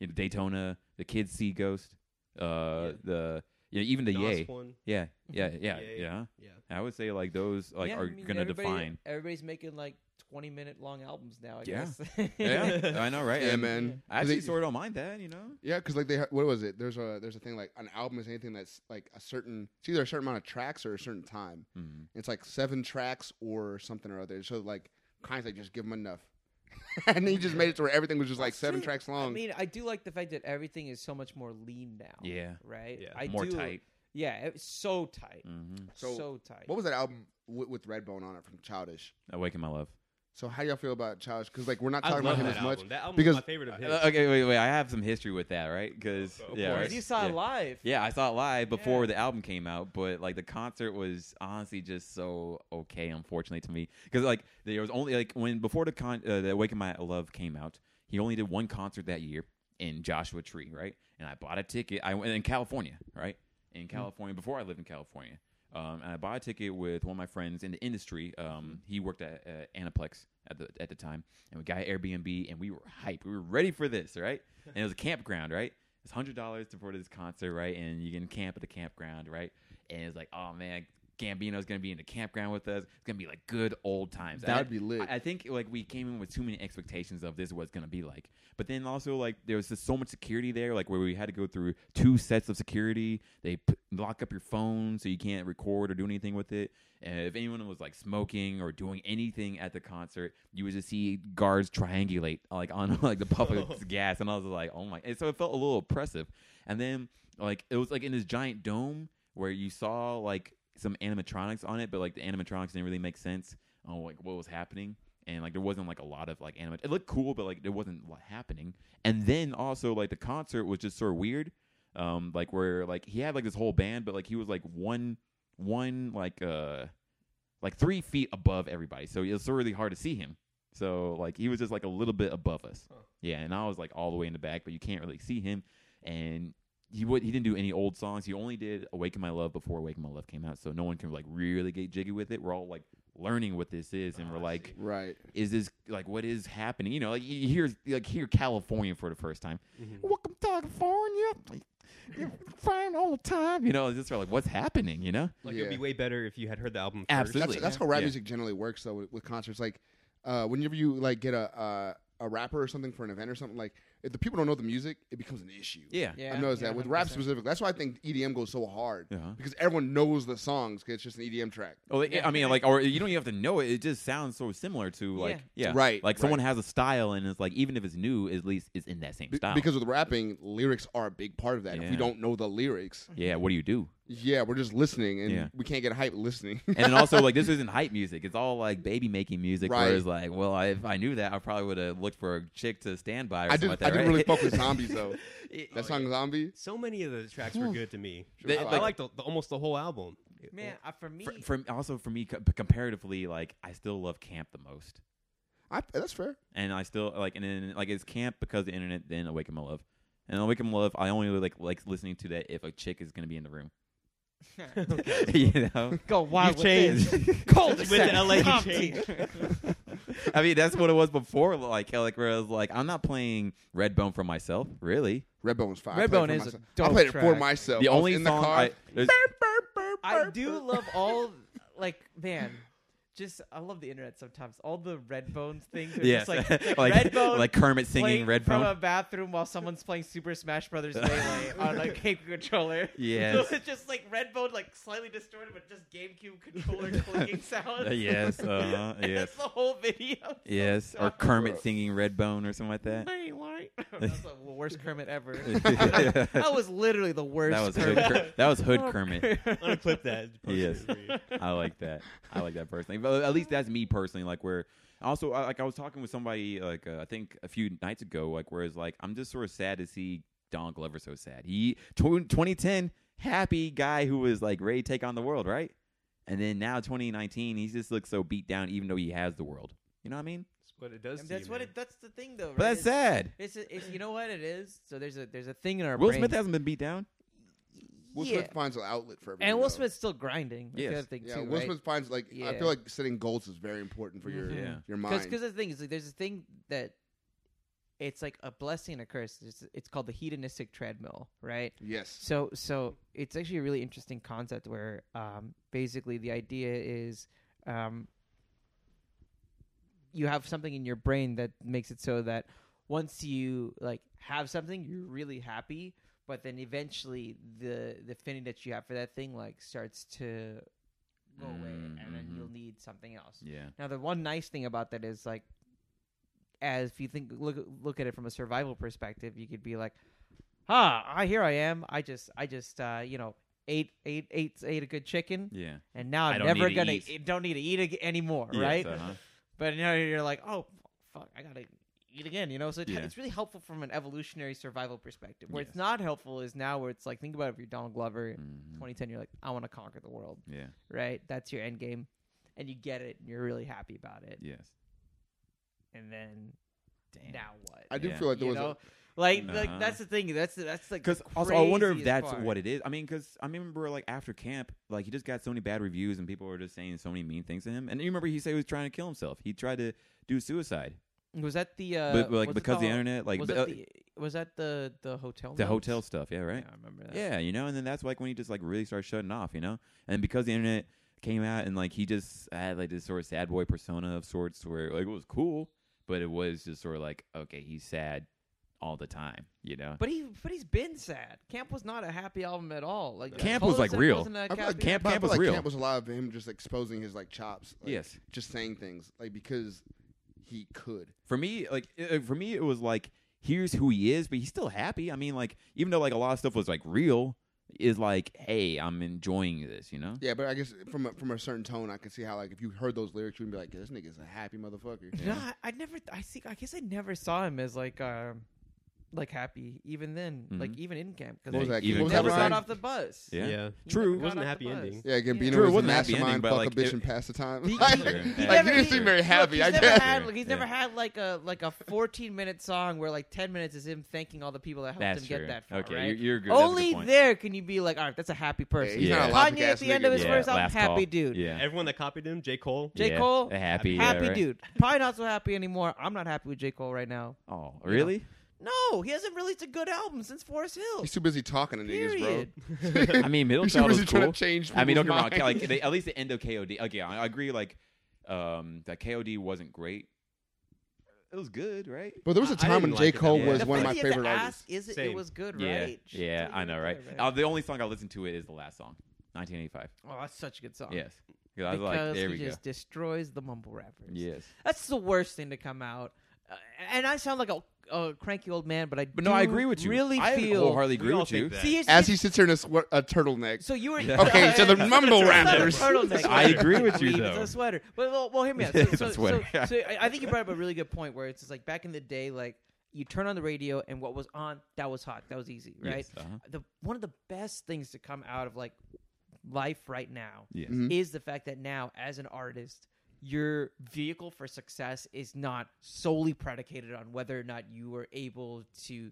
S2: You know, Daytona, the kids see Ghost, uh,
S5: Yeah.
S2: the you know, even the
S5: Nas
S2: Yay,
S5: one,
S2: yeah, yeah, yeah,
S5: Ye.
S2: yeah.
S5: yeah.
S2: I would say like those like
S3: Yeah,
S2: are
S3: I mean,
S2: going to
S3: everybody-
S2: define.
S3: Everybody's making like twenty minute long albums now. I
S2: Yeah.
S3: guess.
S2: yeah, I know, right?
S1: yeah,
S2: And
S1: man. 'Cause
S2: I actually
S1: they-
S2: sort of don't mind that, you know.
S1: Yeah, because like they ha- what was it? There's a there's a thing like an album is anything that's like a certain it's either a certain amount of tracks or a certain time.
S3: Mm-hmm.
S2: Mhm.
S1: It's like seven tracks or something or other. So like Kanye's like just give them enough, and he just made it to where everything was just like
S3: That's
S1: seven
S3: true.
S1: tracks long.
S3: I mean, I do like the fact that everything is so much more lean now.
S2: Yeah.
S3: Right.
S5: Yeah.
S3: I
S2: More
S3: do-
S2: tight.
S3: Yeah, it's so tight.
S2: Mm-hmm.
S1: So,
S3: so tight.
S1: what was that album with, with Redbone on it from Childish?
S2: Awaken my love.
S1: So how y'all feel about Childish? Because like we're not
S5: I
S1: talking about
S5: love
S1: him
S5: that
S1: as
S5: album.
S1: much.
S5: That album
S1: because-
S5: was my favorite of his.
S2: Uh, okay, wait, wait. I have some history with that, right? Because
S5: Of
S2: yeah,
S5: course.
S2: right?
S3: you saw
S2: Yeah.
S3: it live.
S2: Yeah, I saw it live before
S3: Yeah.
S2: the album came out, but like the concert was honestly just so okay, unfortunately to me, because like there was only like when before the con uh, the Awaken My Love came out, he only did one concert that year in Joshua Tree, right? And I bought a ticket. I went in California, right?
S3: Mm-hmm.
S2: In California before I lived in California. Um, and I bought a ticket with one of my friends in the industry. Um, he worked at uh, Anaplex at the at the time, and we got Airbnb, and we were hyped. We were ready for this, right? And it was a campground, right? It's hundred dollars to for this concert, right? And you can camp at the campground, right? And it's like, oh man, Gambino's gonna be in the campground with us. It's gonna be like good old times.
S1: That
S2: I-
S1: would be lit.
S2: I, I think like we came in with too many expectations of this was gonna be like. But then also like there was just so much security there, like where we had to go through two sets of security. They p- lock up your phone so you can't record or do anything with it. And if anyone was like smoking or doing anything at the concert, you would just see guards triangulate like on like the public's gas, and I was like, oh my! And so it felt a little oppressive. And then like it was like in this giant dome where you saw like some animatronics on it, but like the animatronics didn't really make sense on like what was happening, and like there wasn't like a lot of like anima. It looked cool, but like there wasn't a lot happening. And then also like the concert was just sort of weird, um, like where like he had like this whole band, but like he was like one one like uh like three feet above everybody, so it was so really hard to see him. So like he was just like a little bit above us,
S5: Huh.
S2: yeah. And I was like all the way in the back, but you can't really see him. And he would he didn't do any old songs. He only did "Awaken My Love" before "Awaken My Love" came out, so no one can like really get jiggy with it. We're all like learning what this is, and
S5: Ah,
S2: we're
S5: I
S2: like,
S5: see.
S1: right.
S2: is this like what is happening? You know, like you hear like hear California for the first time.
S5: Mhm.
S2: Welcome to California, you're fine all the time. You know, it's just sort of like what's happening. You know,
S5: Like it'd be
S1: Yeah.
S5: way better if you had heard the album. First.
S2: Absolutely.
S1: That's, that's how rap
S2: Yeah.
S1: music generally works, though, with, with concerts. Like, uh, whenever you like get a uh, a rapper or something for an event or something, like if the people don't know the music, it becomes an issue.
S2: Yeah.
S3: Yeah,
S1: I've noticed
S3: yeah,
S1: that with rap
S3: 100%.
S1: specific. That's why I think EDM goes so hard
S2: Uh-huh.
S1: because everyone knows the songs 'cause it's just an EDM track.
S2: Oh, it-
S3: Yeah.
S2: I mean, like, or you don't even have to know it. It just sounds so similar to like, yeah,
S1: Right,
S2: Like
S1: right.
S2: someone has a style, and it's like, even if it's new, at least it's in that same
S1: Be-
S2: style.
S1: because with rapping, lyrics are a big part of that. If
S2: Yeah.
S1: we don't know the lyrics,
S2: yeah, what do you do?
S1: yeah, we're just listening and
S2: Yeah.
S1: we can't get hype listening.
S2: And then also, like, this isn't hype music. It's all like baby making music.
S1: Right.
S2: Where it's like, well, I, if I knew that, I probably would have looked for a chick to stand by.
S1: I
S2: Or something
S1: did.
S2: like that,
S1: I did
S2: right?
S1: really fuck with zombies though.
S2: It-
S1: That
S5: Oh,
S1: song
S5: yeah.
S1: "Zombie."
S5: So many of the tracks were good to me.
S1: They-
S5: I, I
S1: like-
S5: liked the, the, almost the whole album. It-
S3: Man, uh, for me,
S2: for, for also for me co- comparatively like i still love camp the most
S1: I, that's fair.
S2: and i still like and then like it's camp because the internet then awaken my love and awaken my love i only like like listening to that if a chick is gonna be in the room you know
S3: go wild
S5: You've
S3: with this. Cold
S5: Since you went to LA, you
S2: i mean that's what it was before like like where i was like i'm not playing redbone for myself really
S1: Redbone's fine. I
S3: Redbone
S1: played it for
S3: is a
S1: myself. I
S3: dope
S1: played it for
S3: track.
S1: myself.
S2: the
S1: I was
S2: only
S1: in the
S2: song
S1: car.
S2: I, there's-
S3: I do love all like man. Just I love the internet sometimes. All the red bones things are
S2: yes,
S3: just like,
S2: like
S3: Redbone
S2: like kermit singing
S3: playing from a
S2: redbone
S3: bathroom while someone's playing Super Smash Brothers Melee on a GameCube controller.
S2: Yes.
S3: so it's just like Redbone, like slightly distorted, but just GameCube controller clicking sound.
S2: Uh, yes uh,
S3: And
S2: yes
S3: that's the whole video.
S2: yes or kermit singing redbone or something like that
S3: Hey, Larry. That's the worst Kermit ever. that was literally the worst.
S2: That was hood.
S3: Kermit. Oh,
S2: Ker- that was hood Kermit.
S5: Unclip that. post it
S2: Yes.
S5: for you.
S2: I like that. I like that personally. But at least that's me personally. Like where also I- like I was talking with somebody like uh, I think a few nights ago. Like where it's like I'm just sort of sad to see Don Glover so sad. He tw- 2010 happy guy who was like ready to take on the world, right? And then now 2019, he just looks so beat down, even though he has the world. You know what I mean?
S5: That's what it does.
S3: And
S5: to you,
S3: that's what
S5: man.
S3: it. That's the thing, though.
S2: But
S3: right?
S2: that's sad.
S3: It's, it's, it's you know what it is. So there's a there's a thing in our
S2: Will
S3: brain.
S2: Smith hasn't been beat down.
S1: Will
S3: yeah.
S1: Smith finds an outlet for everything.
S3: and Will
S1: though.
S3: Smith's still grinding. That's
S2: Yes.
S3: the other thing
S1: Yeah,
S3: too.
S1: Will
S3: right?
S1: Smith finds like I
S3: Yeah.
S1: feel like setting goals is very important for your
S3: Mhm.
S2: Yeah.
S1: your mind.
S3: Because the thing is, like, there's a thing that it's like a blessing and a curse. It's, it's called the hedonistic treadmill, right?
S1: yes,
S3: So, so it's actually a really interesting concept where um, basically the idea is um, you have something in your brain that makes it so that once you like have something, you're really happy, but then eventually the the feeling that you have for that thing like starts to go away,
S2: Mm,
S3: and then
S2: mhm.
S3: you'll need something else.
S2: Yeah.
S3: Now, the one nice thing about that is like, as if you think look look at it from a survival perspective, you could be like, "Ah, I here I am. I just I just uh, you know ate ate ate ate a good chicken,
S2: Yeah.
S3: and now
S2: I
S3: I'm
S2: don't need
S3: never
S2: to
S3: gonna
S2: eat."
S3: eat- don't need to eat ag- anymore,
S2: Yes,
S3: right?
S2: uh-huh.
S3: But now you're like, oh fuck, I gotta eat again, you know. So it,
S2: Yeah.
S3: it's really helpful from an evolutionary survival perspective. Where
S2: Yes.
S3: it's not helpful is now where it's like think about if you're Donald Glover.
S2: Mhm.
S3: 2010, you're like, I want to conquer the world,
S2: Yeah.
S3: right? That's your end game, and you get it, and you're really happy about it
S2: Yes.
S3: and then
S2: Damn.
S3: now what?
S1: I do
S2: Yeah.
S1: feel like there
S3: you
S1: was
S3: know,
S1: a,
S3: like
S2: Nah.
S3: like that's the thing. That's the, that's like
S2: Because
S3: the
S2: also, I wonder if
S3: craziest
S2: that's
S3: part.
S2: what it is. I mean, because I remember like after camp, like he just got so many bad reviews, and people were just saying so many mean things to him. And you remember he said he was trying to kill himself. He tried to do suicide,
S3: was that the uh,
S2: but like
S3: was it
S2: because the
S3: ho-
S2: internet, like
S3: was,
S2: the,
S3: that
S2: uh,
S3: the, was that the the hotel
S2: the
S3: rooms?
S2: hotel stuff. Yeah,
S3: Yeah,
S2: right.
S3: I remember that.
S2: Yeah. you know. And then that's like when he just like really started shutting off, you know. And because the internet came out, and like he just had like this sort of sad boy persona of sorts, where like it was cool, but it was just sort of like okay, he's sad all the time, you know.
S3: But he, but he's been sad. Camp was not a happy album at all. Like
S2: Camp was,
S3: Cola
S2: like,
S3: said it
S2: real.
S3: wasn't a
S1: I feel like
S3: happy-
S2: Camp-
S1: but I feel
S2: Camp was
S1: like
S2: real.
S1: Camp was a lot of him just exposing his like chops. like,
S2: yes.
S1: just saying things like because he could.
S2: For me, like uh, for me, it was like here's who he is, but he's still happy. I mean, like even though like a lot of stuff was like real, is like hey, I'm enjoying this, you know?
S1: Yeah, but I guess from a, from a certain tone, I can see how like if you heard those lyrics, you'd be like, "This nigga's a happy motherfucker."
S3: No, I, I never. I see. I guess I never saw him as like, um, like happy. Even then, like
S2: Mhm.
S3: even in camp,
S1: What was
S3: because
S1: that?
S2: Even
S1: what was that
S3: never
S2: Camp
S1: line?
S3: got off the bus.
S2: Yeah.
S5: Yeah.
S3: He
S2: True.
S3: never
S2: It
S3: got
S5: wasn't a
S3: off
S5: happy
S3: the bus.
S5: ending.
S1: Yeah, Gambino
S2: True, it
S1: was a
S2: wasn't a happy
S1: mastermind,
S2: ending, but,
S1: fuck
S2: like,
S1: a bitch
S2: it-
S1: and pass the time.
S3: He-
S1: Like,
S3: he-
S2: Sure.
S1: he
S2: Yeah.
S3: never-
S1: didn't
S3: he-
S1: seem very
S3: look,
S1: happy.
S3: He's
S1: I
S3: never
S1: guess.
S3: had like he's
S2: Yeah.
S3: never had like a like a 14 minute song where like 10 minutes is him thanking all the people that helped
S2: That's
S3: him
S2: true.
S3: get that far.
S2: okay,
S3: right?
S2: you're, you're good. That's a good
S3: Only
S2: point.
S3: there can you be like, all right, that's a happy person.
S1: he's
S2: not a
S1: logic
S3: Kanye at
S1: ass
S3: the end of
S1: nigga,
S3: his
S1: but-
S2: yeah,
S3: first album,
S2: last call.
S3: happy dude.
S2: Yeah.
S5: Everyone that copied him, J. Cole.
S3: J.
S2: Yeah,
S3: Cole,
S2: a happy,
S3: happy
S2: yeah, right?
S3: dude. Probably not so happy anymore. I'm not happy with J. Cole right now.
S2: Oh, really?
S3: No, he hasn't released a good album since Forest Hills.
S1: He's too busy talking to
S3: Period.
S1: niggas, bro.
S2: I mean, middle
S1: He's too
S2: child was
S1: busy trying
S2: cool.
S1: to change.
S2: I mean, don't get me
S1: people's
S2: wrong. K- Like
S1: minds.
S2: they, at least the end of KOD. Okay, I I agree. Like um, that KOD wasn't great. it was good, right?
S1: But there was a
S5: I- I
S1: time when
S5: didn't
S1: J.
S5: like it.
S1: Cole
S2: Yeah.
S1: was
S2: The
S1: one of
S3: First
S1: my
S3: you have to
S1: favorite artists.
S3: ask, Is it, it
S5: Same.
S3: was good,
S2: Yeah,
S3: right? Shit,
S2: yeah,
S3: it
S2: I
S3: was
S2: know,
S3: good,
S2: right? Uh, the only song I listened to it is the last song, 1985.
S3: Oh, that's such a good song.
S2: Yes, because I was
S3: because
S2: like, there
S3: he
S2: we go.
S3: just destroys the mumble rappers.
S2: Yes,
S3: That's the worst thing to come out. Uh, and I sound like a, a cranky old man, but I
S2: but no,
S3: do
S2: I agree with you.
S3: Really
S2: I
S3: feel
S2: wholeheartedly agree
S5: We all
S2: with you.
S5: think that.
S3: See, here's-
S1: As he sits here in a, swe- a turtleneck.
S3: So you were
S2: Yeah.
S1: Okay, so the mumble
S3: It's not a
S1: rappers.
S3: turtleneck.
S2: I agree with you,
S3: It's
S2: though.
S3: a sweater. But well, well hear me out. So,
S2: It's a
S3: so,
S2: sweater.
S3: so- so I- I think you brought up a really good point where it's just like back in the day, like you turn on the radio and what was on that was hot, that was easy, right?
S2: Yes, uh-huh.
S3: The one of the best things to come out of like life right now
S2: Yes.
S1: Mhm.
S3: is the fact that now as an artist. Your vehicle for success is not solely predicated on whether or not you were able to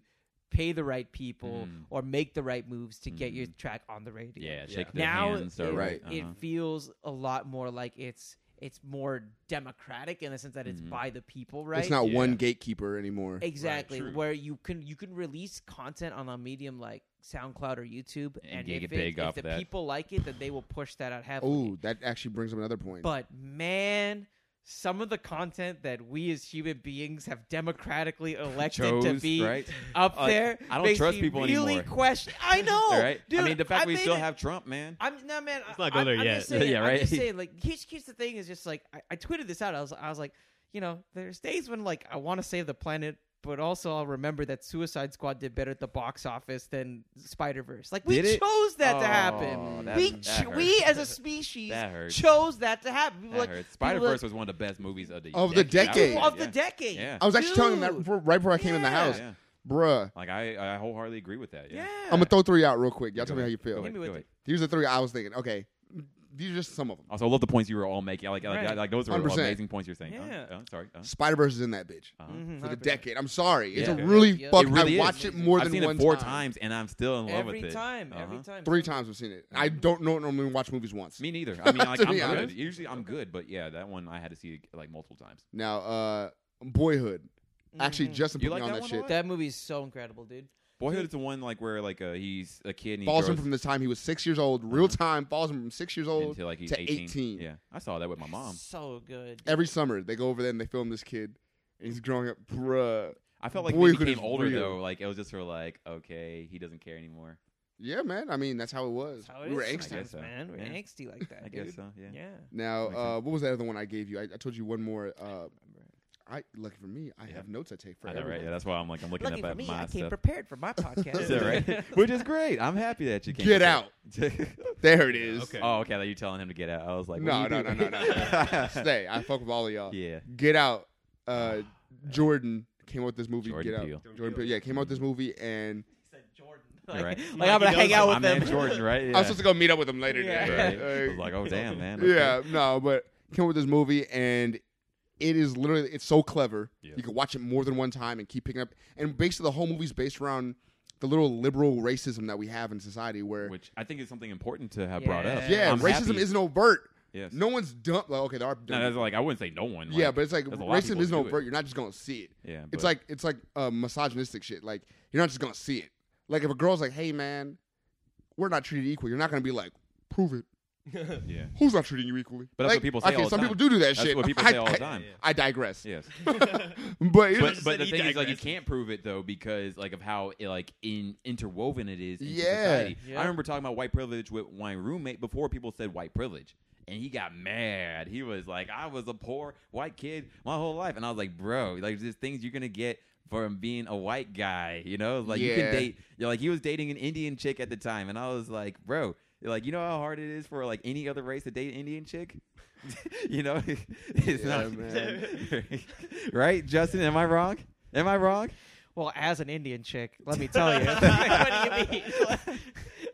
S3: pay the right people
S2: Mm.
S3: or make the right moves to get your track on the radio
S2: Mm-hmm. Yeah,
S5: Yeah.
S2: shake their
S3: now
S2: hands or
S3: it,
S1: Right.
S3: it
S2: uh-huh.
S3: feels a lot more like it's it's more democratic in the sense that it's
S2: Mhm.
S3: by the people right
S1: It's not
S4: Yeah.
S1: one gatekeeper anymore.
S3: exactly
S4: true.
S3: where you can you can release content on a medium like soundcloud or youtube
S2: And
S3: and,
S2: you
S3: if,
S2: get
S3: it-
S2: big
S3: if
S2: off
S3: the
S2: that.
S3: people like it then they will push that out heavily
S1: Oh, that actually brings up another point.
S3: but man some of the content that we as human beings have democratically elected to
S2: Chose,
S3: be
S2: right?
S3: up
S2: Like,
S3: there
S2: I don't
S3: makes
S2: trust
S3: me
S2: people
S3: really
S2: anymore.
S3: question i know
S2: All right.
S3: Oh, dude,
S2: I mean, the fact we
S3: made
S2: still
S3: it-
S2: have Trump, man.
S3: I'm no man. It's
S4: not going there
S3: I'm
S4: yet.
S3: Just saying,
S2: Yeah,
S3: I'm just
S2: right.
S3: saying, like, here's, here's the thing: is just like I, I tweeted this out. I was, I was like, you know, there's days when like I want to save the planet, but also I'll remember that Suicide Squad did better at the box office than Spider Verse. Like, we
S2: Did it?
S3: chose that to
S2: Oh,
S3: happen.
S2: that-
S3: we
S2: that
S3: ch-
S2: hurt.
S3: we as a species
S2: That hurt.
S3: chose that to happen. People
S2: That
S3: like
S2: hurts.
S3: people
S2: Spider Verse was one of the best movies of the
S1: Of the
S2: decade.
S1: decade.
S3: like, of
S2: Yeah.
S3: the decade.
S2: Yeah.
S1: I was actually telling him that
S3: Dude.
S1: before, right before I came in the
S3: Yeah.
S1: house.
S2: Yeah.
S1: Bruh,
S2: Like I, I wholeheartedly agree with that.
S3: Yeah.
S2: Yeah.
S1: I'm going to throw three out real quick. Y'all
S2: Go
S1: tell me how
S2: ahead.
S1: you
S2: Go
S1: feel.
S2: ahead.
S3: me with
S2: Go
S3: it.
S2: ahead.
S1: These are three I was thinking. Okay, these are just some of them.
S2: Also, I love the points you were all making. I Like, I like,
S3: Right.
S2: I like those are
S1: 100%.
S2: amazing points you're saying. Uh,
S3: Yeah.
S2: uh, sorry. Uh,
S1: Spider Verse is in that bitch
S2: uh.
S1: for
S3: Mhm,
S1: the
S3: 100%.
S1: decade. I'm sorry, it's
S2: Yeah.
S1: a really
S3: Yeah.
S1: fuck.
S2: It really
S1: I
S2: is.
S1: watched it more
S2: I've
S1: than
S2: seen
S1: one
S2: it four
S1: time.
S2: times, and I'm still in love
S3: Every
S2: with it.
S3: time, every
S2: Uh-huh.
S3: time,
S1: Three times I've seen it. I don't nor- normally watch movies once.
S2: Mm-hmm. Me neither. I mean, like,
S1: To
S2: I'm
S1: be
S2: good.
S1: honest.
S2: Usually, I'm good, but yeah, that one I had to see like multiple times.
S1: Now, uh, Boyhood. Actually,
S3: Mhm.
S1: Justin
S2: You
S1: put me
S2: like
S1: on
S2: that
S1: that,
S2: one a
S1: shit.
S2: lot?
S3: That movie is so incredible, dude.
S2: Boyhood is the one like where like uh, he's a kid and he
S1: Falls him
S2: grows
S1: from the time he was six years old, real time. Falls him from six years old
S2: Uh-huh. until like he's
S1: to
S2: 18.
S1: 18.
S2: Yeah, I saw that with my mom.
S3: So good. dude.
S1: Every summer, they go over there and they film this kid, and he's growing up. Bruh.
S2: I felt like
S1: Boy,
S2: when he
S1: could
S2: became
S1: it's
S2: older
S1: real.
S2: though, like it was just sort of like, okay, he doesn't care anymore.
S1: Yeah, man. I mean, that's how it was.
S3: That's how it
S1: we were
S3: is
S1: angsty.
S3: sometimes,
S2: so.
S3: man. We're
S2: Yeah.
S3: angsty like that.
S2: I guess
S3: dude.
S2: so. Yeah.
S3: Yeah.
S1: Now,
S2: Makes sense.
S1: uh, what was that other one I gave you? I, I told you one more. Uh, I lucky for me, I
S2: Yeah.
S1: have notes I take for
S2: I know, right?
S1: everything.
S2: Yeah, that's why I'm like I'm looking
S3: Lucky
S2: up
S3: for
S2: at
S3: me,
S2: my
S3: I came
S2: stuff.
S3: prepared for my podcast.
S2: Is that right? Which is great. I'm happy that you came.
S1: Get
S2: prepared.
S1: There it is.
S5: Okay.
S2: oh, okay. That you're telling him to get out. I was like,
S1: No,
S2: what do you
S1: no,
S2: do?
S1: no, no, no, Stay. I fuck with all of y'all.
S2: yeah. Ah,
S1: Get out. Uh, Jordan came out with this movie.
S2: Jordan
S1: Get out.
S2: Peele.
S1: Jordan Peele. Yeah, came out with this movie, and
S3: said Jordan.
S2: Like- Right.
S3: Like,
S4: Mikey
S3: I'm gonna
S4: knows
S3: hang out
S2: my
S3: with
S2: man
S3: them.
S2: Jordan, right? Yeah.
S1: I was supposed to go meet up with him later.
S3: Yeah.
S1: Today.
S2: Right? I was like, oh damn, man. okay.
S1: yeah, no, but came up with this movie, and it is literally it's so clever.
S2: Yeah.
S1: You can watch it more than one time and keep picking up. And basically, the whole movie's based around the little liberal racism that we have in society, where
S2: Which I think is something important to have brought up.
S1: yeah,
S2: I'm
S1: racism
S2: happy.
S1: isn't overt.
S2: Yes.
S1: No one's dumb. Like, okay, there are.
S2: No,
S1: Dumb.
S2: that's like I wouldn't say no one.
S1: yeah, but it's like
S2: there's a lot of
S1: racism
S2: people
S1: isn't
S2: who do it.
S1: overt. You're not just gonna see it.
S2: yeah,
S1: It's
S2: but-
S1: like it's like uh, misogynistic shit. Like you're not just gonna see it. Like if a girl's like, "Hey man, we're not treated equal," you're not gonna be like, "Prove it."
S2: yeah.
S1: Who's not treating you equally?
S2: But that's
S1: like,
S2: what people say
S1: Okay,
S2: all the
S1: some
S2: time.
S1: people do do that
S2: That's
S1: shit.
S2: what people
S1: I,
S2: say all the
S1: I-
S2: time.
S1: I digress.
S2: Yes.
S1: but it's-
S2: but
S4: just
S2: but
S4: that
S2: the
S4: he
S2: thing is like you
S4: digresses.
S2: can't prove it though because like of how it, like in interwoven it is into
S1: Yeah.
S2: society.
S3: Yeah.
S2: I remember talking about white privilege with my roommate before people said white privilege. And he got mad. He was like, I was a poor white kid my whole life. And I was like, bro, like there's things you're gonna get from being a white guy, you know? Like you
S1: Yeah.
S2: can date you know, like he was dating an Indian chick at the time and I was like, bro, like you know how hard it is for like any other race to date an Indian chick? you know? it's
S1: Yeah,
S2: not
S1: man.
S2: right, Justin? Am I wrong? Am I wrong?
S3: Well, as an Indian chick, let me tell you. what do you mean?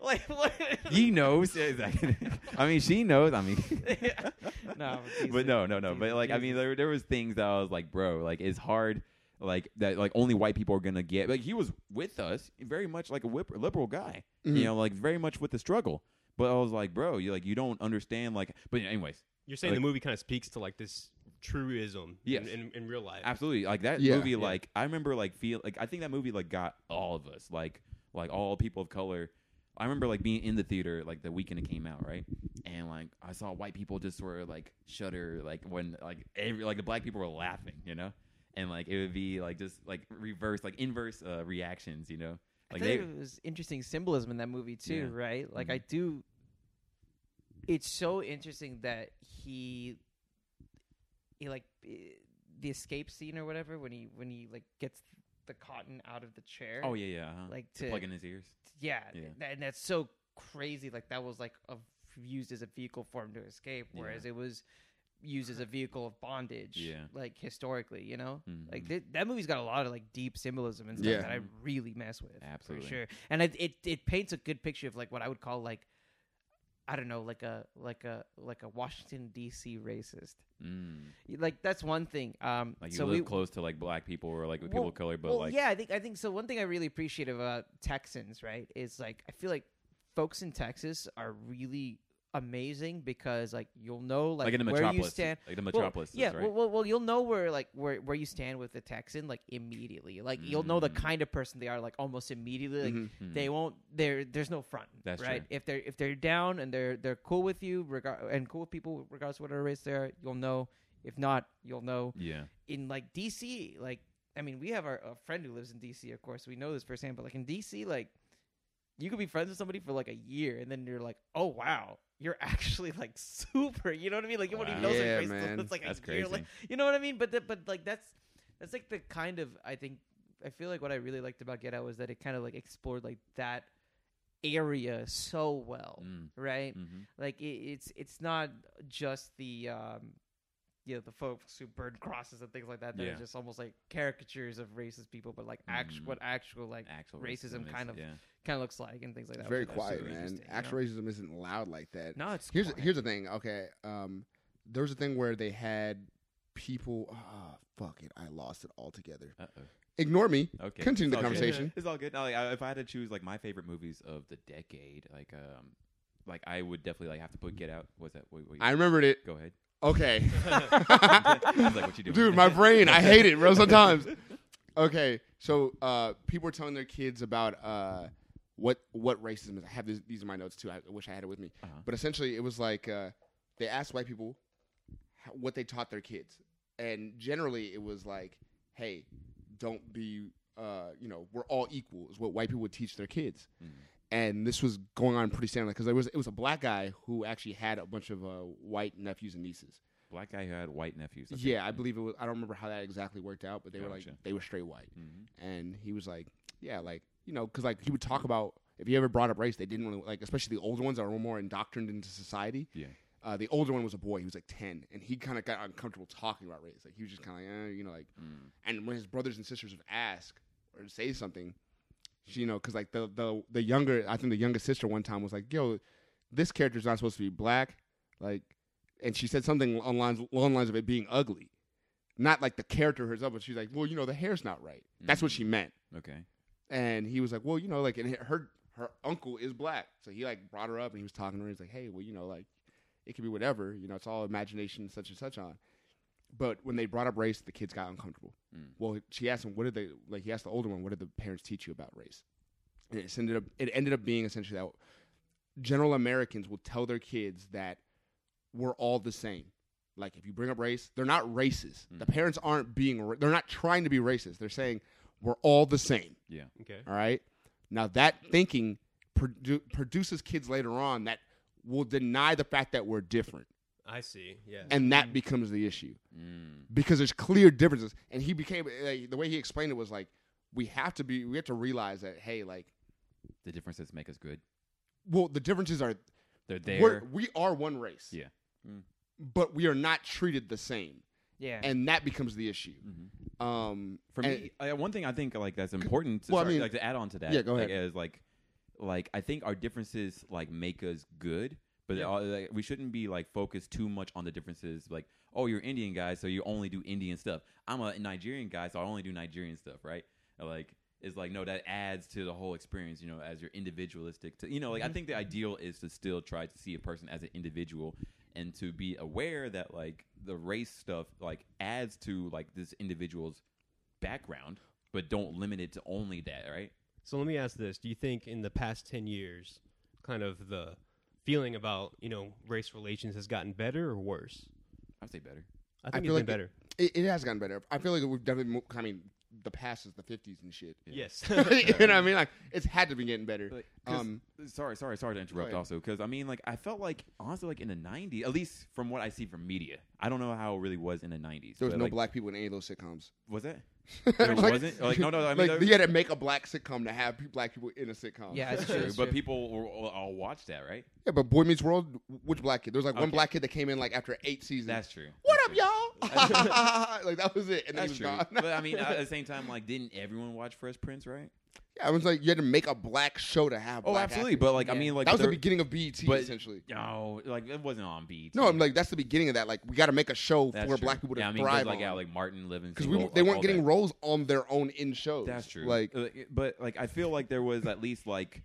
S3: like, what?
S2: He knows. Exactly. I mean, she knows. I mean,
S3: No,
S2: but
S3: decent,
S2: no, no, no. But
S3: decent,
S2: like, I
S3: decent.
S2: mean, there there was things that I was like, bro, like it's hard. Like that, like only white people are gonna get. Like he was with us, very much like a whip, liberal guy. You
S1: Mhm.
S2: know, like very much with the struggle. But I was like, bro, you like you don't understand. Like, but anyways,
S5: You're saying
S2: Like-
S5: the movie kind of speaks to like this truism
S2: Yes.
S5: in, in, in real life.
S2: Absolutely. Like that
S1: Yeah.
S2: movie
S1: Yeah.
S2: like I remember like feel like I think that movie like got all of us, like like all people of color. I remember like being in the theater like the weekend it came out, right? And like I saw white people just sort of like shudder like when like every like the black people were laughing, you know? and like it would be like just like reverse like inverse uh, reactions, you know.
S3: I
S2: Like
S3: thought
S2: they,
S3: it was interesting symbolism in that movie too,
S2: Yeah.
S3: right? Like I
S2: Mhm.
S3: do. It's so interesting that he, he like eh, the escape scene or whatever when he when he like gets the cotton out of the chair.
S2: oh yeah, yeah, uh-huh.
S3: like
S2: to
S3: to-
S2: plug in his ears.
S3: yeah,
S2: Yeah.
S3: tha- and that's so crazy. Like that was like a, used as a vehicle for him to escape,
S2: Yeah.
S3: whereas it was used as a vehicle of bondage.
S2: Yeah.
S3: like historically, you know. Like
S2: Mhm.
S3: th- that movie's got a lot of like deep symbolism and stuff
S1: Yeah.
S3: that I really mess with.
S2: Absolutely.
S3: for sure. And it, it it paints a good picture of like what I would call like I don't know like a like a like a Washington D.C. racist.
S2: Mm.
S3: Like that's one thing. Um,
S2: Like you
S3: so
S2: live
S3: we
S2: close to like black people or like with people
S3: Well-
S2: of color, but
S3: well,
S2: like
S3: yeah, I think I think so. One thing I really appreciate about Texans, right, is like I feel like folks in Texas are really amazing because like you'll know like,
S2: like, in the
S3: where
S2: metropolis,
S3: you stand.
S2: like the
S3: Well,
S2: metropolis.
S3: yeah.
S2: right?
S3: Well, well, well, you'll know where like where where you stand with the Texan like immediately. Like you'll know the
S2: Mm.
S3: kind of person they are like almost immediately. Like
S1: Mhm.
S2: Mm.
S3: they won't. There, there's no front.
S2: That's
S3: right.
S2: true.
S3: If they're if they're down and they're they're cool with you, regard and cool with people regardless of whatever race they are, you'll know. If not, you'll know
S2: yeah,
S3: in like DC, like I mean, we have our a friend who lives in DC, of course, we know this firsthand. But like in DC, like you could be friends with somebody for like a year, and then you're like, oh wow, you're actually like super. You know what I mean? Like you
S2: Wow.
S3: already knows
S1: Yeah,
S3: like,
S1: man.
S3: it's like
S2: that's
S3: a year.
S2: crazy.
S3: Like, you know what I mean? But the, but like that's that's like the kind of I think I feel like what I really liked about Get Out was that it kind of like explored like that area so well,
S2: Mm.
S3: right?
S2: hmm
S3: like it, it's it's not just the um you know the folks who burn crosses and things like that that
S2: Yeah.
S3: are just almost like caricatures of racist people but like actu-
S2: Mm.
S3: what actual like
S2: Actual
S3: Racism
S2: is-
S3: kind of-
S2: yeah.
S3: kind of looks like and things like
S1: It's
S3: that
S1: very
S3: which I thought
S1: quiet,
S3: was super
S1: man.
S3: interesting, you know?
S1: Actual racism isn't loud like that.
S3: no it's
S1: Here's
S3: quiet.
S1: here's the thing. Okay, um, there was a thing where they had people. Ah, fuck it, I lost it altogether.
S2: Uh
S1: Ignore me.
S2: oh. Okay.
S1: Continue
S2: It's
S1: the
S2: all good.
S1: conversation.
S2: It's all good. No, like, I, if I had to choose like my favorite movies of the decade, like um, like I would definitely like have to put Get Out. Was that? Wait, wait.
S1: I remembered it.
S2: go ahead.
S1: Okay,
S2: I was like, what you doing?
S1: dude, my brain. I hate it, bro. Sometimes. Okay, so uh, people were telling their kids about uh, what what racism is. I have this, these in my notes too. I wish I had it with me.
S2: Uh-huh.
S1: But essentially, it was like uh, they asked white people how, what they taught their kids, and generally, it was like, "Hey, don't be, uh, you know, we're all equal." Is what white people would teach their kids. And this was going on pretty standard because there was it was a black guy who actually had a bunch of uh, white nephews and nieces.
S2: Black guy who had white nephews.
S1: Yeah, I believe it was. I don't remember how that exactly worked out, but they were like
S2: Gotcha.
S1: they were straight white,
S2: Mhm.
S1: and he was like, yeah, like you know, because like he would talk about if he ever brought up race, they didn't really like, especially the older ones that were more indoctrined into society.
S2: Yeah.
S1: Uh, the older one was a boy; he was like ten, and he kind of got uncomfortable talking about race. Like he was just kind of like, eh, you know, like.
S2: Mm.
S1: And when his brothers and sisters would ask or say something, she, you know, because like the the the younger, I think the youngest sister one time was like, "Yo, this character's not supposed to be black," like, and she said something on lines along lines of it being ugly, not like the character herself, but she's like, "Well, you know, the hair's not right." That's what she meant.
S2: Okay.
S1: And he was like, "Well, you know, like, and her her uncle is black, so he like brought her up and he was talking to her. He's like, "Hey, well, you know, like, it could be whatever, you know, it's all imagination, such and such on." But when they brought up race, the kids got uncomfortable.
S2: Mm.
S1: Well, she asked him, "What did they like?" He asked the older one, "What did the parents teach you about race?" And it ended up it ended up being essentially that general Americans will tell their kids that we're all the same. Like if you bring up race, they're not racist. The parents aren't being ra- they're not trying to be racist. They're saying we're all the same.
S2: Yeah.
S5: Okay.
S1: All right. Now that thinking produ- produces kids later on that will deny the fact that we're different,
S5: I see. Yeah.
S1: and that becomes the issue
S2: Mm.
S1: because there's clear differences. And he became like, the way he explained it was like, we have to be, we have to realize that, hey, like,
S2: The differences make us good.
S1: well, the differences are
S2: They're
S1: we're,
S2: there.
S1: we are one race,
S2: Yeah. Mm.
S1: but we are not treated the same,
S3: yeah
S1: and that becomes the issue.
S2: Mhm.
S1: Um,
S2: For
S1: and-
S2: me, uh, one thing I think like that's important. To,
S1: Well, I
S2: sorry,
S1: mean-
S2: like to add on to that.
S1: Yeah, go
S2: like,
S1: ahead.
S2: Is like, like I think our differences like make us good, but uh, like, we shouldn't be like focused too much on the differences. Like, oh, you're Indian guy, so you only do Indian stuff. I'm a Nigerian guy, so I only do Nigerian stuff. Right? Like, it's like no, that adds to the whole experience. You know, as you're individualistic. To you know, like
S1: Mm-hmm.
S2: I think the ideal is to still try to see a person as an individual and to be aware that like the race stuff like adds to like this individual's background, but don't limit it to only that, right?
S5: So let me ask this: Do you think in the past ten years, kind of the feeling about you know race relations has gotten better or worse?
S2: I'd say better.
S5: I
S1: I
S5: think
S1: feel
S5: it's
S1: like
S5: been better.
S1: It, it has gotten better. I feel like we've definitely. Mo- I mean, the past is the fifties and shit.
S5: Yes.
S1: you know what I mean? Like it's had to be getting better.
S2: But- 'cause-
S1: Um,
S2: sorry, sorry, sorry to interrupt.
S1: ahead.
S2: Also, because I mean, like, I felt like honestly, like in the '90s, at least from what I see from media, I don't know how it really was in the '90s.
S1: there was
S2: but,
S1: no
S2: like,
S1: black people in any of those sitcoms.
S2: Was it? There wasn't? Like, no, no, I mean,
S1: like,
S2: there-
S1: you had to make a black sitcom to have pe- black people in a sitcom.
S3: Yeah, it's
S2: True,
S3: true.
S2: but people will, will all watch that, right?
S1: yeah. But Boy Meets World, which black kid? There was like one
S2: Okay.
S1: black kid that came in like after eight seasons.
S2: That's true.
S1: what
S2: That's
S1: up,
S2: true.
S1: y'all? like that was it, and then
S2: That's
S1: he
S2: true.
S1: was gone.
S2: but I uh, mean, at the same time, like, didn't everyone watch Fresh Prince, right?
S1: yeah, I was like, you had to make a black show to have.
S2: Oh,
S1: black
S2: absolutely.
S1: actors.
S2: But like, I
S3: Yeah.
S2: mean, like,
S1: that was
S2: there-
S1: the beginning of BET
S2: but-
S1: essentially.
S2: No, like it wasn't on BET.
S1: No, I'm like that's the beginning of that. Like we got to make a show
S2: That's
S1: for
S2: true.
S1: black people to
S2: yeah, I mean, 'cause,
S1: thrive
S2: like,
S1: on.
S2: yeah, like Martin Livingstone.
S1: because we
S2: all-
S1: they
S2: all
S1: weren't getting
S2: that.
S1: roles on their own in shows.
S2: That's true.
S1: Like
S2: Uh, but like, I feel like there was at least like,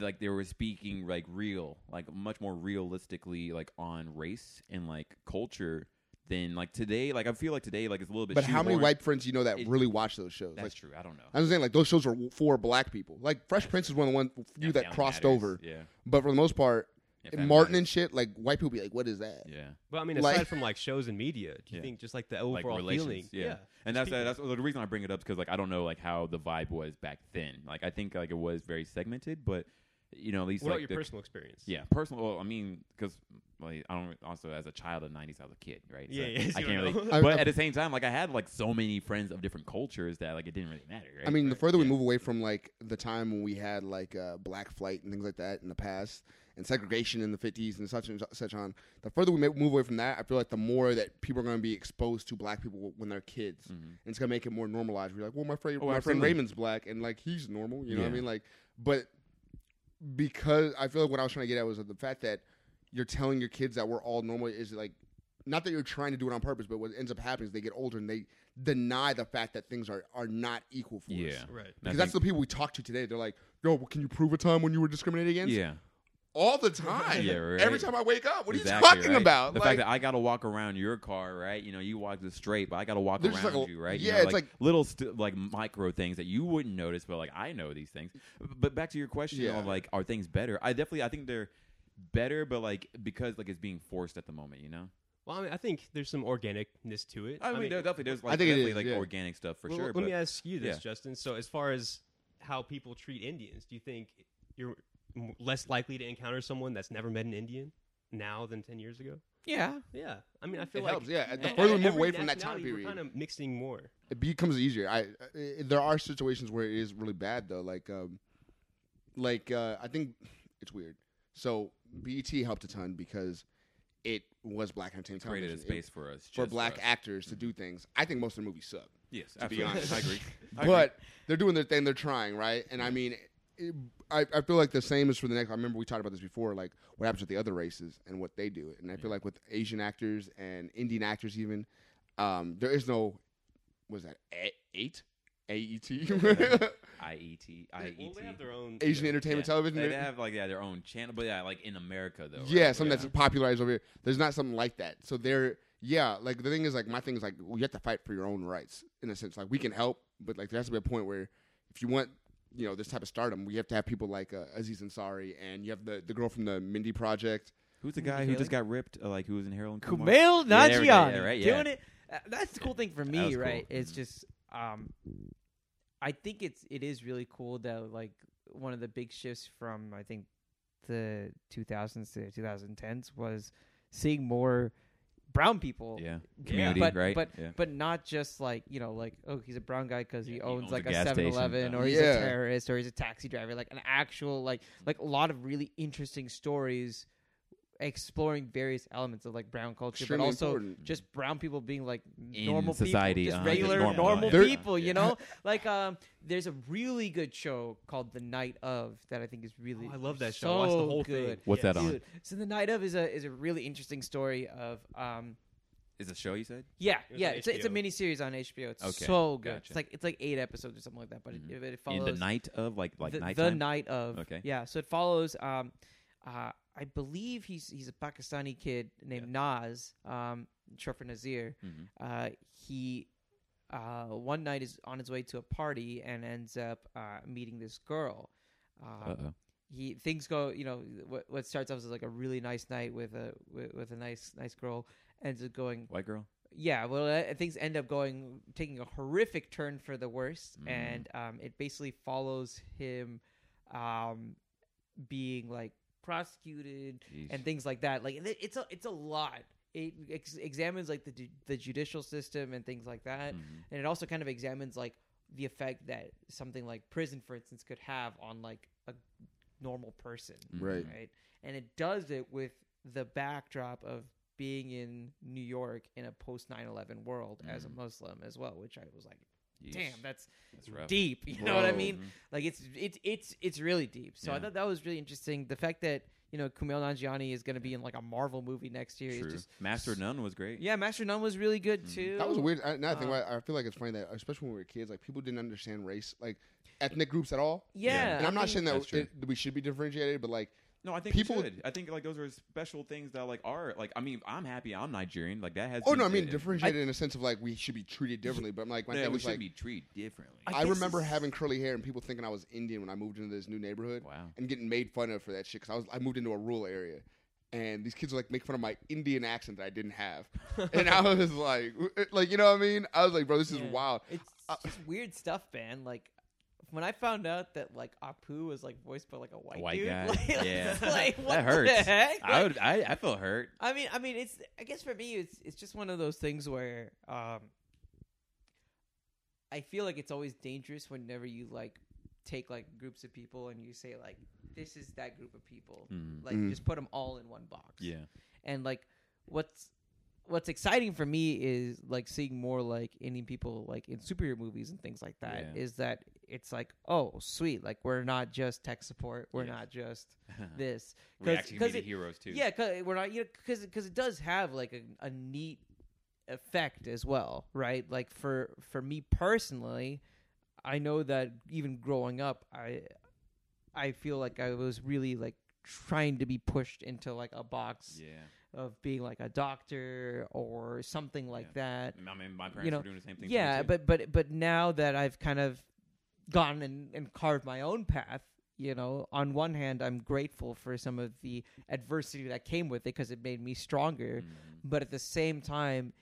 S2: like they were speaking like real, like much more realistically, like on race and like culture than like today. Like I feel like today, like it's a little bit.
S1: But how many
S2: shoehorned.
S1: white friends you know that
S2: It-
S1: really watch those shows?
S2: That's
S1: Like,
S2: true. I don't know.
S1: I'm just saying, like those shows are for black people. Like Fresh Prince is one of the one few that
S2: Family
S1: crossed
S2: Matters,
S1: over.
S2: Yeah.
S1: But for the most part,
S2: Yeah,
S1: in
S2: Family
S1: Martin
S2: Matters.
S1: and shit, like white people be like, "What is that?"
S2: Yeah.
S5: But I mean,
S1: Like-
S5: aside from like shows and media, do you
S2: Yeah.
S5: think just like the overall
S2: relations,
S5: feeling?
S2: Yeah. And that's
S5: just
S2: that's the reason I bring it up because like I don't know like how the vibe was back then. Like I think like it was very segmented, but you know at least
S5: people. What
S2: like
S5: about your
S2: the-
S5: personal experience?
S2: Yeah, personal. Well, I mean, because like, I don't. Also, as a child of the '90s, I was a kid, right?
S5: Yeah, yeah, so
S2: I can't
S5: you don't
S2: really.
S5: know.
S2: But
S1: I-
S2: at the same time, like I had like so many friends of different cultures that like it didn't really matter. Right?
S1: I mean, the
S2: Right.
S1: further we
S2: Yeah.
S1: move away from like the time when we had like uh, black flight and things like that in the past, and segregation in the '50s and such and such on, the further we ma- move away from that, I feel like the more that people are going to be exposed to black people when they're kids, and it's going to make it more normalized. We're like, well, my friend,
S2: Mm-hmm. Oh,
S1: my friend
S2: absolutely.
S1: Raymond's black, and like he's normal. You know what
S2: Yeah.
S1: I mean? Like, but because I feel like what I was trying to get at was the fact that you're telling your kids that we're all normal is like not that you're trying to do it on purpose, but what ends up happening is they get older and they deny the fact that things are, are not equal for us.
S2: Yeah.
S5: Right.
S2: And I
S1: Because that's the
S2: think-
S1: people we talk to today. They're like, yo, well, can you prove a time when you were discriminated against?
S2: yeah.
S1: All the time.
S2: Yeah, right.
S1: Every time I wake up, what
S2: exactly,
S1: are you talking
S2: right?
S1: about?
S2: The
S1: like,
S2: fact that I got to walk around your car, right? You know, you walk this straight, but I got to walk
S1: There's just,
S2: around
S1: like, a-
S2: you, right? You
S1: yeah,
S2: know,
S1: it's like-
S2: little st- like micro things that you wouldn't notice, but like I know these things. But back to your question
S1: Yeah.
S2: of like, are things better? I definitely, I think they're better, but like because like it's being forced at the moment, you know.
S5: Well, I mean, I think there's some organicness to it.
S2: I mean, there definitely there's like
S1: think it
S2: definitely
S1: is,
S2: like
S1: yeah.
S2: organic stuff for
S5: Well,
S2: sure.
S5: Let
S2: but
S5: me ask you this,
S2: yeah.
S5: Justin. So, as far as how people treat Indians, do you think you're m- less likely to encounter someone that's never met an Indian now than ten years ago?
S3: yeah.
S5: Yeah, I mean, I feel
S1: it
S5: like
S1: helps, yeah. And The
S5: e-
S1: further we move
S5: every
S1: away from that time
S5: nationality,
S1: period,
S5: we're kind of mixing more.
S1: it becomes easier. I, I there are situations where it is really bad though. Like um, like uh, I think it's weird. So BET helped a ton because it was black entertainment
S2: created a
S1: television. It-
S2: space for us
S1: for
S2: just
S1: black
S2: us. Mm-hmm.
S1: actors to do things. I think most of the movies suck.
S2: Yes,
S1: to be
S2: absolutely.
S1: honest.
S2: I agree. I agree.
S1: but they're doing their thing. They're trying, right? And I mean, it, I, I feel like the same is for the next. I remember we talked about this before, like what happens with the other races and what they do. And I feel like with Asian actors and Indian actors, even um, there is no was that A- eight A E T
S2: IET,
S5: Well,
S2: IET.
S5: they have their own
S1: Asian
S5: you know,
S1: Entertainment
S2: Yeah.
S1: Television.
S2: E They, they have like yeah, their own channel, but yeah, like in America though. right?
S1: yeah, something
S2: yeah.
S1: that's popularized over here. There's not something like that. So they're yeah, like the thing is like my thing is like well, you have to fight for your own rights in a sense. Like we can help, but like there has to be a point where if you want you know this type of stardom, we have to have people like uh, Aziz Ansari and you have the the girl from the Mindy Project.
S2: Who's the
S3: Mindy
S2: guy who just
S3: Kaling?
S2: got ripped? Uh, like who was in Harold and Kumar?
S3: Kumail
S2: Yeah, there
S3: Nanjiani
S2: we go. Yeah, right, yeah.
S3: doing it. Uh, That's the cool thing for
S2: was
S3: me,
S2: cool.
S3: right? It's
S2: Mhm.
S3: just um, I think it's it is really cool that like one of the big shifts from I think the 2000s to 2010s was seeing more brown people.
S2: Yeah, community,
S3: But-
S2: right?
S3: but-
S2: yeah.
S3: But not just like you know, like oh, he's a brown guy because
S2: Yeah,
S3: he,
S2: he
S3: owns
S2: owns
S3: like
S2: a
S3: a
S2: gas
S3: Seven
S2: station,
S3: Eleven,
S2: though.
S3: or he's
S1: Yeah.
S3: a terrorist, or he's a taxi driver. Like an actual, like like a lot of really interesting stories, exploring various elements of like brown culture,
S1: Extremely
S3: but also
S1: important.
S3: just brown people being like
S2: In
S3: normal
S2: society,
S3: people,
S2: uh, just
S3: just regular
S2: normal,
S3: normal,
S2: yeah. There-
S3: people,
S2: yeah.
S3: you know. like um, there's a really good show called The Night of that I think is really
S5: Oh, I love that show. I watched the
S3: so
S5: whole thing.
S3: good.
S2: What's that on?
S3: Dude, so The Night of is a is a really interesting story of um.
S2: Is it a show you said?
S3: Yeah,
S5: It was
S3: yeah,
S5: on
S3: it's a, it's a
S5: HBO.
S3: mini series on HBO. It's
S2: Okay,
S3: so good.
S2: gotcha.
S3: It's like it's like eight episodes or something like that. But
S2: Mhm.
S3: it, it
S2: In
S3: follows
S2: the night of like like
S3: the, the
S2: nighttime?
S3: night of.
S2: Okay.
S3: Yeah, so it follows. Um, uh, I believe he's he's a Pakistani kid named Nas, um, short for Nazir.
S2: Mhm.
S3: Uh, he uh, one night is on his way to a party and ends up uh, meeting this girl. Um,
S2: Uh oh.
S3: he things go you know what, what starts off as like a really nice night with a with, with a nice nice girl ends up going
S2: White girl.
S3: yeah, well, uh, things end up going taking a horrific turn for the worse,
S2: Mm.
S3: and um, it basically follows him um, being like prosecuted and things like that. Like it- it's a it's a lot. It ex- examines like the ju- the judicial system and things like that,
S2: Mm-hmm.
S3: and it also kind of examines like the effect that something like prison, for instance, could have on like a normal person
S1: Right.
S3: right? And it does it with the backdrop of being in New York in a post 9/11 world as a
S2: Mhm.
S3: Muslim as well, which I was like, damn, that's
S2: that's rough. Mm-hmm.
S3: deep. You know what I
S1: Whoa.
S3: mean? Like it's it's it's it's really deep. So I
S2: Yeah.
S3: thought that was really interesting. The fact that you know Kumail Nanjiani is going to be in like a Marvel movie next year
S2: True.
S3: is just
S2: Master Nun was great.
S3: yeah. Master Nun was really good
S2: Mhm.
S3: too.
S1: That was a weird. I, now I think
S3: Uh,
S1: why- I feel like it's funny that, especially when we were kids, like people didn't understand race, like ethnic groups at all.
S3: Yeah,
S2: Yeah.
S1: and I'm not
S3: mean-
S1: saying
S2: That's
S1: that
S2: true.
S1: it, we should be differentiated, but like,
S2: No, I think people.
S1: People-
S2: Should. I think like those are special things that like are like. I mean, I'm happy. I'm Nigerian. Like that has.
S1: oh
S2: been
S1: no, I mean
S2: said.
S1: differentiated in a sense of like we should be treated differently. But I'm like, my
S2: Yeah,
S1: thing
S2: we
S1: was
S2: should
S1: like,
S2: be treated differently.
S3: I
S1: I
S3: guess
S1: remember
S3: it's-
S1: having curly hair and people thinking I was Indian when I moved into this new neighborhood
S2: wow.
S1: and getting made fun of for that shit because I was I moved into a rural area. And these kids were like make fun of my Indian accent that I didn't have, and I was like, eh," like you know what I mean? I was like, bro, this is
S3: Yeah.
S1: wild.
S3: It's
S1: Uh,
S3: just weird stuff, man. Like when I found out that like Apu was like voiced by like a white,
S2: white
S3: dude,
S2: guy.
S3: like,
S2: Yeah.
S3: like, what
S2: That
S3: the
S2: hurts.
S3: heck?
S2: I
S3: Like,
S2: would. I, I feel hurt.
S3: I mean, I mean, it's. I guess for me, it's it's just one of those things where um, I feel like it's always dangerous whenever you like take like groups of people and you say like this is that group of people,
S2: Mhm.
S3: like
S1: Mm.
S3: just put them all in one box.
S2: Yeah.
S3: and like what's what's exciting for me is like seeing more like Indian people like in superhero movies and things like that. Is
S2: Yeah.
S3: that it's like oh sweet, like we're not just tech support, we're
S2: Yes.
S3: not just this
S2: we actually can be the
S3: it-
S2: heroes too.
S3: yeah, cause we're not you know because because it does have like a, a neat effect as well, right? Like for for me personally, I know that even growing up, I I feel like I was really like trying to be pushed into like a box
S2: Yeah.
S3: of being like a doctor or something like
S2: Yeah.
S3: that.
S2: I mean, my parents
S3: know,
S2: were doing the same thing. to me,
S3: Yeah,
S2: too.
S3: but but but now that I've kind of gone and, and carved my own path, you know, on one hand I'm grateful for some of the adversity that came with it because it made me stronger.
S2: Mhm.
S3: But at the same time,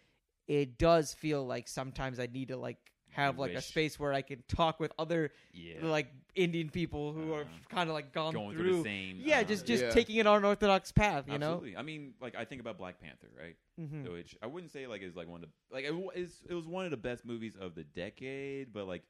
S3: it does feel like sometimes I need to like have like a
S2: wish.
S3: space where I can talk with other
S2: yeah,
S3: like Indian people who are
S2: Uh-huh.
S3: kind of like gone
S2: going
S3: through.
S2: the same.
S3: yeah,
S2: uh,
S3: just just
S1: Yeah.
S3: taking an unorthodox path, you
S2: Absolutely. I mean, like I think about Black Panther, right?
S3: know. Mhm.
S2: Which I wouldn't say like is like one of the, like it, wa- it's, it was one of the best movies of the decade, but like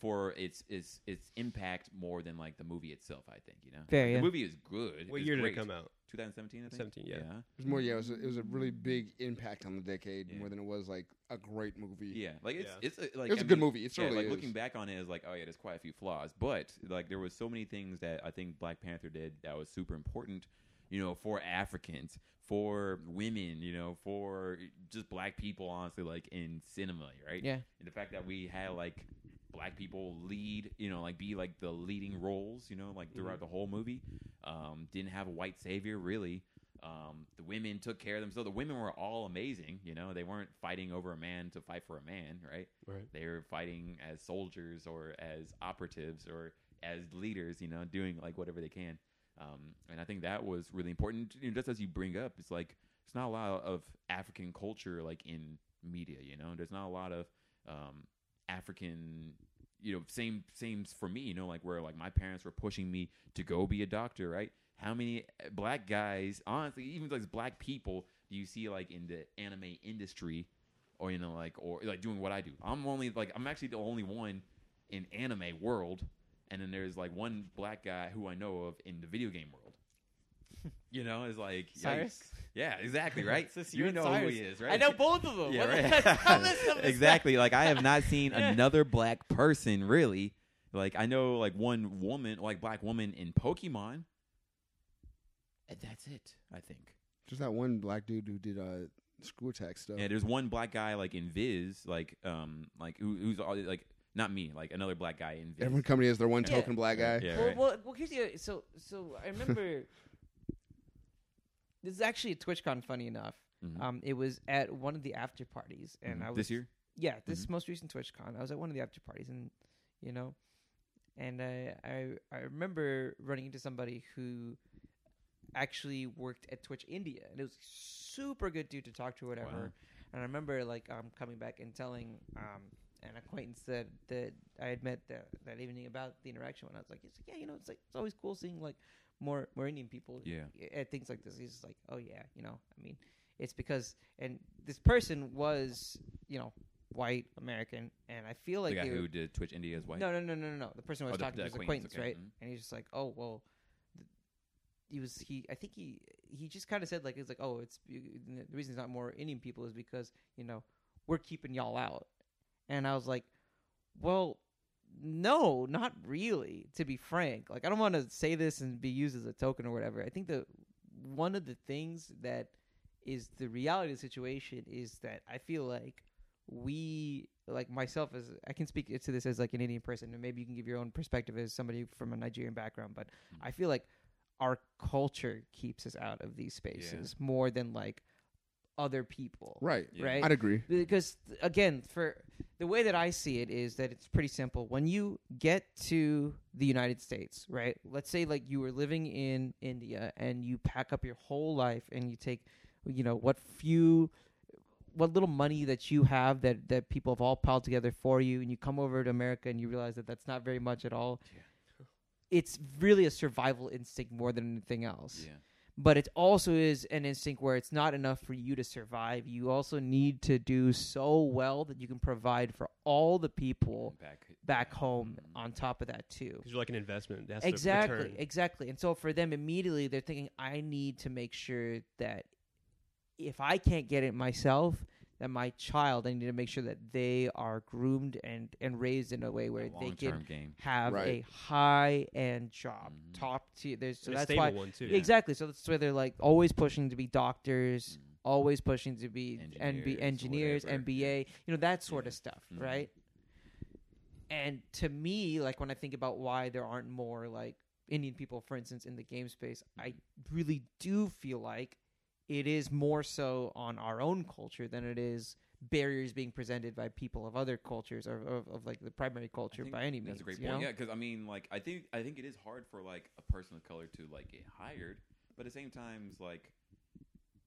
S2: for its its its impact more than like the movie itself. I think you know
S3: Fair,
S2: the
S3: yeah.
S2: movie is good.
S5: What
S2: it's
S5: year did
S2: great.
S5: it come out?
S2: 2017, I think.
S5: 17, yeah.
S1: It was more, yeah, it was, a, it was a really big impact on the decade
S2: Yeah.
S1: more than it was like a great movie.
S2: Yeah, like it's it's a, like
S1: it was a
S2: I
S1: good
S2: mean,
S1: movie. It's
S2: yeah,
S1: really
S2: like
S1: is.
S2: looking back on it is like, oh yeah, there's quite a few flaws, but like there was so many things that I think Black Panther did that was super important, you know, for Africans, for women, you know, for just black people, honestly, like in cinema, right?
S3: Yeah.
S2: and the fact that we had like black people lead, you know, like be like the leading roles, you know, like throughout the whole movie, um, didn't have a white savior really. Um, the women took care of themselves. The women were all amazing. You know, they weren't fighting over a man to fight for a man, right?
S5: Right.
S2: They were fighting as soldiers or as operatives or as leaders. You know, doing like whatever they can. Um, and I think that was really important. You know, just as you bring up, it's like it's not a lot of African culture like in media. You know, there's not a lot of um, African. You know, same same for me. You know, like where like my parents were pushing me to go be a doctor, right? How many uh, black guys, honestly, even like black people, do you see like in the anime industry, or you know, like or like doing what I do? I'm only like I'm actually the only one in anime world, and then there's like one black guy who I know of in the video game world. You know, it's like
S3: Cyrus?
S2: yikes. Yeah, exactly, right.
S3: Since
S2: you
S3: you're
S2: know who
S3: Cyrus.
S2: he is, right?
S3: I know both of them. What
S2: Yeah,
S3: the
S2: right.
S3: hell is up with that?
S2: exactly. Like I have not seen another black person really. Like I know like one woman, like black woman in Pokemon. And that's it, I think.
S1: Just that one black dude who did uh, school attack
S3: Oh.
S1: stuff.
S2: Yeah, there's one black guy like in Viz, like um, like who, who's all, like not me, like another black guy in Viz.
S1: Everyone company has their one
S3: Yeah.
S1: token black guy.
S2: Yeah,
S3: well,
S2: right.
S3: well, well, here's the so so I remember this is actually at TwitchCon. Funny enough,
S2: Mhm.
S3: um, it was at one of the after parties, and
S2: Mhm.
S3: I was
S2: this year.
S3: Yeah, this most recent TwitchCon, I was at one of the after parties, and you know, and I I, I remember running into somebody who actually worked at Twitch India, and it was a super good dude to talk to, or whatever. And I remember like um, coming back and telling um, an acquaintance that, that I had met that, that evening about the interaction. When I was like, it's like, yeah, you know, it's like it's always cool seeing like more more Indian people
S2: Yeah.
S3: i- at things like this. He's just like, oh yeah, you know, I mean, it's because and this person was you know white American, and I feel like
S2: the guy
S3: they were-
S2: who did Twitch India is white.
S3: no, no, no, no, no, no. The person who
S2: Oh,
S3: was
S2: the-
S3: talking
S2: the
S3: to was acquaintance,
S2: acquaintance, okay,
S3: right?
S2: mhm.
S3: And he's just like, oh well, th- he was he. I think he he just kind of said like it's like oh it's the reason it's not more Indian people is because you know we're keeping y'all out, and I was like, well. No, not really. To be frank, like I don't want to say this and be used as a token or whatever. I think the one of the things that is the reality of the situation is that I feel like we like myself as I can speak to this as like an Indian person and maybe you can give your own perspective as somebody from a Nigerian background, but I feel like our culture keeps us out of these spaces more than like other people.
S1: Right.
S2: Yeah.
S3: Right?
S1: I'd agree.
S3: because th- again for the way that i see it is that it's pretty simple when you get to the united states right let's say like you were living in india and you pack up your whole life and you take you know what few what little money that you have that that people have all piled together for you and you come over to america and you realize that that's not very much at all it's really a survival instinct more than anything else
S2: Yeah.
S3: but it also is an instinct where it's not enough for you to survive. You also need to do so well that you can provide for all the people
S2: Back.
S3: back home on top of that too.
S5: because you're like an investment. That's
S3: exactly,
S5: The return.
S3: exactly. And so for them immediately they're thinking I need to make sure that if I can't get it myself, that my child I need to make sure that they are groomed and and raised in a way where they
S2: Long-term
S3: can
S2: game.
S3: have
S1: Right.
S3: a high end job,
S2: Mhm.
S3: top tier. There's so
S5: And a
S3: that's
S5: stable
S3: why
S5: one too.
S3: Exactly. So that's why they're like always pushing to be doctors,
S2: Mm-hmm.
S3: always pushing to be and
S2: Engineers,
S3: be engineers,
S2: whatever.
S3: MBA, you know that sort of stuff,
S2: Mhm.
S3: right? And to me, like when I think about why there aren't more like Indian people, for instance, in the game space, I really do feel like it is more so on our own culture than it is barriers being presented by people of other cultures or of, of like the primary
S2: I
S3: culture
S2: think
S3: by any means.
S2: That's a great
S3: you
S2: point.
S3: know?
S2: Yeah, because I mean, like, I think I think it is hard for like a person of color to like get hired, but at the same time, it's like,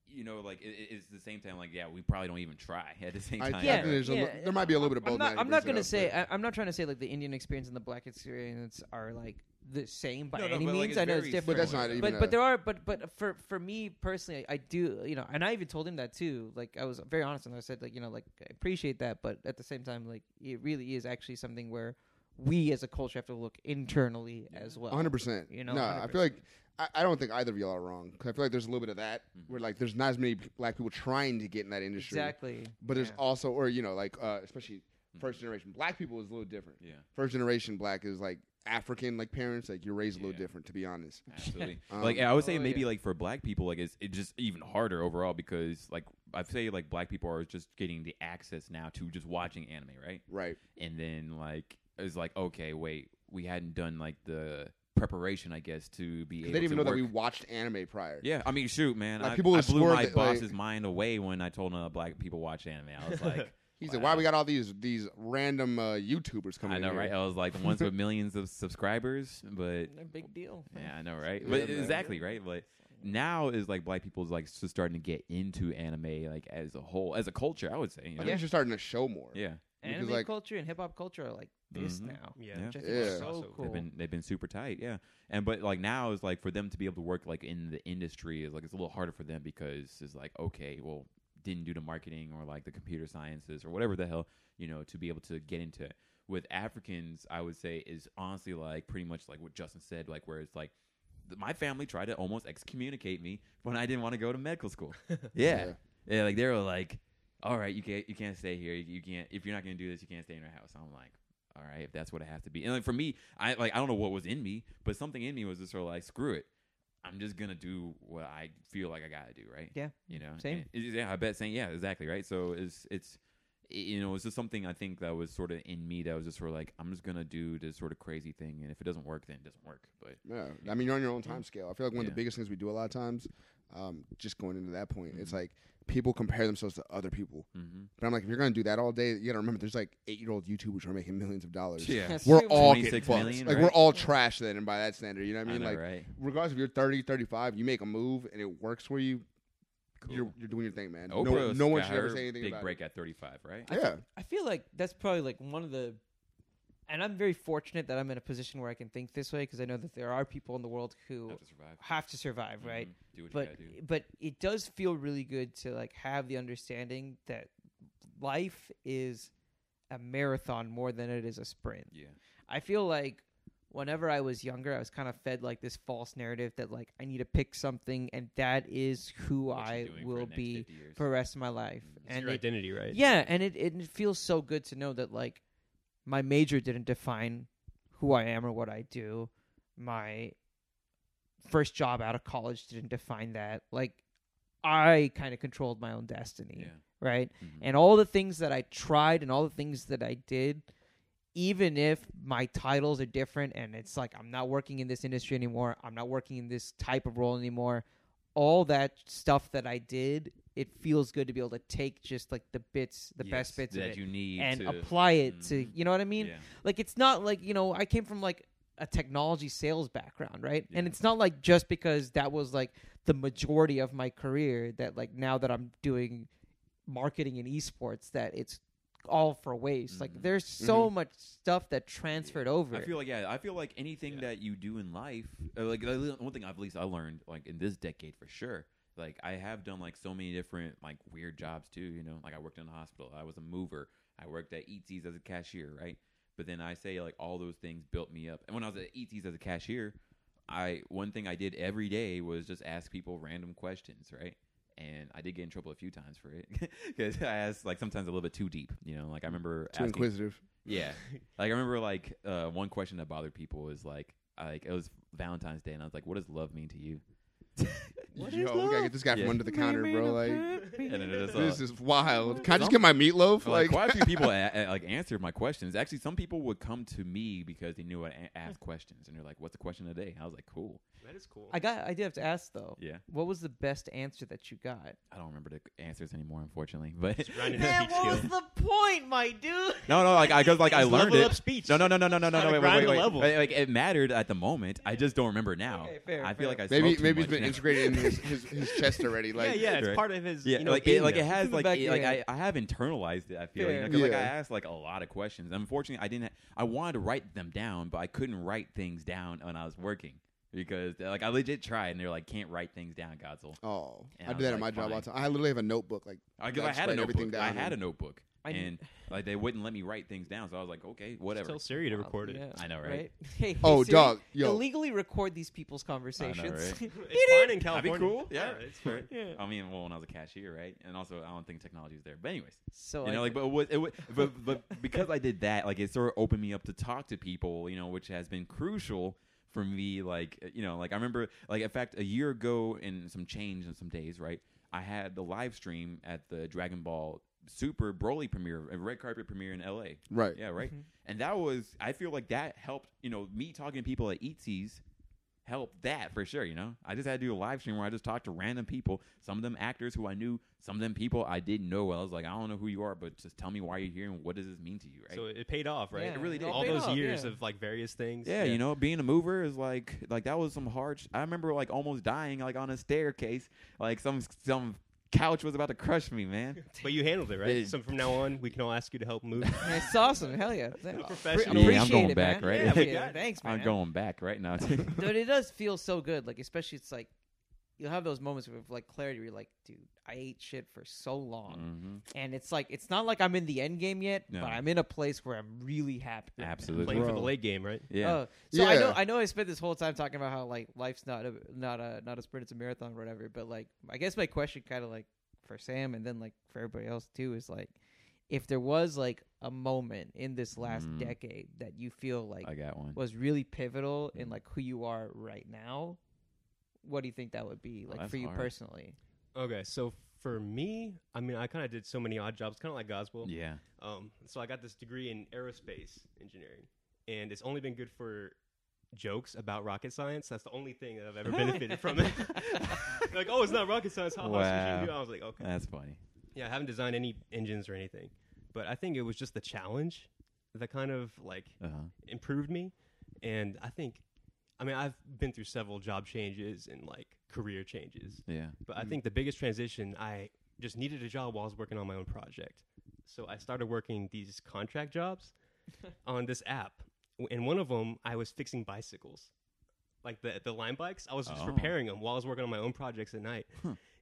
S2: you know, like it, it- it's the same time, like, yeah, we probably don't even try at the same
S1: I,
S2: time.
S1: I
S3: Yeah,
S1: think there's a li-
S3: yeah.
S1: there might be a little bit of both.
S3: I'm not,
S1: now
S3: I'm
S1: he
S3: not
S1: brings it
S3: going to
S1: up,
S3: say
S1: but-
S3: I, I'm not trying to say like the Indian experience and the black experience are like the same by
S2: No, no,
S3: any
S2: but, like,
S3: means.
S2: it's
S3: I know it's
S2: very
S1: But
S3: different,
S1: that's
S2: Right.
S1: not even.
S3: but
S1: a-
S3: but there are but but for for me personally, I, I do you know, and I even told him that too. Like I was very honest and I said like you know like I appreciate that, but at the same time like it really is actually something where we as a culture have to look internally as well.
S1: 100%.
S3: You know,
S1: no, I feel like I, I don't think either of y'all are wrong. 'Cause I feel like there's a little bit of that
S2: Mm-hmm.
S1: where like there's not as many black people trying to get in that industry.
S3: exactly.
S1: But there's
S3: Yeah.
S1: also, or you know, like uh, especially first generation black people is a little different.
S2: Mm-hmm. Yeah.
S1: First generation black is like African like parents. Like you're raised a little
S2: Yeah.
S1: different, to be honest.
S2: Absolutely.
S1: Um,
S2: like I would say,
S3: Oh,
S2: maybe
S3: yeah.
S2: like for black people, like it's it just even harder overall because like I say, like black people are just getting the access now to just watching anime, right?
S1: Right.
S2: and then like it was like okay wait we hadn't done like the preparation i guess to
S1: They
S2: be able
S1: didn't even
S2: to
S1: know that we
S2: work.
S1: watched anime prior.
S2: yeah i mean shoot man
S1: Like,
S2: I,
S1: people
S2: I
S1: would
S2: blew
S1: swear
S2: my
S1: that, like-
S2: boss's mind away when i told him that black people watch anime i was like
S1: He said, "Why we got all these these random uh, YouTubers coming?"
S2: i know
S1: in
S2: right
S1: here?
S2: i was like the ones with millions of subscribers but
S3: A big deal.
S2: yeah i know right
S1: Yeah,
S2: but
S1: man.
S2: exactly right like now is like black people's like just starting to get into anime like as a whole as a culture i would say you
S1: I
S2: know?
S1: think you're starting to show more.
S2: yeah
S1: Because,
S3: Anime
S1: like-
S3: culture and hip hop culture are like this
S2: Mhm.
S3: now.
S5: Yeah.
S2: Yeah.
S3: Which I think
S1: Yeah.
S3: is so
S5: They've
S3: cool.
S2: They've been they've been super tight, yeah. And but like now is like for them to be able to work like in the industry is like it's a little harder for them because it's like okay, well, didn't do the marketing or like the computer sciences or whatever the hell you know to be able to get into it. With Africans, I would say is honestly like pretty much like what Justin said, like where it's like th- my family tried to almost excommunicate me when I didn't want to go to medical school. yeah. yeah,
S1: Yeah.
S2: like they were like, all right, you can't you can't stay here. You, you can't if you're not gonna do this, you can't stay in our house. I'm like all right, if that's what it has to be. And like for me, I like I don't know what was in me, but something in me was just sort of like, screw it. I'm just gonna do what I feel like I gotta do, right?
S3: Yeah.
S2: You know?
S3: Same.
S2: And- yeah, I bet saying yeah, exactly, right? So it's it's i- you know, it's just something I think that was sort of in me that was just sort of like, I'm just gonna do this sort of crazy thing and if it doesn't work then it doesn't work. But
S1: Yeah, I mean, you're on your own time scale. I feel like one of
S2: Yeah.
S1: the biggest things we do a lot of times, um, just going into that point, it's like people compare themselves to other people.
S2: mm-hmm.
S1: But I'm like, if you're gonna do that all day, you gotta remember there's like eight year old YouTubers who are making millions of dollars.
S2: Yeah.
S1: We're all getting
S2: 26
S1: fucked.
S2: million,
S1: like
S2: right?
S1: we're all trash then, and by that standard, you know
S2: I
S1: what I mean?
S2: know,
S1: like,
S2: right?
S1: regardless if you're 30, 35, you make a move and it works for you.
S2: Cool.
S1: You're, you're doing your thing, man.
S2: Oprah
S1: no, no one
S2: got
S1: should ever
S2: her
S1: say anything
S2: Big
S1: about
S2: break at 35, right?
S1: it. Yeah,
S3: I feel like that's probably like one of the, and I'm very fortunate that I'm in a position where I can think this way because I know that there are people in the world who
S2: Have to survive.
S3: have to survive, right?
S2: Mhm. Do what
S3: but
S2: you gotta do.
S3: but it does feel really good to like have the understanding that life is a marathon more than it is a sprint.
S2: Yeah.
S3: I feel like whenever I was younger, I was kind of fed like this false narrative that like I need to pick something and that is who
S2: What you're
S3: I
S2: doing for the
S3: will
S2: next
S3: be
S2: 50 years. Mm-hmm.
S3: for the rest of my life.
S5: It's
S3: and
S5: your
S3: it-
S5: identity, right?
S3: yeah, and it it feels so good to know that like my major didn't define who I am or what I do. My first job out of college didn't define that. Like I kind of controlled my own destiny,
S2: Yeah.
S3: right?
S2: Mhm.
S3: And all the things that I tried and all the things that I did even if my titles are different and it's like I'm not working in this industry anymore, I'm not working in this type of role anymore, all that stuff that I did, it feels good to be able to take just like the bits, the best
S2: Yes,
S3: bits of
S2: that
S3: it,
S2: you need
S3: and
S2: to,
S3: apply it to,
S2: Mhm.
S3: you know what I mean?
S2: Yeah.
S3: Like it's not like, you know, I came from like a technology sales background, right? And
S2: Yeah.
S3: it's not like just because that was like the majority of my career that like now that I'm doing marketing and esports that it's all for waste.
S2: Mhm.
S3: Like there's so much stuff that transferred over.
S2: I feel like yeah, I feel like anything
S4: Yeah.
S2: that you do in life, uh, like the one thing I've at least I learned like in this decade for sure. Like I have done like so many different like weird jobs too. You know, like I worked in a hospital, I was a mover, I worked at Eatsies as a cashier, right? But then I say like all those things built me up. And when I was at Eatsies as a cashier, I one thing I did every day was just ask people random questions, right? And I did get in trouble a few times for it because I asked like sometimes a little bit too deep, you know. Like I remember
S1: too
S2: asking
S1: inquisitive.
S2: yeah. Like I remember like uh, one question that bothered people was like I- like it was Valentine's Day and I was like, What does love mean to you?
S3: What
S1: Yo,
S3: is
S1: we gotta
S3: love?
S1: get this guy
S2: Yeah.
S1: from under the counter, bro. Like
S2: And then it is all-
S1: this is wild. Can I
S2: Some-
S1: just get my meatloaf? Like,
S2: like, quite a few people a- a- like answered my questions. Actually, some people would come to me because they knew I a-
S1: Hmm.
S2: asked questions and they're like, "What's the question today?" I was like, "Cool."
S5: That is cool.
S3: I got I did have to ask though.
S2: Yeah,
S3: What was the best answer that you got?
S2: I don't remember the answers anymore, unfortunately. But
S5: grinding Man, speech what was skill.
S3: the point, my dude?
S2: no, no, like I because like I
S5: Just
S2: learned
S5: level up
S2: it.
S5: speech.
S2: No, no, no, no, no, no,
S5: Gotta
S2: no. Wait,
S5: grind
S2: wait,
S5: the
S2: wait,
S5: level.
S2: wait. Like it mattered at the moment. I just don't remember now.
S3: Okay, fair,
S2: I feel like
S3: fair.
S2: I
S1: maybe
S2: smoked too
S1: maybe
S2: much
S1: it's been
S2: now.
S1: integrated in his, his, his chest already. Like,
S5: yeah, yeah, it's
S2: Right.
S5: part of his.
S2: Yeah,
S5: you know,
S2: like it,
S5: being
S2: like it
S5: there.
S2: has
S3: Keep it
S2: like
S3: back
S2: it- like I,
S3: in.
S2: I have internalized it. I feel you know,
S3: Fair.
S2: 'cause, like I
S1: Yeah.
S2: asked like a lot of questions. Unfortunately, I didn't. ha- I wanted to write them down, but I couldn't write things down when I was working because like I legit tried, and they're like can't write things down, Godzilla.
S1: oh,
S2: And
S1: I
S2: I
S1: do
S2: was
S1: that at my
S2: like,
S1: job all the
S2: fine.
S1: time. I literally have a notebook. Like,
S2: Because I
S1: That's
S2: had a
S1: write everything
S2: notebook. I
S1: down
S2: had a
S1: and-
S2: notebook,
S3: I-
S2: and like they wouldn't let me write things down. So I was like, okay,
S5: Just
S2: whatever.
S5: Tell Siri to record it.
S2: I know, right?
S3: Hey, hey,
S1: oh,
S3: Siri,
S1: dog, yo,
S3: Illegally record these people's conversations.
S2: right?
S5: It's fine in
S2: That'd be
S5: California.
S2: cool. Yeah,
S5: Yeah, it's fine.
S3: yeah.
S2: I mean, well, when I was a cashier, right? And also, I don't think technology was there. But anyways.
S3: So
S2: you know,
S3: I-
S2: like, but it was, it was, but but because I did that, like, it sort of opened me up to talk to people, you know, which has been crucial for me. Like, uh, you know, like I remember, like, in fact, a year ago, and some change in some days, right? I had the live stream at the Dragon Ball Super Broly premiere, a red carpet premiere in L.A.
S1: right?
S2: Yeah, right. And that was, I feel like that helped. You know, me talking to people at Eatsies helped that for sure. You know, I just had to do a live stream where I just talked to random people. Some of them actors who I knew, some of them people I didn't know. I was like, I don't know who you are, but just tell me why you're here and what does this mean to you, right?
S5: So it paid off, right?
S3: Yeah,
S2: It really did.
S5: All
S3: paid
S5: those
S3: off,
S5: years
S3: yeah.
S5: of like various things.
S2: yeah, you know, being a mover is like like that was some hard. Sh- I remember like almost dying like on a staircase, like some some couch was about to crush me, man.
S5: But you handled it,
S2: They-
S5: right? So from now on, we can all ask you to help move.
S3: Yeah, it's awesome. Hell yeah. Thank-
S5: professional.
S3: Appreciate
S2: Yeah, I'm going
S3: it,
S2: back,
S3: man.
S2: right?
S5: Yeah, we
S3: Appreciate
S5: got
S3: it.
S5: it.
S3: Thanks, man.
S2: I'm going back right now. too.
S3: Dude, it does feel so good. Like, especially it's like you'll have those moments with like clarity where you're like, dude, I ate shit for so
S2: Mhm.
S3: long. And it's like it's not like I'm in the end game yet,
S2: No.
S3: but I'm in a place where I'm really happy.
S2: Absolutely.
S5: Playing for the
S1: Bro.
S5: late game, right?
S2: Yeah.
S3: Oh, so I know
S1: Yeah.
S3: I know I spent this whole time talking about how like life's not a not a not a sprint, it's a marathon or whatever, but like I guess my question kinda like for Sam and then like for everybody else too is like if there was like a moment in this last
S2: Mm.
S3: decade that you feel like
S2: I Mm-hmm. got one.
S3: was really pivotal in like who you are right now, what do you think that would be
S2: Oh,
S3: like
S2: that's
S3: for you
S2: hard.
S3: personally?
S5: Okay, so for me, I mean, I kind of did so many odd jobs, kind of like Goswell.
S2: Yeah.
S5: Um, so I got this degree in aerospace engineering, and it's only been good for jokes about rocket science. That's the only thing that I've ever benefited from it. like, oh, it's not rocket science. How wow.
S2: Wow.
S5: should you do? I was like, okay.
S2: That's funny.
S5: Yeah, I haven't designed any engines or anything, but I think it was just the challenge that kind of like
S2: Uh-huh.
S5: improved me, and I think I mean, I've been through several job changes and like career changes,
S2: Yeah.
S5: but I think the biggest transition I just needed a job while I was working on my own project. So I started working these contract jobs on this app. W- And one of them, I was fixing bicycles, like the the line bikes. I was just
S2: Oh.
S5: repairing them while I was working on my own projects at night.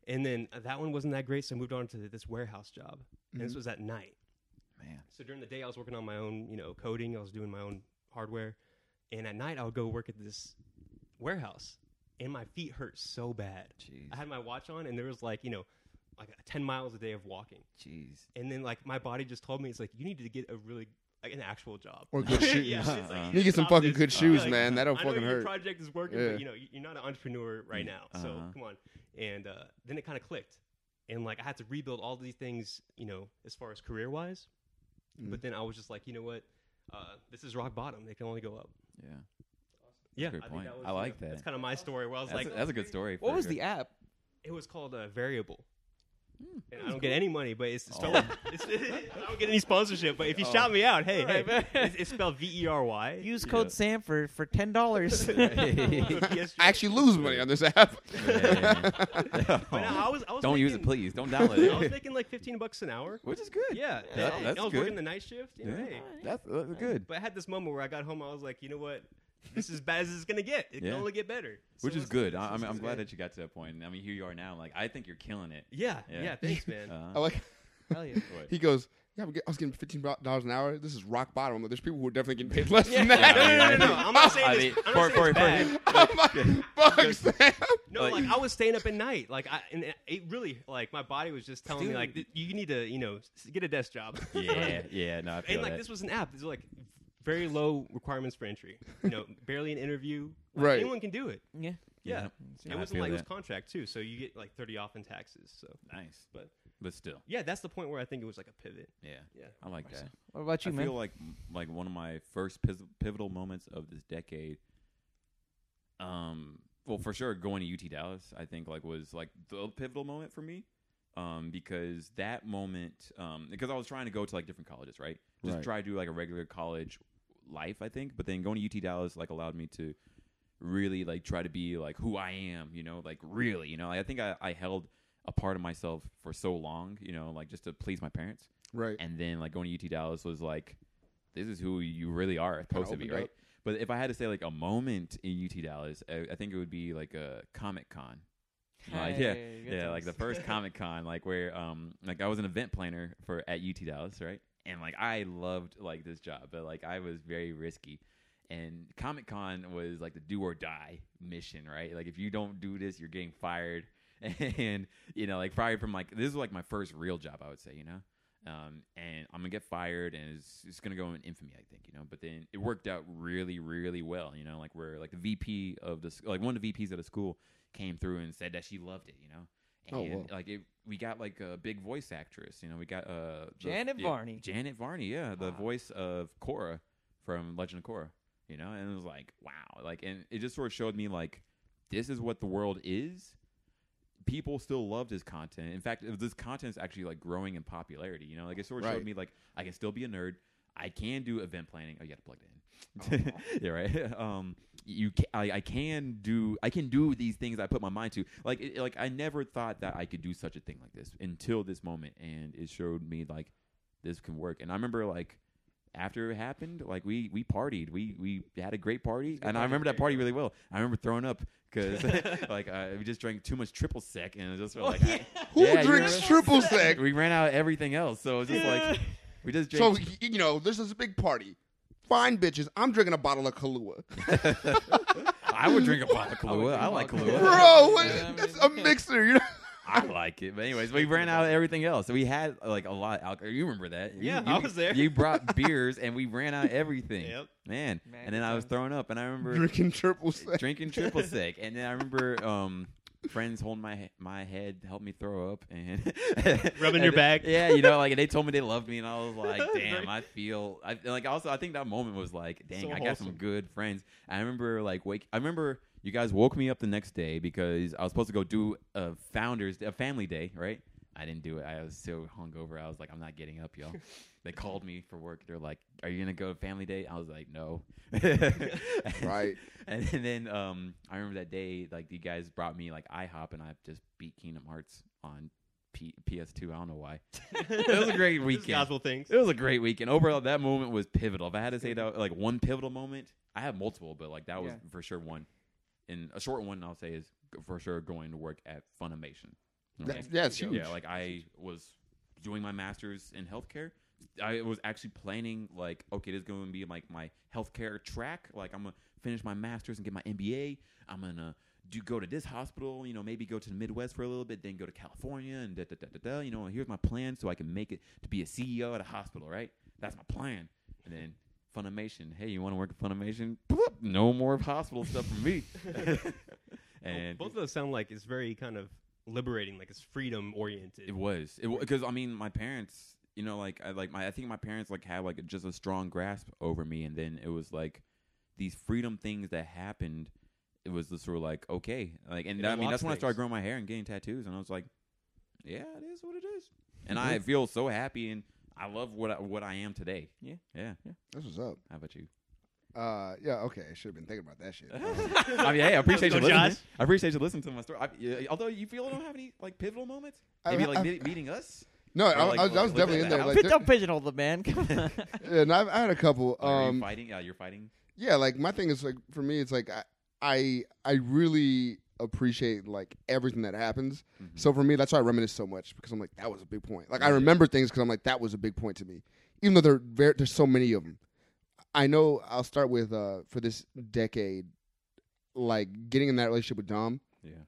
S5: And then uh, that one wasn't that great, so I moved on to this warehouse job. And this was at night.
S2: Man.
S5: So during the day, I was working on my own, you know, coding. I was doing my own hardware, and at night, I would go work at this warehouse, and my feet hurt so bad.
S2: Jeez.
S5: I had my watch on, and there was like, you know, like ten miles a day of walking,
S2: Jeez.
S5: and then like my body just told me, it's like you need to get a really like an actual job.
S1: Or good shoes.
S5: yeah, it's like,
S2: Uh-uh.
S1: You
S5: you
S1: need to get some
S5: stop
S1: fucking
S5: this.
S1: good shoes,
S5: Like,
S1: man. That'll
S5: I know
S1: fucking
S5: your
S1: hurt.
S5: project is working,
S1: Yeah.
S5: but you know you're not an entrepreneur right
S2: Yeah.
S5: now. So
S2: Uh-huh.
S5: come on. And uh, then it kind of clicked, and like I had to rebuild all these things, you know, as far as career wise.
S1: Mm-hmm.
S5: But then I was just like, you know what, uh, this is rock bottom. They can only go up.
S2: Yeah.
S5: yeah,
S2: a great
S5: I think
S2: point.
S5: was,
S2: I
S5: you know,
S2: like that.
S5: That's kind of my story where I was
S2: That's,
S5: like, "Oh,
S2: a, that's a good story.
S3: What
S2: for
S3: was
S2: sure.
S3: the app?
S5: it was called a variable.
S1: Hmm.
S5: And I don't get any money, but it's
S2: Oh.
S5: spelled. It's, I don't get any sponsorship, but if you
S1: Oh.
S5: shout me out, hey, hey,
S3: Right, man.
S5: it's, it's spelled V E R Y.
S3: Use code Sanford for ten dollars.
S1: I actually lose money on this app.
S2: Yeah.
S5: But no, I was, I was
S2: Oh. Don't use it,
S5: making-
S2: please. Don't download it.
S5: I was making like 15 bucks an hour.
S2: Which is good.
S5: Yeah,
S2: That-
S5: and
S2: that's
S5: I was
S2: good.
S5: working the night shift. You know, hey.
S2: That's, that's good.
S5: But I had this moment where I got home. I was like, you know what? This is as bad as it's gonna get. It
S2: Yeah.
S5: can only get better. So
S2: Which is
S5: let's-
S2: good.
S5: let's
S2: I, I'm,
S5: just-
S2: I'm glad that you got to that point. I mean, here you are now. Like, I think you're killing it.
S5: Yeah,
S2: Yeah.
S5: yeah. thanks, man.
S1: I
S2: Uh,
S1: like.
S3: Hell yeah.
S2: what?
S1: He goes. Yeah, we get, I was getting fifteen dollars an hour. This is rock bottom. There's people who are definitely getting paid less than
S5: no,
S1: that.
S5: no, no, no, no. I'm not saying
S2: I
S5: this.
S2: mean,
S5: I'm
S2: for-
S5: not saying
S2: for-
S5: it's bad.
S1: I'm like, fuck, Sam.
S5: No,
S2: Like-
S5: like, I was staying up at night. Like I, and it really, like my body was just telling me, like
S2: Dude.
S5: th- you need to, you know, s- get a desk job.
S2: yeah, yeah. No, I feel
S5: and like
S2: that.
S5: this was an app. This was like very low requirements for entry. You know, barely an interview. Like,
S1: Right.
S5: Anyone can do it.
S3: Yeah.
S5: Yeah.
S2: Yeah,
S5: it
S2: I
S5: was
S2: feel
S5: like it was
S2: that.
S5: contract too, so you get like thirty off in taxes. So
S2: nice,
S5: but-
S2: but still,
S5: yeah, that's the point where I think it was like a pivot.
S2: yeah,
S5: Yeah.
S2: I like that.
S3: What about you,
S2: I
S3: man?
S2: feel like like one of my first pis- pivotal moments of this decade. Um, well, for sure, going to UT Dallas, I think like was like the pivotal moment for me, um, because that moment, um, because I was trying to go to like different colleges, right? Just
S1: Right.
S2: try to do like a regular college life, I think. But then going to UT Dallas like allowed me to really like try to be like who I am, you know, like really, you know. I think I, I held a part of myself for so long, you know, like just to please my parents
S1: Right.
S2: and then like going to UT Dallas was like, this is who you really are supposed to be,
S1: opened
S2: E, right?
S1: up.
S2: But if I had to say like a moment in UT Dallas, I, I think it would be like a Comic Con. Like, yeah,
S3: Hey, good
S2: yeah, like the
S3: times.
S2: first Comic Con, like where um like I was an event planner for at UT Dallas, right? And like I loved like this job, but like I was very risky. And Comic Con was like the do or die mission, right? Like if you don't do this, you're getting fired. And you know, like fired from like this is like my first real job, I would say, you know. Um, and I'm gonna get fired, and it's, it's gonna go in infamy, I think, you know. But then it worked out really, really well, you know. Like where like the VP of the sc- like one of the VPs of the school came through and said that she loved it, you know.
S1: Oh,
S2: And
S1: wow.
S2: like it, we got like a big voice actress, you know. We got uh the-
S3: Janet
S2: yeah,
S3: Varney.
S2: Janet Varney, yeah, the
S3: Wow.
S2: voice of Cora from Legend of Korra, you know. And it was like wow, like and it just sort of showed me like this is what the world is. People still loved his content. In fact, this content is actually like growing in popularity. You know, like it sort of
S1: Right.
S2: showed me like I can still be a nerd. I can do event planning. Oh, you got to plug that in. yeah, right. Um, you, ca- I, I can do, I can do these things I put my mind to. Like, it, like I never thought that I could do such a thing like this until this moment, and it showed me like this can work. And I remember like after it happened, like we we partied, we we had a great party, and I remember that party really well. I remember throwing up because like uh, we just drank too much triple sec, and it just
S5: Oh,
S2: felt like I-
S1: Who
S2: Yeah, you
S1: drinks
S2: remember?
S1: triple sec?
S2: we ran out of everything else, so it's just like we just
S1: So
S2: drank.
S1: y- you know, this is a big party. Fine bitches. I'm drinking a bottle of Kahlua,
S2: I would drink a bottle of Kahlua. I,
S3: drink a
S2: like
S3: bottle of
S2: Kahlua.
S1: bro. what-
S3: Yeah, I mean-
S1: That's a mixer. You know.
S2: I like it. But anyways, we ran out of everything else. So we had like a lot of alcohol. You remember that? You-
S5: Yeah,
S2: you,
S5: I was there.
S2: You brought beers and we ran out of everything.
S5: Yep.
S2: Man.
S3: Man,
S2: And then
S3: good
S2: I was
S3: times.
S2: throwing up and I remember
S1: Drinking triple sec.
S2: drinking triple sec. And then I remember um friends holding my he- my head to help me throw up and
S5: Rubbing
S2: and
S5: your
S2: they-
S5: back.
S2: Yeah, you know, like and they told me they loved me and I was like, damn, I feel I like also I think that moment was like, dang,
S4: So
S2: I got some good friends. I remember like wake I remember you guys woke me up the next day because I was supposed to go do a founders a family day, right? I didn't do it. I was so hungover. I was like, I'm not getting up, y'all. they called me for work. They're like, Are you gonna go to family day? I was like, No.
S1: Right.
S2: And, and then um, I remember that day, like you guys brought me like IHOP, and I just beat Kingdom Hearts on P- PS2. I don't know why. it was a great
S5: Just
S2: weekend.
S5: gospel things.
S2: It was a great weekend. Overall, that moment was pivotal. If I had to say that, like one pivotal moment, I have multiple, but like that was
S3: Yeah.
S2: for sure one. And a short one I'll say is g- for sure going to work at Funimation. Okay?
S1: That's, yeah, it's huge.
S2: Yeah, like I was doing my master's in healthcare. I was actually planning like, okay, this is going to be like my healthcare track. Like I'm gonna finish my master's and get my MBA. I'm gonna do go to this hospital, you know, maybe go to the Midwest for a little bit, then go to California and da da da da da. You know, and here's my plan so I can make it to be a CEO at a hospital, right? That's my plan. And then Funimation, hey, you want to work at Funimation? Bloop, no more hospital stuff for me. and
S5: Both of those sound like it's very kind of liberating, like it's freedom oriented.
S2: It was it because I mean my parents, you know, like I like my I think my parents like had like just a strong grasp over me, and then it was like these freedom things that happened. It was just sort of like okay, like and
S5: It
S2: I mean
S5: unlocks
S2: that's when I started
S5: things.
S2: growing my hair and getting tattoos, and I was like, yeah, it is what it is, and I feel so happy and I love what I, what I am today. Yeah, yeah, yeah.
S1: That's what's up.
S2: How about you?
S1: Uh, yeah, okay. I should have been thinking about that shit.
S2: I mean, hey, I appreciate you
S5: Let's go,
S2: listening.
S5: Josh.
S2: I appreciate you listening to my story. I, yeah, although you feel I don't have any like pivotal moments,
S1: I-
S2: maybe like
S1: I-
S2: me- meeting us.
S1: No, I,
S2: like,
S1: I was, I was
S2: look at
S1: definitely in
S2: that.
S1: there. Like,
S3: Don't pigeonhole the man. Come on.
S1: there- and I've, I had a couple.
S2: Like, are you
S1: Um,
S2: fighting? Yeah, you're fighting.
S1: yeah, like my thing is like for me, it's like I, I, I really appreciate like everything that happens.
S2: Mhm.
S1: So for me, that's why I reminisce so much because I'm like that was a big point. Like I remember things because I'm like that was a big point to me, even though there ver- there's so many of them. I know I'll start with uh for this decade, like getting in that relationship with Dom.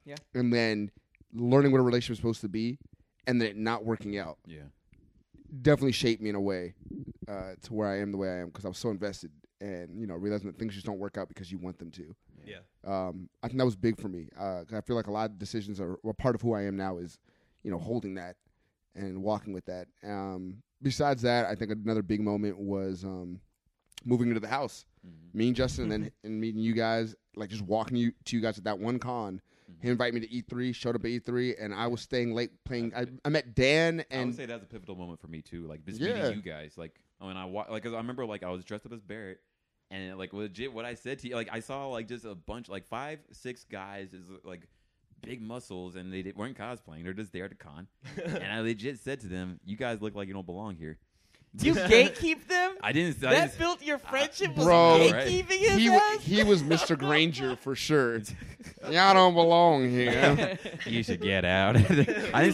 S2: Yeah,
S1: and then learning what a relationship is supposed to be and then it not working out
S2: yeah.
S1: definitely shaped me in a way uh, to where I am the way I am because I was so invested and you know realizing that things just don't work out because you want them to.
S5: Yeah.
S1: Um, I think that was big for me. Uh, 'cause I feel like a lot of decisions are well, part of who I am now is you know holding that and walking with that. Um, besides that, I think another big moment was um, moving into the house
S2: Mhm.
S1: me and Justin and then and meeting you guys, like just walking you to you guys at that one con.
S2: Mhm.
S1: He invited me to E three, showed up at E three, and I was staying late playing. I, I met Dan
S2: I would
S1: and
S2: say that's a pivotal moment for me too. Like this
S1: Yeah.
S2: meeting you guys. Like when I wa- like 'cause I remember like I was dressed up as Barrett, and like legit what I said to you. Like I saw like just a bunch like five six guys is like big muscles, and they did, weren't cosplaying. They're just there to con. and I legit said to them, "You guys look like you don't belong here."
S3: you gatekeep them.
S2: I dn't. I
S3: that
S2: didn't-
S3: built your friendship. was
S1: Bro,
S3: gatekeeping his
S1: he wa-
S3: ass.
S1: he was Mr. Granger for sure. Y'all don't belong here.
S2: you should get out. I didn't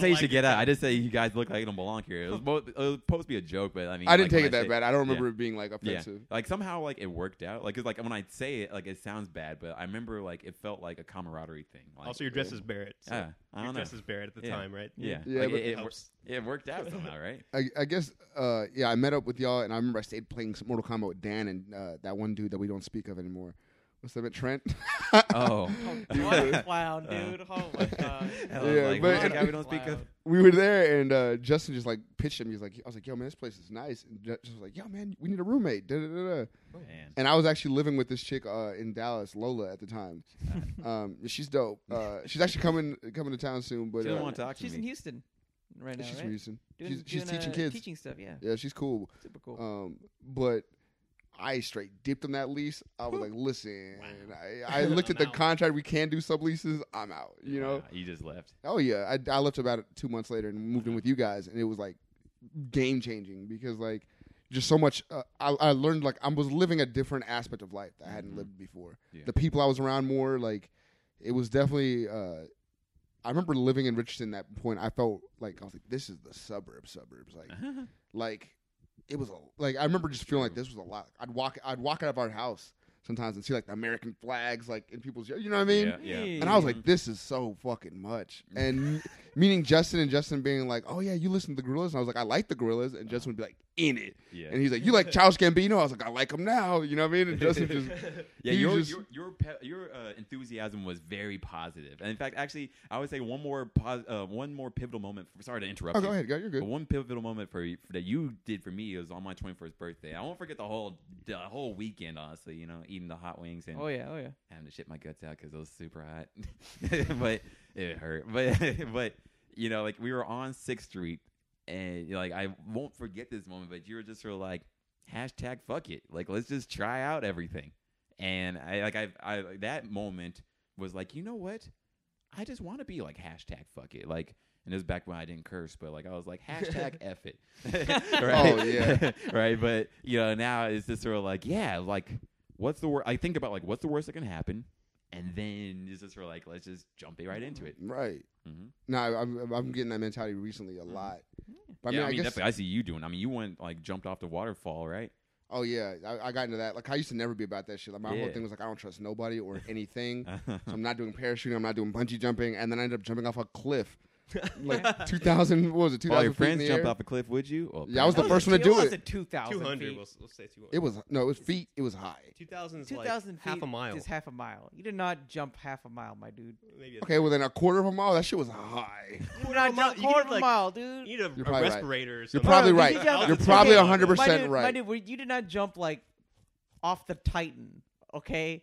S2: say you should
S5: Like-
S2: get out. I just say you guys look like you don't belong here. It was, mo- it was supposed to be a joke, but I mean,
S1: I didn't
S2: like,
S1: take
S2: when
S1: it that
S2: say-
S1: bad. I don't remember
S2: Yeah.
S1: it being like
S2: Yeah,
S1: offensive.
S2: like somehow like it worked out. Like it's like when I say it, like it sounds bad, but I remember like it felt like a camaraderie thing. Like,
S5: Also, your dress is Barrett. So
S2: yeah, I
S5: your
S2: don't know.
S5: dress is Barrett at the
S2: Yeah.
S5: time, right?
S2: yeah,
S1: Yeah,
S2: Like,
S1: but-
S2: it, it, wor-
S5: Helps.
S2: it worked out somehow, right?
S1: I, I guess, uh, yeah, I met up with y'all, and I remember I stayed playing some Mortal Kombat with Dan and uh, that one dude that we don't speak of anymore. What's that? Trent.
S2: Oh,
S3: what a clown, dude! Oh my god.
S2: I was
S1: Yeah,
S2: like,
S1: but-
S2: who's the guy we don't speak of.
S3: Clown.
S1: we were there, and uh, Justin just like pitched him. He was like, I was like, yo, man, this place is nice. And Ju- Justin was like, yo, man, we need a roommate. Da, da, da, da.
S2: Oh, Man.
S1: And I was actually living with this chick uh, in Dallas, Lola, at the time. um, she's dope. Uh, she's actually coming coming to town soon, but
S2: She don't
S1: uh,
S2: want to talk to
S3: She's in
S2: me.
S3: Houston right now,
S1: she's from
S3: right?
S1: Houston.
S3: Doing-
S1: she's she's
S3: doing,
S1: teaching
S3: uh,
S1: kids.
S3: Teaching stuff, yeah.
S1: Yeah, she's cool.
S3: Super cool.
S1: Um, but I straight dipped on that lease. I was like, listen, I, I looked at
S5: I'm
S1: the
S5: out.
S1: contract. We can do subleases. I'm out. You know.
S2: Nah, you just left.
S1: Oh yeah, I, I left about two months later and moved in with you guys, and it was like game changing because like just so much. Uh, I, I learned like I was living a different aspect of life that I hadn't
S5: Mm-hmm.
S2: Mhm.
S1: lived before.
S2: Yeah.
S1: The people I was around more like it was definitely. Uh, I remember living in Richardson. At that point, I felt like I was like, "This is the suburb suburbs." Like, like it was a, like I remember just feeling like
S2: True.
S1: this was a lot. I'd walk, I'd walk out of our house sometimes and see like the American flags like in people's. You know what I mean?
S2: yeah, yeah.
S1: And I was like, this is so fucking much. And meaning Justin and Justin being like, oh yeah, you listen to the Gorillas. And I was like, I like the Gorillas. And Justin would be like, in it.
S2: yeah.
S1: And he's like, you like Charles Gambino? I was like, I like him now. You know what I mean? And Justin just,
S2: Yeah,
S1: He
S2: your,
S1: just-
S2: your your pe- your uh, enthusiasm was very positive, and in fact, actually, I would say one more pos- uh, one more pivotal moment. For, sorry to interrupt.
S1: oh, go
S2: you,
S1: ahead. Go, you're
S2: But
S1: good.
S2: one pivotal moment for, you- that you did for me was on my twenty first birthday. I won't forget the whole the whole weekend. Honestly, you know, eating the hot wings and
S3: oh yeah, oh yeah.
S2: having to shit my guts out because it was super hot, but it hurt. But but you know, like we were on Sixth Street, and like I won't forget this moment. But you were just sort of like hashtag fuck it, like let's just try out everything. And I like I, I like, that moment was like, you know what? I just want to be like hashtag fuck it, like. And it was back when I didn't curse, but like I was like hashtag f it, right?
S1: Oh, yeah.
S2: right. But you know now it's just sort of like yeah, like what's the worst? I think about like what's the worst that can happen, and then it's just sort of like let's just jump it right into it.
S1: Right.
S2: Mm-hmm.
S1: No, I- I'm, I'm getting that mentality recently a lot. But I mean,
S2: yeah,
S1: I,
S2: I mean,
S1: guess.
S2: definitely. I see you doing. I mean, you went like jumped off the waterfall, right?
S1: Oh yeah, I, I got into that. Like I used to never be about that shit. Like my whole
S2: Yeah.
S1: thing was like I don't trust nobody or anything. So I'm not doing parachuting. I'm not doing bungee jumping. And then I ended up jumping off a cliff, like 2,000. What was it? 2,000
S2: All your
S1: feet in
S2: friends
S1: the
S2: jumped
S1: air.
S2: off a cliff, would you? Oh, Well,
S1: Yeah, I was the
S2: apparently-
S1: first one to
S3: It
S1: do
S3: was
S1: it.
S3: a 2,000
S5: Two hundred.
S3: feet.
S5: We'll, let's say two hundred.
S1: It was no, it was feet. It was high.
S5: two thousand is like
S3: 2,000 feet
S5: half a mile.
S3: is half a mile. You did not jump half a mile, my dude.
S5: Maybe
S1: Okay, well then a quarter of a mile. That shit was high.
S5: a
S3: You did
S5: quarter
S3: not
S5: of a mile.
S3: jump
S5: You
S3: quarter
S5: need,
S3: of a
S5: like-
S3: mile, dude.
S5: You need a,
S1: You're
S5: a
S1: probably right.
S5: respirator. Or
S1: You're
S5: something.
S1: probably
S3: did
S1: right.
S3: you jump-
S1: You're
S5: Okay.
S1: probably
S5: My
S1: 100
S3: my
S1: percent
S3: dude, My
S1: right.
S3: dude, we- you did not jump like off the Titan, okay?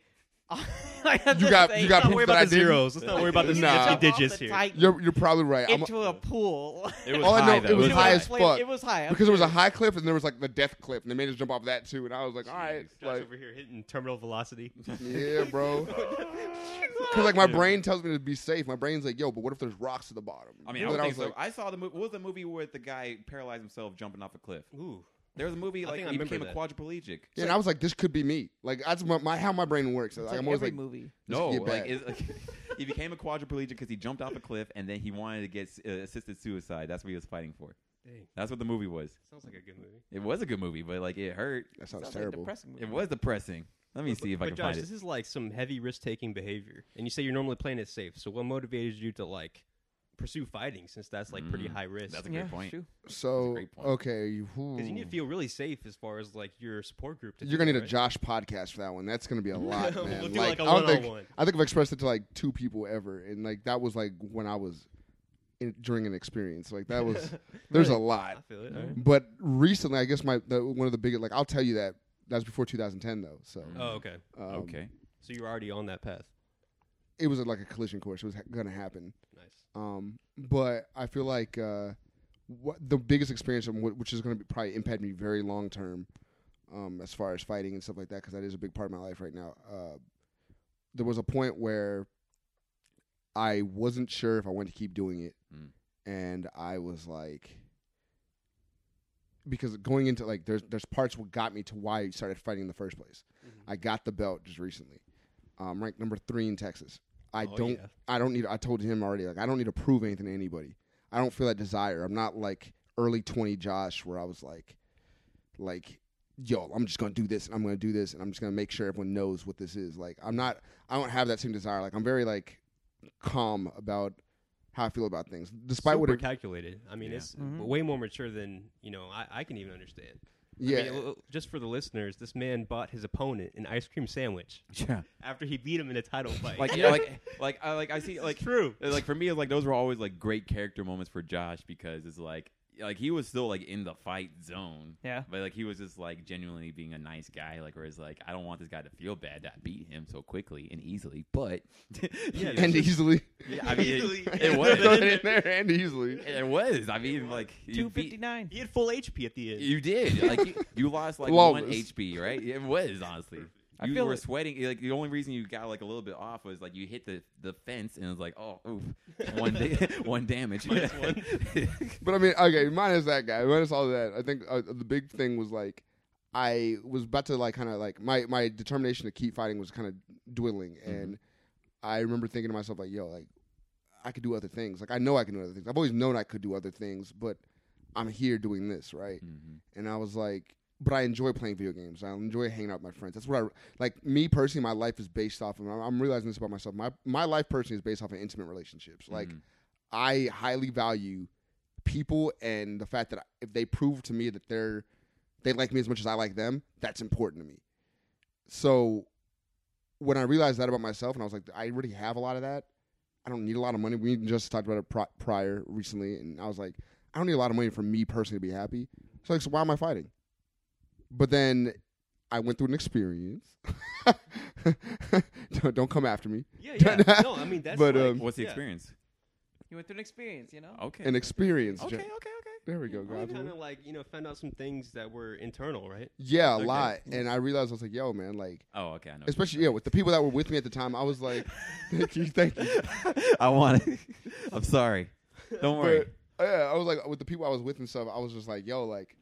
S3: Like, I'm
S1: You
S3: just
S1: got-
S3: saying,
S1: you got
S5: Let's not
S1: proof
S5: worry
S1: that I
S5: about the
S1: didn't.
S5: zeros. Let's not worry about the
S1: You Nah.
S3: didn't
S5: nasty
S3: jump off
S5: digits
S3: the
S5: here.
S3: Titan
S1: You're you're probably right. I'm-
S3: into a pool.
S2: It was
S1: all Oh, I
S2: high,
S1: know,
S2: though.
S1: it was
S2: It was
S1: high
S2: high.
S1: as fuck
S3: It was high.
S1: because it was a high cliff and there was like the death cliff and they made us jump off that too. And I was like, all right,
S5: Josh
S1: like
S5: over here hitting terminal velocity.
S1: yeah, bro. Because like my brain tells me to be safe. My brain's like, yo, but what if there's rocks at the bottom?
S2: I mean, I
S1: And
S2: would
S1: then
S2: think so.
S1: like,
S2: I saw the movie. What was the movie where the guy paralyzed himself jumping off a cliff?
S5: Ooh.
S2: There was a movie
S5: I
S2: like
S5: think I
S2: he
S5: remember
S2: became a
S5: that.
S2: quadriplegic.
S1: Yeah, and I was like, this could be me. Like that's my, my how my brain works.
S3: It's
S1: Like,
S3: like
S1: I'm always
S3: every
S1: like,
S3: movie.
S1: This
S2: No,
S1: could get
S2: like,
S1: bad.
S2: it's, like he became a quadriplegic because he jumped off a cliff and then he wanted to get uh, assisted suicide. That's what he was fighting for.
S5: Dang.
S2: That's what the movie was.
S5: Sounds like a good movie.
S2: It was a good movie, but like it hurt.
S1: that sounds,
S3: Sounds like a
S1: terrible.
S3: depressing movie.
S2: It was depressing. Let me see if
S5: but
S2: I can
S5: Josh,
S2: find it.
S5: this is like some heavy risk-taking behavior, and you say you're normally playing it safe. So what motivated you to like pursue fighting since that's like pretty
S2: Mm,
S5: high risk?
S2: that's a
S5: Because
S2: good
S3: yeah,
S2: point.
S3: true.
S1: so
S2: great point.
S1: okay, you,
S5: you need to
S1: ooh.
S5: feel really safe as far as like your support group. To
S1: Hmm. You're gonna
S5: do
S1: need
S5: it,
S1: a
S5: right?
S1: Josh podcast for that one. That's gonna be a lot,
S5: We'll
S1: man.
S5: do, like, a
S1: I don't think
S5: one-on-one.
S1: I think I've expressed it to like two people ever, and like that was like when I was in, during an experience. Like that was there's a
S5: I
S1: lot.
S5: feel it.
S1: But recently, I guess my the, one of the biggest like I'll tell you that that was before 2010 though. So
S5: Oh, okay.
S1: um,
S2: Okay.
S5: So you're already on that path.
S1: it was like a collision course. It was ha- gonna happen.
S5: Nice.
S1: Um, but I feel like uh, what the biggest experience, and wh- which is going to probably impact me very long term, um, as far as fighting and stuff like that, because that is a big part of my life right now. Uh, there was a point where I wasn't sure if I wanted to keep doing it,
S2: Mm.
S1: and I was like, because going into like there's there's parts what got me to why I started fighting in the first place.
S5: Mm-hmm.
S1: I got the belt just recently, um, ranked number three in Texas. I
S5: Oh,
S1: don't
S5: yeah.
S1: I don't need. I told him already. Like I don't need to prove anything to anybody. I don't feel that desire. I'm not like early twenty Josh where I was like, like, yo, I'm just gonna do this and I'm gonna do this and I'm just gonna make sure everyone knows what this is. Like I'm not. I don't have that same desire. Like I'm very like calm about how I feel about things, despite what.
S5: Super
S1: It,
S5: calculated. I mean,
S2: Yeah.
S5: it's
S3: Mhm.
S5: way more mature than you know. I, I can even understand. I
S1: yeah,
S5: mean, l- just for the listeners, this man bought his opponent an ice cream sandwich
S2: Yeah.
S5: after he beat him in a title fight.
S2: Like yeah, like like I like I see like
S5: true.
S2: Uh, like for me, it's like those were always like great character moments for Josh because it's like like he was still like in the fight zone.
S3: Yeah.
S2: But like he was just like genuinely being a nice guy, like where it's like I don't want this guy to feel bad that I beat him so quickly and easily, but yeah,
S1: and easily.
S2: I mean
S5: Easily.
S2: it, it
S1: Throw
S2: was
S1: it in there and easily.
S2: it was. I mean like you
S3: Two
S2: beat
S3: fifty nine.
S5: he had full HP at the end.
S2: you did like you, you lost like one
S1: Flawless.
S2: HP, right? It was honestly.
S3: I
S2: you
S3: feel
S2: were
S3: it.
S2: sweating. Like the only reason you got like a little bit off was like you hit the, the fence and it was like oh oof, one da- one damage. Mm-hmm.
S5: Minus one.
S1: But I mean, okay, minus that guy, minus all that. I think uh, the big thing was like, I was about to like kind of like my my determination to keep fighting was kind of dwindling, and I remember thinking to myself like, yo, like I could do other things. Like I know I can do other things. I've always known I could do other things, but I'm here doing this right.
S2: Mhm.
S1: And I was like, but I enjoy playing video games. I enjoy hanging out with my friends. That's what I like. Me personally, my life is based off of. I'm- I'm realizing this about myself. My my life personally is based off of intimate relationships. Like
S2: Mhm.
S1: I highly value people and the fact that if they prove to me that they're they like me as much as I like them, that's important to me. So when I realized that about myself, and I was like, I already have a lot of that. I don't need a lot of money. We just talked about it pri- prior recently, and I was like, I don't need a lot of money for me personally to be happy. So like, so why am I fighting? But then I went through an experience. don't, don't come after me.
S5: Yeah, yeah. No, I mean that's
S1: But,
S5: like,
S1: um,
S2: What's the
S5: yeah.
S2: experience?
S3: You went through an experience, you know.
S2: Okay.
S1: An experience.
S2: okay. Okay.
S1: Jack.
S2: Okay.
S1: There we go,
S5: I
S1: guys.
S5: kind of like you know found out some things that were internal, right?
S1: Yeah, a
S5: Okay.
S1: lot. And I realized I was like, yo, man, like,
S2: Oh, okay. I know.
S1: especially yeah, with the people that were with me at the time, I was like, thank you, thank you.
S2: I want it. I'm sorry. Don't worry.
S1: But yeah, I was like with the people I was with and stuff. I was just like, yo, like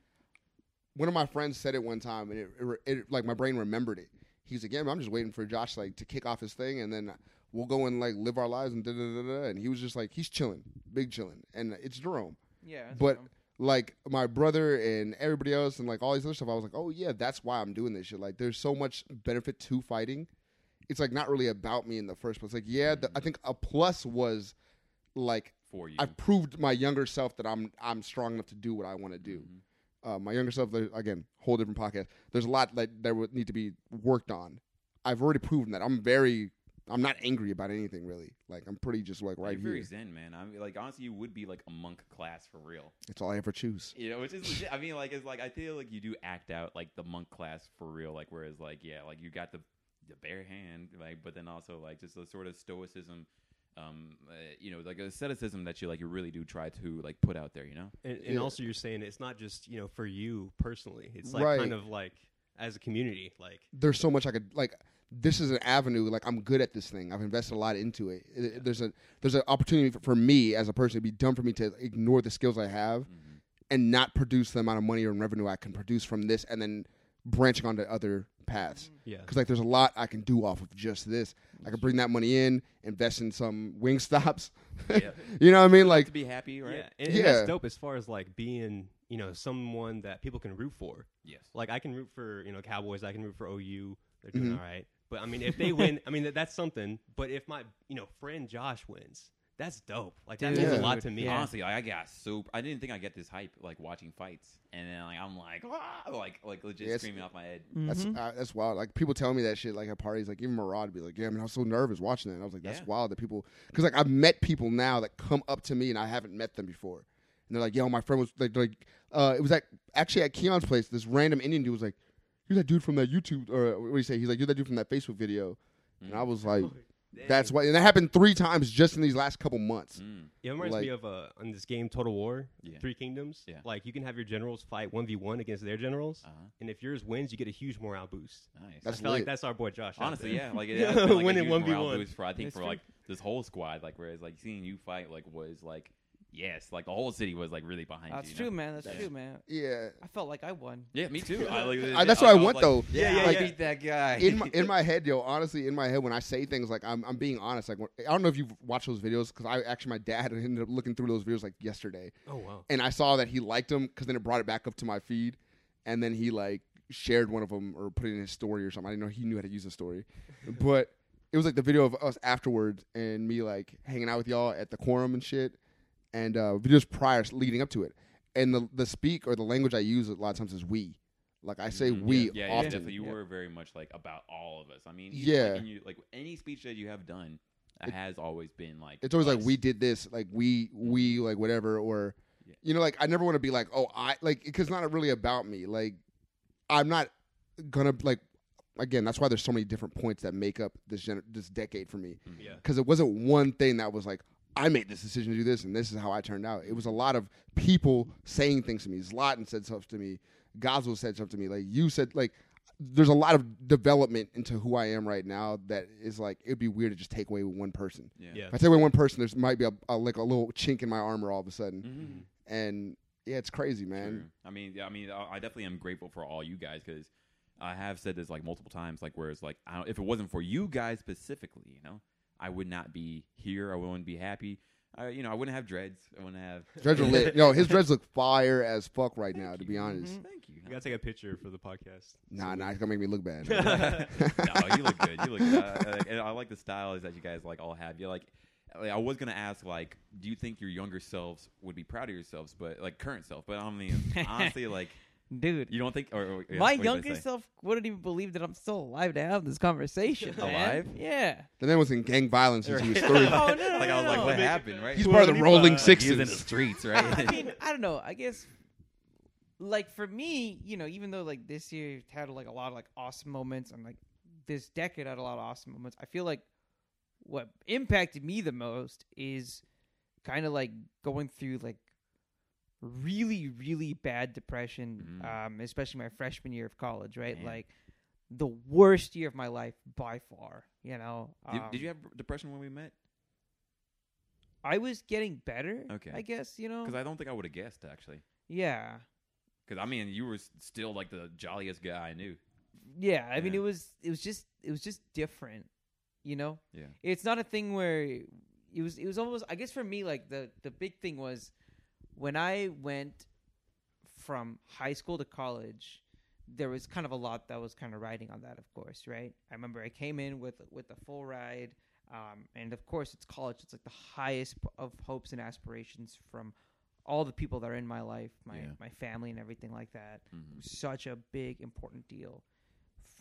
S1: one of my friends said it one time, and it, it, re- it like my brain remembered it. He's like, yeah, man, I'm just waiting for Josh like to kick off his thing, and then we'll go and like live our lives and da da da da. And he was just like, he's chilling, big chilling, and it's Jerome.
S3: Yeah. that's
S1: But
S3: what I'm-
S1: like my brother and everybody else and like all these other stuff, I was like, oh yeah, that's why I'm doing this shit. Like, there's so much benefit to fighting. It's like not really about me in the first place. Like, yeah, the, I think a plus was like
S2: For you.
S1: I've proved my younger self that I'm I'm strong enough to do what I want to do. Uh, my younger self, there- again, whole different podcast. There's a lot that that would need to be worked on. I've already proven that. I'm very, I'm not angry about anything really. Like I'm pretty just like right
S2: You're
S1: here.
S2: very zen, man. I mean, like honestly, you would be like a monk class for real.
S1: It's all I ever choose.
S2: You know, which is legit. I mean, like it's like I feel like you do act out like the monk class for real. Like whereas like yeah, like you got the the bare hand, like but then also like just the sort of stoicism, um, uh, you know, like asceticism that you like you really do try to like put out there. You know,
S5: And, and
S1: Yeah.
S5: also, you're saying it's not just you know for you personally. It's like
S1: Right.
S5: kind of like as a community, like
S1: There's so much I could like. This is an avenue. Like I'm good at this thing. I've invested a lot into it. It- it- There's a there's an opportunity for, for me as a person. It'd be dumb for me to ignore the skills I have and not produce the amount of money or revenue I can produce from this, and then branching onto other paths.
S5: yeah,
S1: because like there's a lot I can do off of just this. I could bring that money in, invest in some wing stops. you know what I mean? Like
S2: to be happy, right?
S5: yeah. And, and
S1: Yeah.
S5: that's dope as far as like being you know someone that people can root for.
S2: Yes.
S5: Like I can root for you know Cowboys. I can root for OU. They're
S1: Mm-hmm.
S5: doing all right. But I mean, if they win, I mean that, that's something. But if my you know friend Josh wins, that's dope. Like that means
S1: Dude.
S5: a lot to me.
S3: Yeah.
S2: Honestly, like, I got super. I didn't think I get this hype like watching fights, and then like I'm like, ah, like like legit
S1: Yes.
S2: screaming off my head.
S1: that's uh, that's wild. Like people tell me that shit like at parties. Like even Marad be like, yeah, I mean I was so nervous watching that. And I was like, that's
S2: Yeah.
S1: wild that people because like I've met people now that come up to me and I haven't met them before, and they're like, yo, my friend was like, they're like uh, it was at actually at Keon's place. This random Indian dude was like, you're that dude from that YouTube or uh, what do you say? He's like, you're that dude from that Facebook video, and
S2: Mm.
S1: I was like. That's why, and that happened three times just in these last couple months.
S2: Mm.
S5: It reminds
S1: Like-
S5: me of uh, on this game Total War,
S2: Yeah.
S5: Three Kingdoms.
S2: Yeah.
S5: Like you can have your generals fight one v one against their generals,
S2: Uh-huh.
S5: and if yours wins, you get a huge morale boost.
S2: Nice.
S5: I
S1: That's
S5: felt like
S1: lit.
S5: that's our boy Josh. out
S2: Honestly,
S5: there.
S2: yeah, like it has been, like,
S5: Winning
S2: a huge
S5: 1v1.
S2: morale boost for I think
S3: That's
S2: for
S3: true.
S2: like this whole squad. Like whereas like seeing you fight like was like yes, like the whole city was like really behind
S3: That's
S2: you.
S3: true,
S2: you know?
S3: man. That's true, man.
S1: Yeah,
S3: I felt like I won.
S2: Yeah, me too. I, like,
S1: I- Uh, that's what I
S2: was
S1: want,
S2: like,
S1: though.
S2: Yeah,
S5: Yeah,
S2: I
S5: yeah.
S2: beat that guy.
S1: in my, in my head, yo, honestly, in my head, when I say things like I'm, I'm being honest. Like when- I don't know if you've watched those videos because I actually my dad ended up looking through those videos like yesterday,
S5: Oh wow.
S1: and I saw that he liked them because then it brought it back up to my feed, and then he like shared one of them or put it in his story or something. I didn't know he knew how to use a story, but it was like the video of us afterwards and me like hanging out with y'all at the quorum and shit, and uh, videos prior leading up to it, and the the speak or the language I use a lot of times is we. Like I say,
S2: Mhm.
S1: we
S2: yeah, yeah,
S1: often.
S2: definitely. You
S3: Yeah.
S2: were very much like about all of us. I mean, even,
S1: Yeah.
S2: like, in you, like any speech that you have done has always been like
S1: it's always like
S2: us.
S1: we did this like we we like whatever or
S2: Yeah.
S1: you know like i never want to be like oh i like because it's not really about me like i'm not gonna like again that's why there's so many different points that make up this gen- this decade for me
S2: Mm-hmm.
S5: Yeah.
S1: because it wasn't one thing that was like i made this decision to do this and this is how i turned out it was a lot of people saying things to me zlatan said stuff to me goswell said stuff to me like you said like there's a lot of development into who i am right now that is like it'd be weird to just take away one person
S5: Yeah.
S1: if I take away one person, there's might be a, a like a little chink in my armor all of a sudden,
S2: Mhm.
S1: and yeah, it's crazy,
S2: True.
S1: man.
S2: I mean, I mean, I I definitely am grateful for all you guys because I have said this like multiple times. Like, whereas like, I don't, if it wasn't for you guys specifically, you know, I would not be here. I wouldn't be happy. I, you know, I wouldn't have dreads. I wouldn't have.
S1: Dreads are lit. Yo, his dreads look fire as fuck right now. To be
S2: Mm-hmm.
S1: honest,
S2: Thank you.
S5: You gotta take a picture for the podcast.
S1: nah, nah, it's gonna make me look bad.
S2: no, you look good. You look good. I, I- and I like the style is that you guys like all have. You like, like, I was gonna ask like, do you think your younger selves would be proud of yourselves, but like current self? But I mean, honestly, like,
S3: Dude,
S2: you don't think or, or yeah,
S3: my
S2: what you gonna
S3: younger
S2: say?
S3: self wouldn't even believe that I'm still alive to have this conversation. man.
S2: Alive?
S3: Yeah.
S1: the man was in gang violence since he was three.
S3: Oh, no, no,
S2: like I was
S3: no,
S2: like,
S3: no.
S2: what happened, right?
S1: He's part of the Rolling
S2: He's in the
S1: Sixes.
S2: streets,
S3: I
S2: right?
S3: mean, I don't know. I guess, like for me, you know, even though like this year had like a lot of like awesome moments, and like this decade had a lot of awesome moments, I feel like what impacted me the most is kind of like going through like really really bad depression,
S2: Mm.
S3: um, especially my freshman year of college. Right,
S2: Man.
S3: like the worst year of my life by far. You know,
S2: Did,
S3: Um,
S2: did you have depression when we met?
S3: I was getting better.
S2: Okay.
S3: I guess you know.
S2: Because I don't think I would have guessed actually.
S3: yeah,
S2: Because I mean, you were s- still like the jolliest guy I knew.
S3: yeah. I mean,
S2: Yeah.
S3: it was it was just it was just different. You know,
S2: Yeah.
S3: it's not a thing where it was it was almost I guess for me like the the big thing was when I went from high school to college there was kind of a lot that was kind of riding on that of course right I remember I came in with with a full ride um, and of course it's college it's like the highest p- of hopes and aspirations from all the people that are in my life my
S2: Yeah.
S3: my family and everything like that
S2: Mhm.
S3: such a big important deal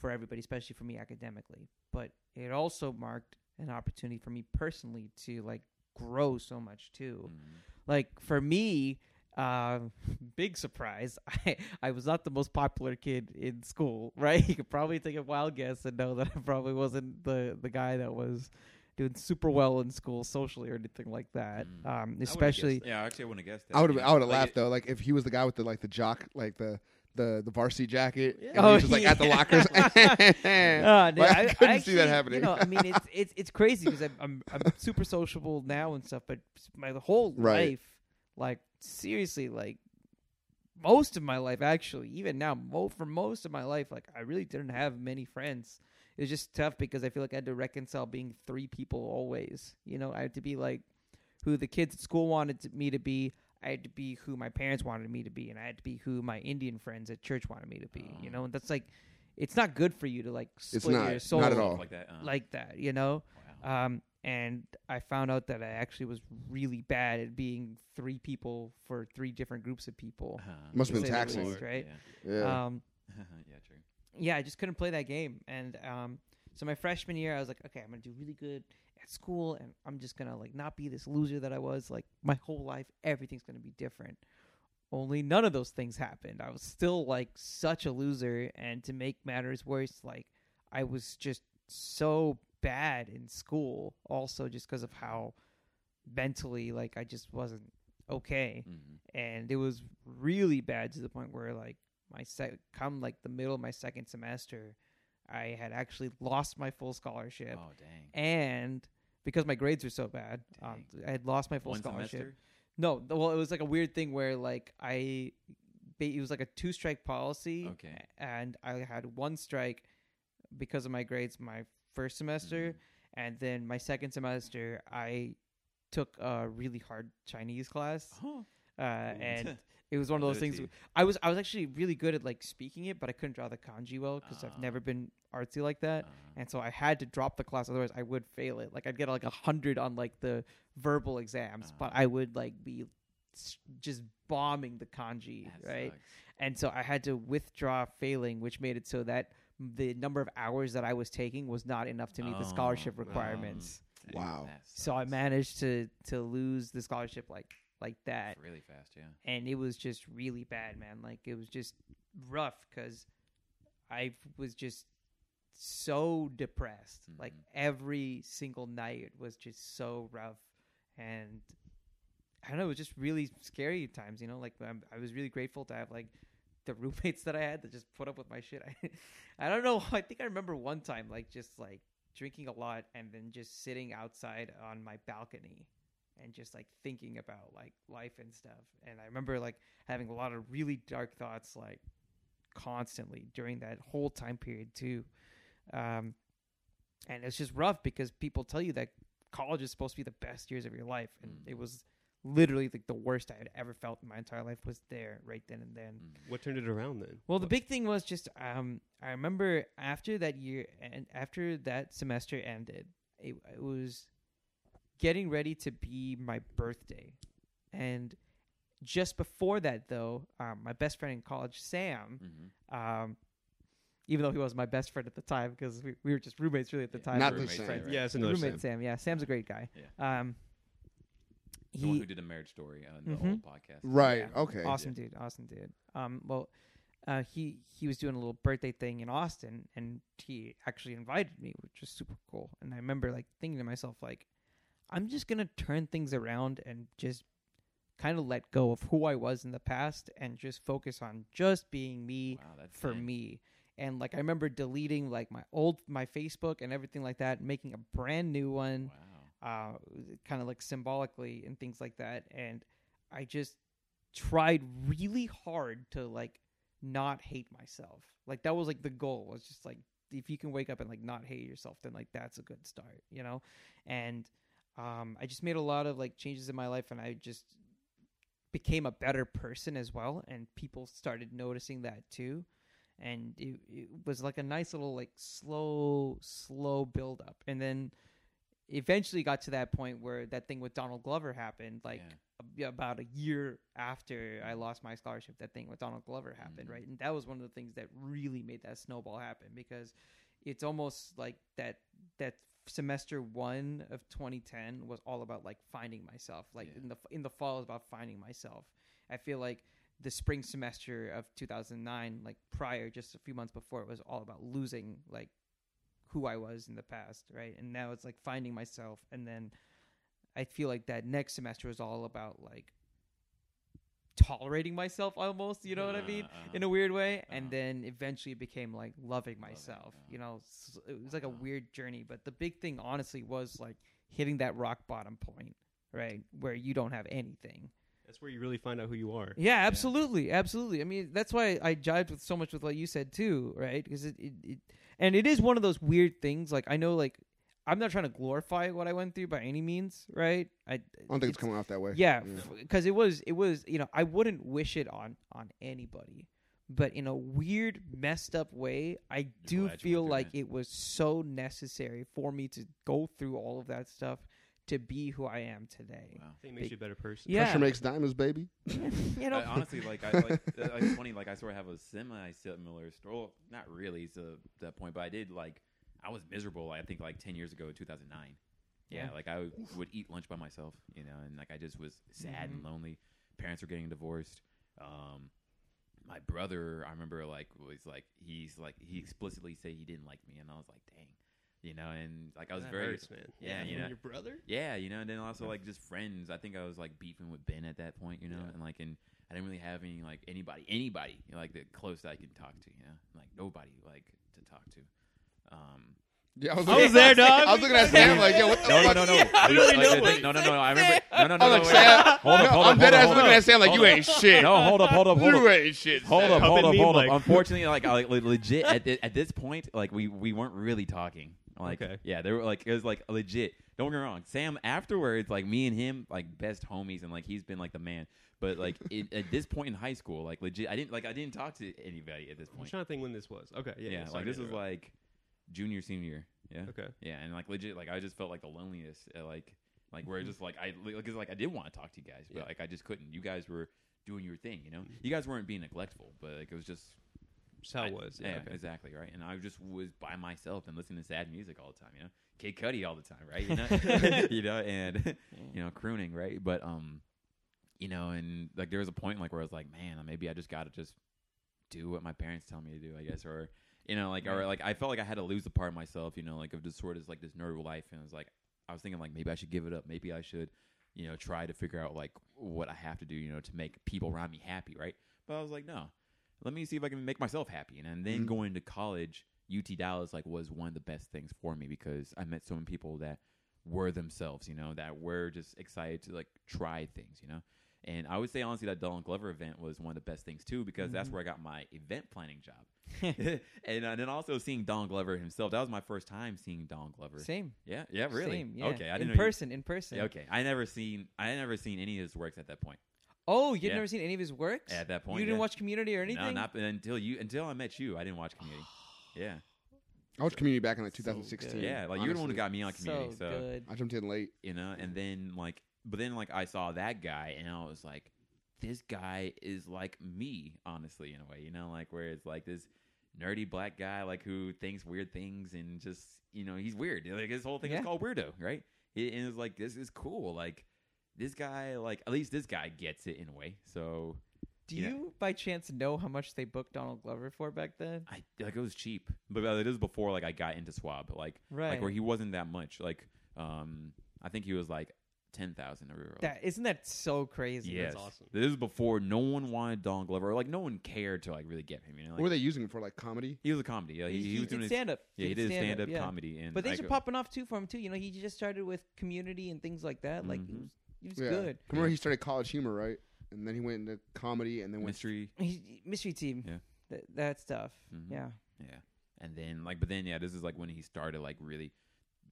S3: for everybody, especially for me academically. But it also marked an opportunity for me personally to like grow so much too.
S2: Mhm.
S3: Like for me, uh, big surprise, I I was not the most popular kid in school. Right? You could probably take a wild guess and know that I probably wasn't the the guy that was doing super well in school socially or anything like that.
S2: Mm.
S3: Um,
S2: I wouldn't have
S3: especially
S2: guessed- yeah, I actually wouldn't have guessed that.
S1: I would
S2: you
S1: have.
S2: know?
S1: I would have
S2: Like,
S1: laughed
S2: it-
S1: though. Like if he was the guy with the like the jock, like the the the varsity jacket.
S5: Yeah.
S1: And he was
S3: Oh,
S1: just like at the
S3: yeah.
S1: lockers.
S3: Uh, no,
S1: Like, I, couldn't see that
S3: actually-
S1: happening.
S3: You know, I mean, it's it's it's crazy because I'm, I'm I'm super sociable now and stuff, but my whole
S1: Right.
S3: life, like seriously, like most of my life, actually, even now, mo- for most of my life, like I really didn't have many friends. It was just tough because I feel like I had to reconcile being three people always. You know, I had to be like who the kids at school wanted to- me to be. I had to be who my parents wanted me to be, and I had to be who my Indian friends at church wanted me to be.
S1: Oh.
S3: You know, and that's like, it's not good for you to like split
S1: not.
S3: your
S1: Not
S3: soul
S1: at all.
S2: Like that. uh,
S3: like that, you know?
S2: wow.
S3: Um, and I found out that I actually was really bad at being three people for three different groups of people.
S2: Uh-huh.
S1: Must have been
S3: to say the
S1: taxing.
S3: least, right?
S2: Yeah.
S1: yeah.
S3: Um,
S2: yeah, true.
S3: yeah, I just couldn't play that game. And um, so my freshman year, I was like, okay, I'm gonna do really good at school, and I'm just gonna like not be this loser that I was. Like my whole life, everything's gonna be different. Only none of those things happened. I was still like such a loser, and to make matters worse, like I was just so bad in school. Also, just because of how mentally, like I just wasn't okay
S2: Mhm.
S3: and it was really bad to the point where like my sec come like the middle of my second semester i had actually lost my full scholarship
S2: Oh, dang.
S3: and because my grades were so bad um, i had lost my full
S2: One
S3: scholarship
S2: semester?
S3: no th- well it was like a weird thing where like i ba- it was like a two strike policy
S2: Okay.
S3: and i had one strike because of my grades my first
S2: Mm-hmm.
S3: semester and then my second semester i took a really hard chinese class
S2: Huh.
S3: uh, and it was one of
S2: I'll
S3: those
S2: do it to
S3: things.
S2: you.
S3: I was I was actually really good at like speaking it, but I couldn't draw the kanji well because
S2: Ah.
S3: I've never been artsy like that,
S2: Uh,
S3: and so I had to drop the class. Otherwise, I would fail it. Like I'd get like a hundred on like the verbal exams, but
S2: Ah.
S3: I would like be s- just bombing the kanji,
S2: that
S3: right?
S2: sucks.
S3: And so I had to withdraw failing, which made it so that the number of hours that I was taking was not enough to meet the
S2: Oh,
S3: scholarship
S2: wow.
S3: requirements.
S2: Dang,
S1: Wow.
S2: that
S3: So I
S2: sucks.
S3: managed to to lose the scholarship like like that
S2: It's really fast, yeah.
S3: and it was just really bad, man. Like it was just rough because I was just so depressed. Like
S2: Mhm.
S3: every single night was just so rough, and I don't know. It was just really scary at times, you know. Like I'm, I was really grateful to have like the roommates that I had that just put up with my shit. I, I don't know. I think I remember one time like just like drinking a lot and then just sitting outside on my balcony and just like thinking about like life and stuff. And I remember like having a lot of really dark thoughts like constantly during that whole time period too. Um, and it's just rough because people tell you that college is supposed to be the best years of your life, and
S2: Mm.
S3: it was literally like the worst I had ever felt in my entire life was there right then and then.
S5: What turned it around then?
S3: Well, the big thing was just um, I remember after that year and after that semester ended, it, it was getting ready to be my birthday, and just before that though, um, my best friend in college, Sam,
S2: Mm-hmm.
S3: um, even though he was my best friend at the time because we, we were just roommates really at the
S2: Yeah.
S3: time,
S1: Not
S3: we
S1: the
S3: were
S1: same.
S3: friends.
S2: Right.
S5: Yeah, it's
S3: roommate
S5: another
S3: Sam. yeah, Sam's a great guy. Um,
S2: The one
S3: he
S2: who did a marriage story on the
S3: Mhm.
S2: old podcast.
S1: Right.
S3: Yeah.
S1: Okay.
S3: Awesome dude. Awesome dude. Um, well, uh, he he was doing a little birthday thing in Austin, and he actually invited me, which was super cool. And I remember like thinking to myself, like, I'm just gonna turn things around and just kind of let go of who I was in the past and just focus on just being me
S2: Wow, that's
S3: for
S2: deep.
S3: me. And like I remember deleting like my old my Facebook and everything like that, making a brand new one
S2: Wow.
S3: uh, kind of like symbolically and things like that. And I just tried really hard to like not hate myself. Like that was like the goal was just like if you can wake up and like not hate yourself, then like that's a good start, you know. And um, I just made a lot of like changes in my life, and I just became a better person as well. And people started noticing that too. And it, it was like a nice little like slow, slow build up, and then eventually got to that point where that thing with Donald Glover happened, like ab- about a year after I lost my scholarship, that thing with Donald Glover happened,
S2: Mhm.
S3: right? And that was one of the things that really made that snowball happen because it's almost like that that semester one of 2010 was all about like finding myself. Like
S2: Yeah.
S3: in the in the fall is about finding myself. I feel like the spring semester of 2009 like prior just a few months before it was all about losing like who i was in the past right and now it's like finding myself and then i feel like that next semester was all about like tolerating myself almost you know what i mean in a weird way
S2: Uh-huh.
S3: and then eventually it became like loving
S2: Loving,
S3: myself
S2: uh-huh.
S3: you know S it was like a
S2: Wow.
S3: weird journey but the big thing honestly was like hitting that rock bottom point right where you don't have anything
S5: That's where you really find out who you are.
S3: yeah, absolutely, absolutely. I mean, that's why I jived with so much with what you said too, right? Because it, it, it, and it is one of those weird things. Like I know, like I'm not trying to glorify what I went through by any means, right? I,
S1: I don't think it's, coming off that way.
S3: yeah, because it was, it was, you know, I wouldn't wish it on on anybody, but in a weird, messed up way, I
S2: glad you
S3: do feel
S2: went through
S3: like
S2: that.
S3: it was so necessary for me to go through all of that stuff to be who I am today.
S2: Wow.
S5: I think it makes you a better person.
S3: Yeah.
S1: Pressure makes diamonds, baby.
S3: you know,
S2: I, honestly, like, I, like, uh, like, it's funny. Like, I sort of have a semi-similar story. Not really to that point, but I did like, I was miserable. I think like ten years ago, in two thousand nine. Yeah,
S3: Yeah.
S2: like I w- would eat lunch by myself, you know, and like I just was sad and lonely. Parents were getting divorced. Um, my brother, I remember, like was like he's like he explicitly said he didn't like me, and I was like, dang, you know, and like I was
S5: That
S2: very
S5: hurts, man.
S2: yeah, you
S5: When
S2: know.
S5: Your brother?
S2: yeah, you know, and then also like just friends. I think I was like beefing with Ben at that point, you know,
S5: Yeah.
S2: and like and I didn't really have any like anybody, anybody you know, like that close that I could talk to, you know, like nobody like to talk to. Um,
S1: Yeah, I was,
S4: I
S1: looking-
S4: was there, dog.
S1: I was looking at Sam like, yo, what the
S2: no, no,
S1: fuck?
S2: no, no.
S4: Yeah, I
S2: We-
S4: really
S2: like,
S4: know
S2: the-
S4: what
S2: no, no, no, no. I remember. No, no, no,
S1: I'm
S2: no.
S1: like,
S2: wait.
S1: Sam,
S2: Hold up, hold
S1: I'm
S2: up,
S1: dead
S2: hold up,
S1: ass
S2: hold
S1: looking
S2: up.
S1: at Sam like,
S2: Hold
S1: you
S2: up.
S1: ain't shit.
S2: No, hold up, hold up, hold
S1: you
S2: up.
S1: ain't shit.
S2: Hold
S4: Up
S2: up, hold
S4: and
S2: up,
S4: meme,
S2: hold up.
S4: like-
S2: Unfortunately, like, I, like legit at thi- at this point, like we we weren't really talking. Like
S5: Okay.
S2: yeah, they were like it was like legit. Don't get me wrong. Sam afterwards, like me and him, like best homies, and like he's been like the man. But like it, at this point in high school, like legit, I didn't like I didn't talk to anybody at this
S5: I'm
S2: point.
S5: trying to think when this was. Okay, yeah.
S2: Yeah, like
S5: sorry to
S2: this was
S5: interrupt.
S2: like junior senior. year. Yeah.
S5: Okay.
S2: Yeah, and like legit, like I just felt like the loneliest, uh, like like where just like I like, 'cause, like I did want to talk to you guys, but
S5: Mm-hmm. Yeah.
S2: like I just couldn't. You guys were doing your thing, you know. You guys weren't being neglectful, but like it was just
S5: Just how
S2: I-
S5: it was.
S2: yeah,
S5: Yeah. okay.
S2: exactly right. And I just was by myself and listening to sad music all the time, you know, Kid Cudi all the time, right? You know, you know, and you know, crooning, right? But um, you know, and like there was a point like where I was like, man, maybe I just got to just do what my parents tell me to do, I guess, or you know, like or like I felt like I had to lose a part of myself, you know, like of just sort of like this nerd life, and I was like, I was thinking like maybe I should give it up, maybe I should, you know, try to figure out like what I have to do, you know, to make people around me happy, right? But I was like, no, let me see if I can make myself happy, and, and then
S3: Mm-hmm.
S1: Mhm.
S2: going to college, UT Dallas like was one of the best things for me because I met so many people that were themselves, you know, that were just excited to like try things, you know. And I would say honestly that Donald Glover event was one of the best things too because that's
S3: Mhm.
S2: where I got my event planning job. and, and uh, then also seeing Don Glover himself. That was my first time seeing Don Glover.
S3: same.
S2: Yeah, yeah, Oh, really.
S3: Same, yeah.
S2: Okay, I didn't
S3: in
S2: know you-
S3: person, in person.
S2: Yeah, okay, I never seen I never seen any of his works at that point.
S3: Oh, you've
S2: Yeah.
S3: never seen any of his works?
S2: At that point,
S3: you didn't
S2: yeah.
S3: watch Community or anything?
S2: No, not until you until I met you. I didn't watch Community. yeah,
S1: I watched Community back in like
S3: So
S1: 2016.
S3: good.
S2: yeah, like you're the one
S1: honestly.
S2: who got me on
S3: so,
S2: Community. So,
S3: good.
S1: I jumped in late.
S2: you know, and then like, but then like I saw that guy and I was like, this guy is like me, honestly, in a way, you know, like where it's like this nerdy black guy like who thinks weird things and just you know he's weird like his whole thing
S3: Yeah.
S2: is called weirdo right it, and it's like this is cool like this guy like at least this guy gets it in a way so
S3: Do
S2: Yeah.
S3: you by chance know how much they booked Donald Glover for back then?
S2: i like it was cheap but uh, it is before like i got into swab like
S3: Right.
S2: like where he wasn't that much like um I think he was like ten thousand. We were like,
S3: That isn't that so crazy?
S2: yes,
S5: awesome.
S2: this is before no one wanted Don Glover, or like no one cared to like really get him. You know, like,
S1: what were they using him for? Like comedy?
S2: he was a comedy. Yeah, he, he was doing his-
S3: stand up.
S2: Yeah, he did stand up comedy, and
S3: But things
S2: like,
S3: are popping off too for him too. You know, he just started with community and things like that. Like it
S2: Mhm.
S3: was, he was
S1: Yeah.
S3: good.
S1: Remember he started College Humor, right? And then he went into comedy, and then went.
S2: mystery.
S3: He, mystery team.
S2: Yeah.
S3: Th- that stuff.
S2: Mhm.
S3: Yeah.
S2: Yeah. And then like but then yeah, this is like when he started like really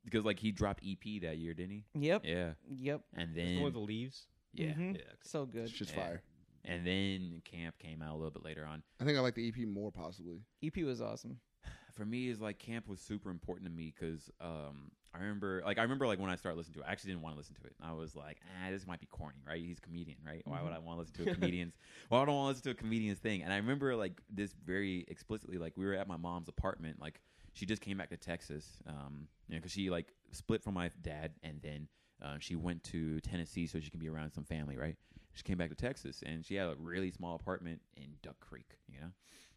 S2: because like he dropped EP that year, didn't he?
S3: Yep.
S2: Yeah.
S3: Yep.
S2: And
S5: It's the
S2: then
S5: one with the leaves.
S2: yeah. Mm-hmm.
S3: Mhm.
S5: Yeah.
S3: So good.
S1: It's just
S2: Yeah.
S1: fire.
S2: And then Camp came out a little bit later on.
S1: I think I like the EP more possibly.
S3: EP E was awesome.
S2: For me is like Camp was super important to me cuz um I remember like I remember like when I started listening to it, I actually didn't want to listen to it. I was like, "Ah, this might be corny, right? He's a comedian, right? Why
S1: Mm-hmm.
S2: would I want to listen to a comedian's Why would I want to listen to a comedian's thing?" And I remember like this very explicitly like we were at my mom's apartment like she just came back to Texas, um, you know, 'cause she like split from my dad, and then uh, she went to Tennessee so she can be around some family, right? She came back to Texas, and she had a really small apartment in Duck Creek, you know.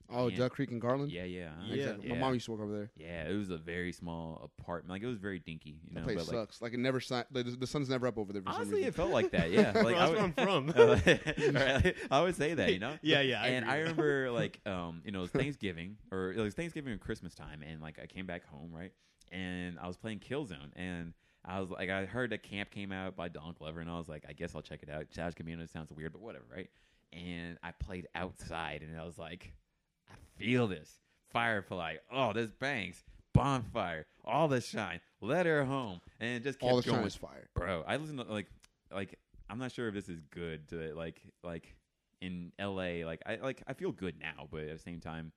S1: Oh,
S2: Yeah.
S1: Duck Creek and Garland.
S2: Yeah, yeah, uh, huh?
S1: Yeah, exactly.
S2: yeah.
S1: My mom used to work over there.
S2: Yeah, it was a very small apartment. Like it was very dinky, you know.
S1: that place
S2: but like
S1: sucks. Like it never. si- The, the sun's never up over there. For some
S2: honestly,
S1: reason.
S2: it felt like that. Yeah, like I
S5: Bro, that's where
S2: would-
S5: I'm from.
S2: Right? I would say that, you know?
S5: Yeah, yeah, I
S2: and
S5: agree.
S2: I remember like um, you know, it was Thanksgiving or it was Thanksgiving and Christmas time and like I came back home, right? And I was playing Killzone and I was like I heard that camp came out by Don Glover and I was like, I guess I'll check it out. Chaz Camino sounds weird, but whatever, right? And I played outside and I was like, I feel this. Firefly, oh this bangs, bonfire, all the shine, let her home. And it just kept
S1: all the
S2: going
S1: time is fire.
S2: bro i listen to like like i'm not sure if this is good to like like in la like i like i feel good now but at the same time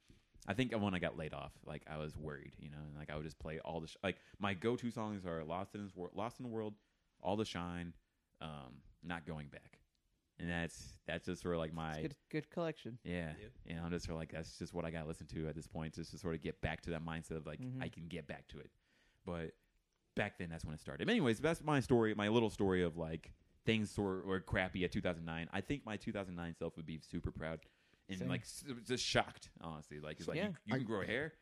S2: i think when i got laid off like i was worried you know and like i would just play all the sh- like my go-to songs are lost in this world lost in the world all the shine um not going back and that's that's just sort of like
S3: It's
S2: my
S3: good good collection.
S2: yeah.
S5: Yeah.
S2: And I'm just sort of like, that's just what I got to listen to at this point, just to sort of get back to that mindset of like,
S3: Mhm.
S2: I can get back to it. But back then, that's when it started. But anyways, that's my story, my little story of like things sort were crappy at 2009. I think my 2009 self would be super proud and
S3: Same.
S2: like s- just shocked, honestly. Like, it's like,
S3: Yeah.
S2: you, you can
S1: I-
S2: grow hair,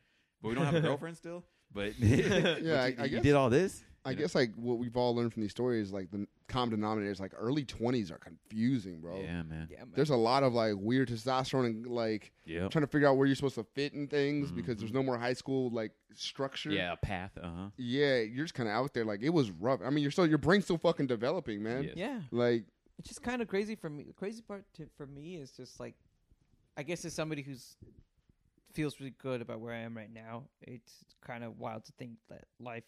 S2: but we don't have a girlfriend still. But yeah,
S1: I-
S2: you,
S1: I
S2: you
S1: guess-
S2: did all this.
S1: I
S2: you know?
S1: guess like what we've all learned from these stories, like the common denominator is like early twenties are confusing, bro.
S2: Yeah, man.
S3: Yeah, man.
S1: There's a lot of like weird testosterone and like
S2: Yeah.
S1: trying to figure out where you're supposed to fit in things because there's no more high school like structure.
S2: Mm-hmm. Yeah, a path. Uh huh.
S1: Yeah, you're just kind of out there. Like it was rough. I mean, you're still your brain's still fucking developing, man.
S2: Yeah.
S3: yeah.
S1: Like
S3: It's just kind of crazy for me. The crazy part to, for me is just like, I guess as somebody who's feels really good about where I am right now, it's kind of wild to think that life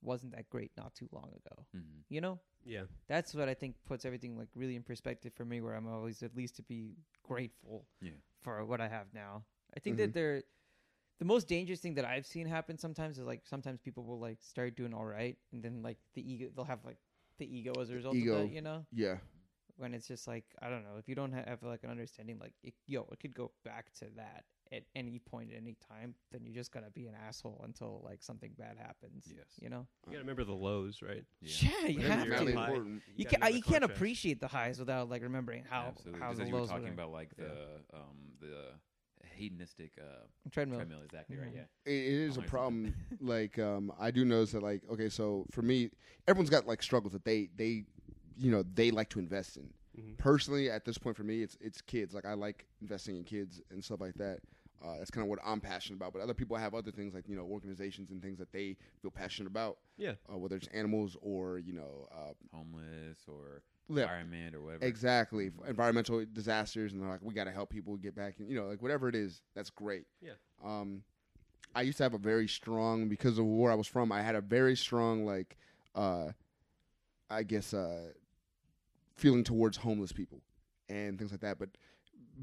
S3: wasn't that great not too long ago.
S2: Mhm.
S3: You know,
S5: Yeah.
S3: that's what I think puts everything like really in perspective for me, where I'm always at least to be grateful
S2: Yeah.
S3: for what I have now. I think
S1: Mhm.
S3: that they're the most dangerous thing that I've seen happen sometimes is like sometimes people will like start doing all right and then like the ego they'll have like the ego as a result
S1: ego.
S3: of that, you know?
S1: yeah,
S3: When it's just like I don't know, if you don't ha- have like an understanding like it, yo, it could go back to that at any point at any time, then you're just gonna be an asshole until like something bad happens.
S2: Yes.
S3: You know?
S2: Uh.
S5: You gotta remember the lows, right?
S2: Yeah.
S3: Yeah, you
S1: Whatever
S3: have
S1: you're
S5: You're
S3: to.
S1: really
S5: on high.
S1: important.
S3: You
S5: gotta
S3: can
S5: know
S3: not you
S5: the
S3: can't
S5: contrast.
S3: appreciate the highs without like remembering how
S2: Absolutely.
S3: how
S2: Just
S3: the
S2: as you were
S3: lows were.
S2: talking
S3: there.
S2: about like
S5: Yeah.
S2: the um the hedonistic uh
S3: Treadmill.
S2: treadmill exactly right
S5: Mm-hmm.
S3: Mhm.
S2: yeah
S1: It- it is a
S2: Always.
S1: problem. like um, I do notice that. Like okay, so for me, everyone's got like struggles that they they you know they like to invest in.
S2: Mm-hmm.
S5: Mhm.
S1: Personally, at this point for me, it's it's kids. Like I like investing in kids and stuff like that. Uh, that's kind of what I'm passionate about. But other people have other things like you know organizations and things that they feel passionate about.
S5: Yeah.
S1: uh, whether it's animals or you know uh,
S2: homeless or
S1: yeah,
S2: environment or whatever
S1: Exactly. F- Environmental disasters, and they're like, we got to help people get back. in," You know, like whatever it is, that's great.
S5: Yeah.
S1: Um, I used to have a very strong because of where I was from. I had a very strong like, uh, I guess, uh, feeling towards homeless people and things like that. But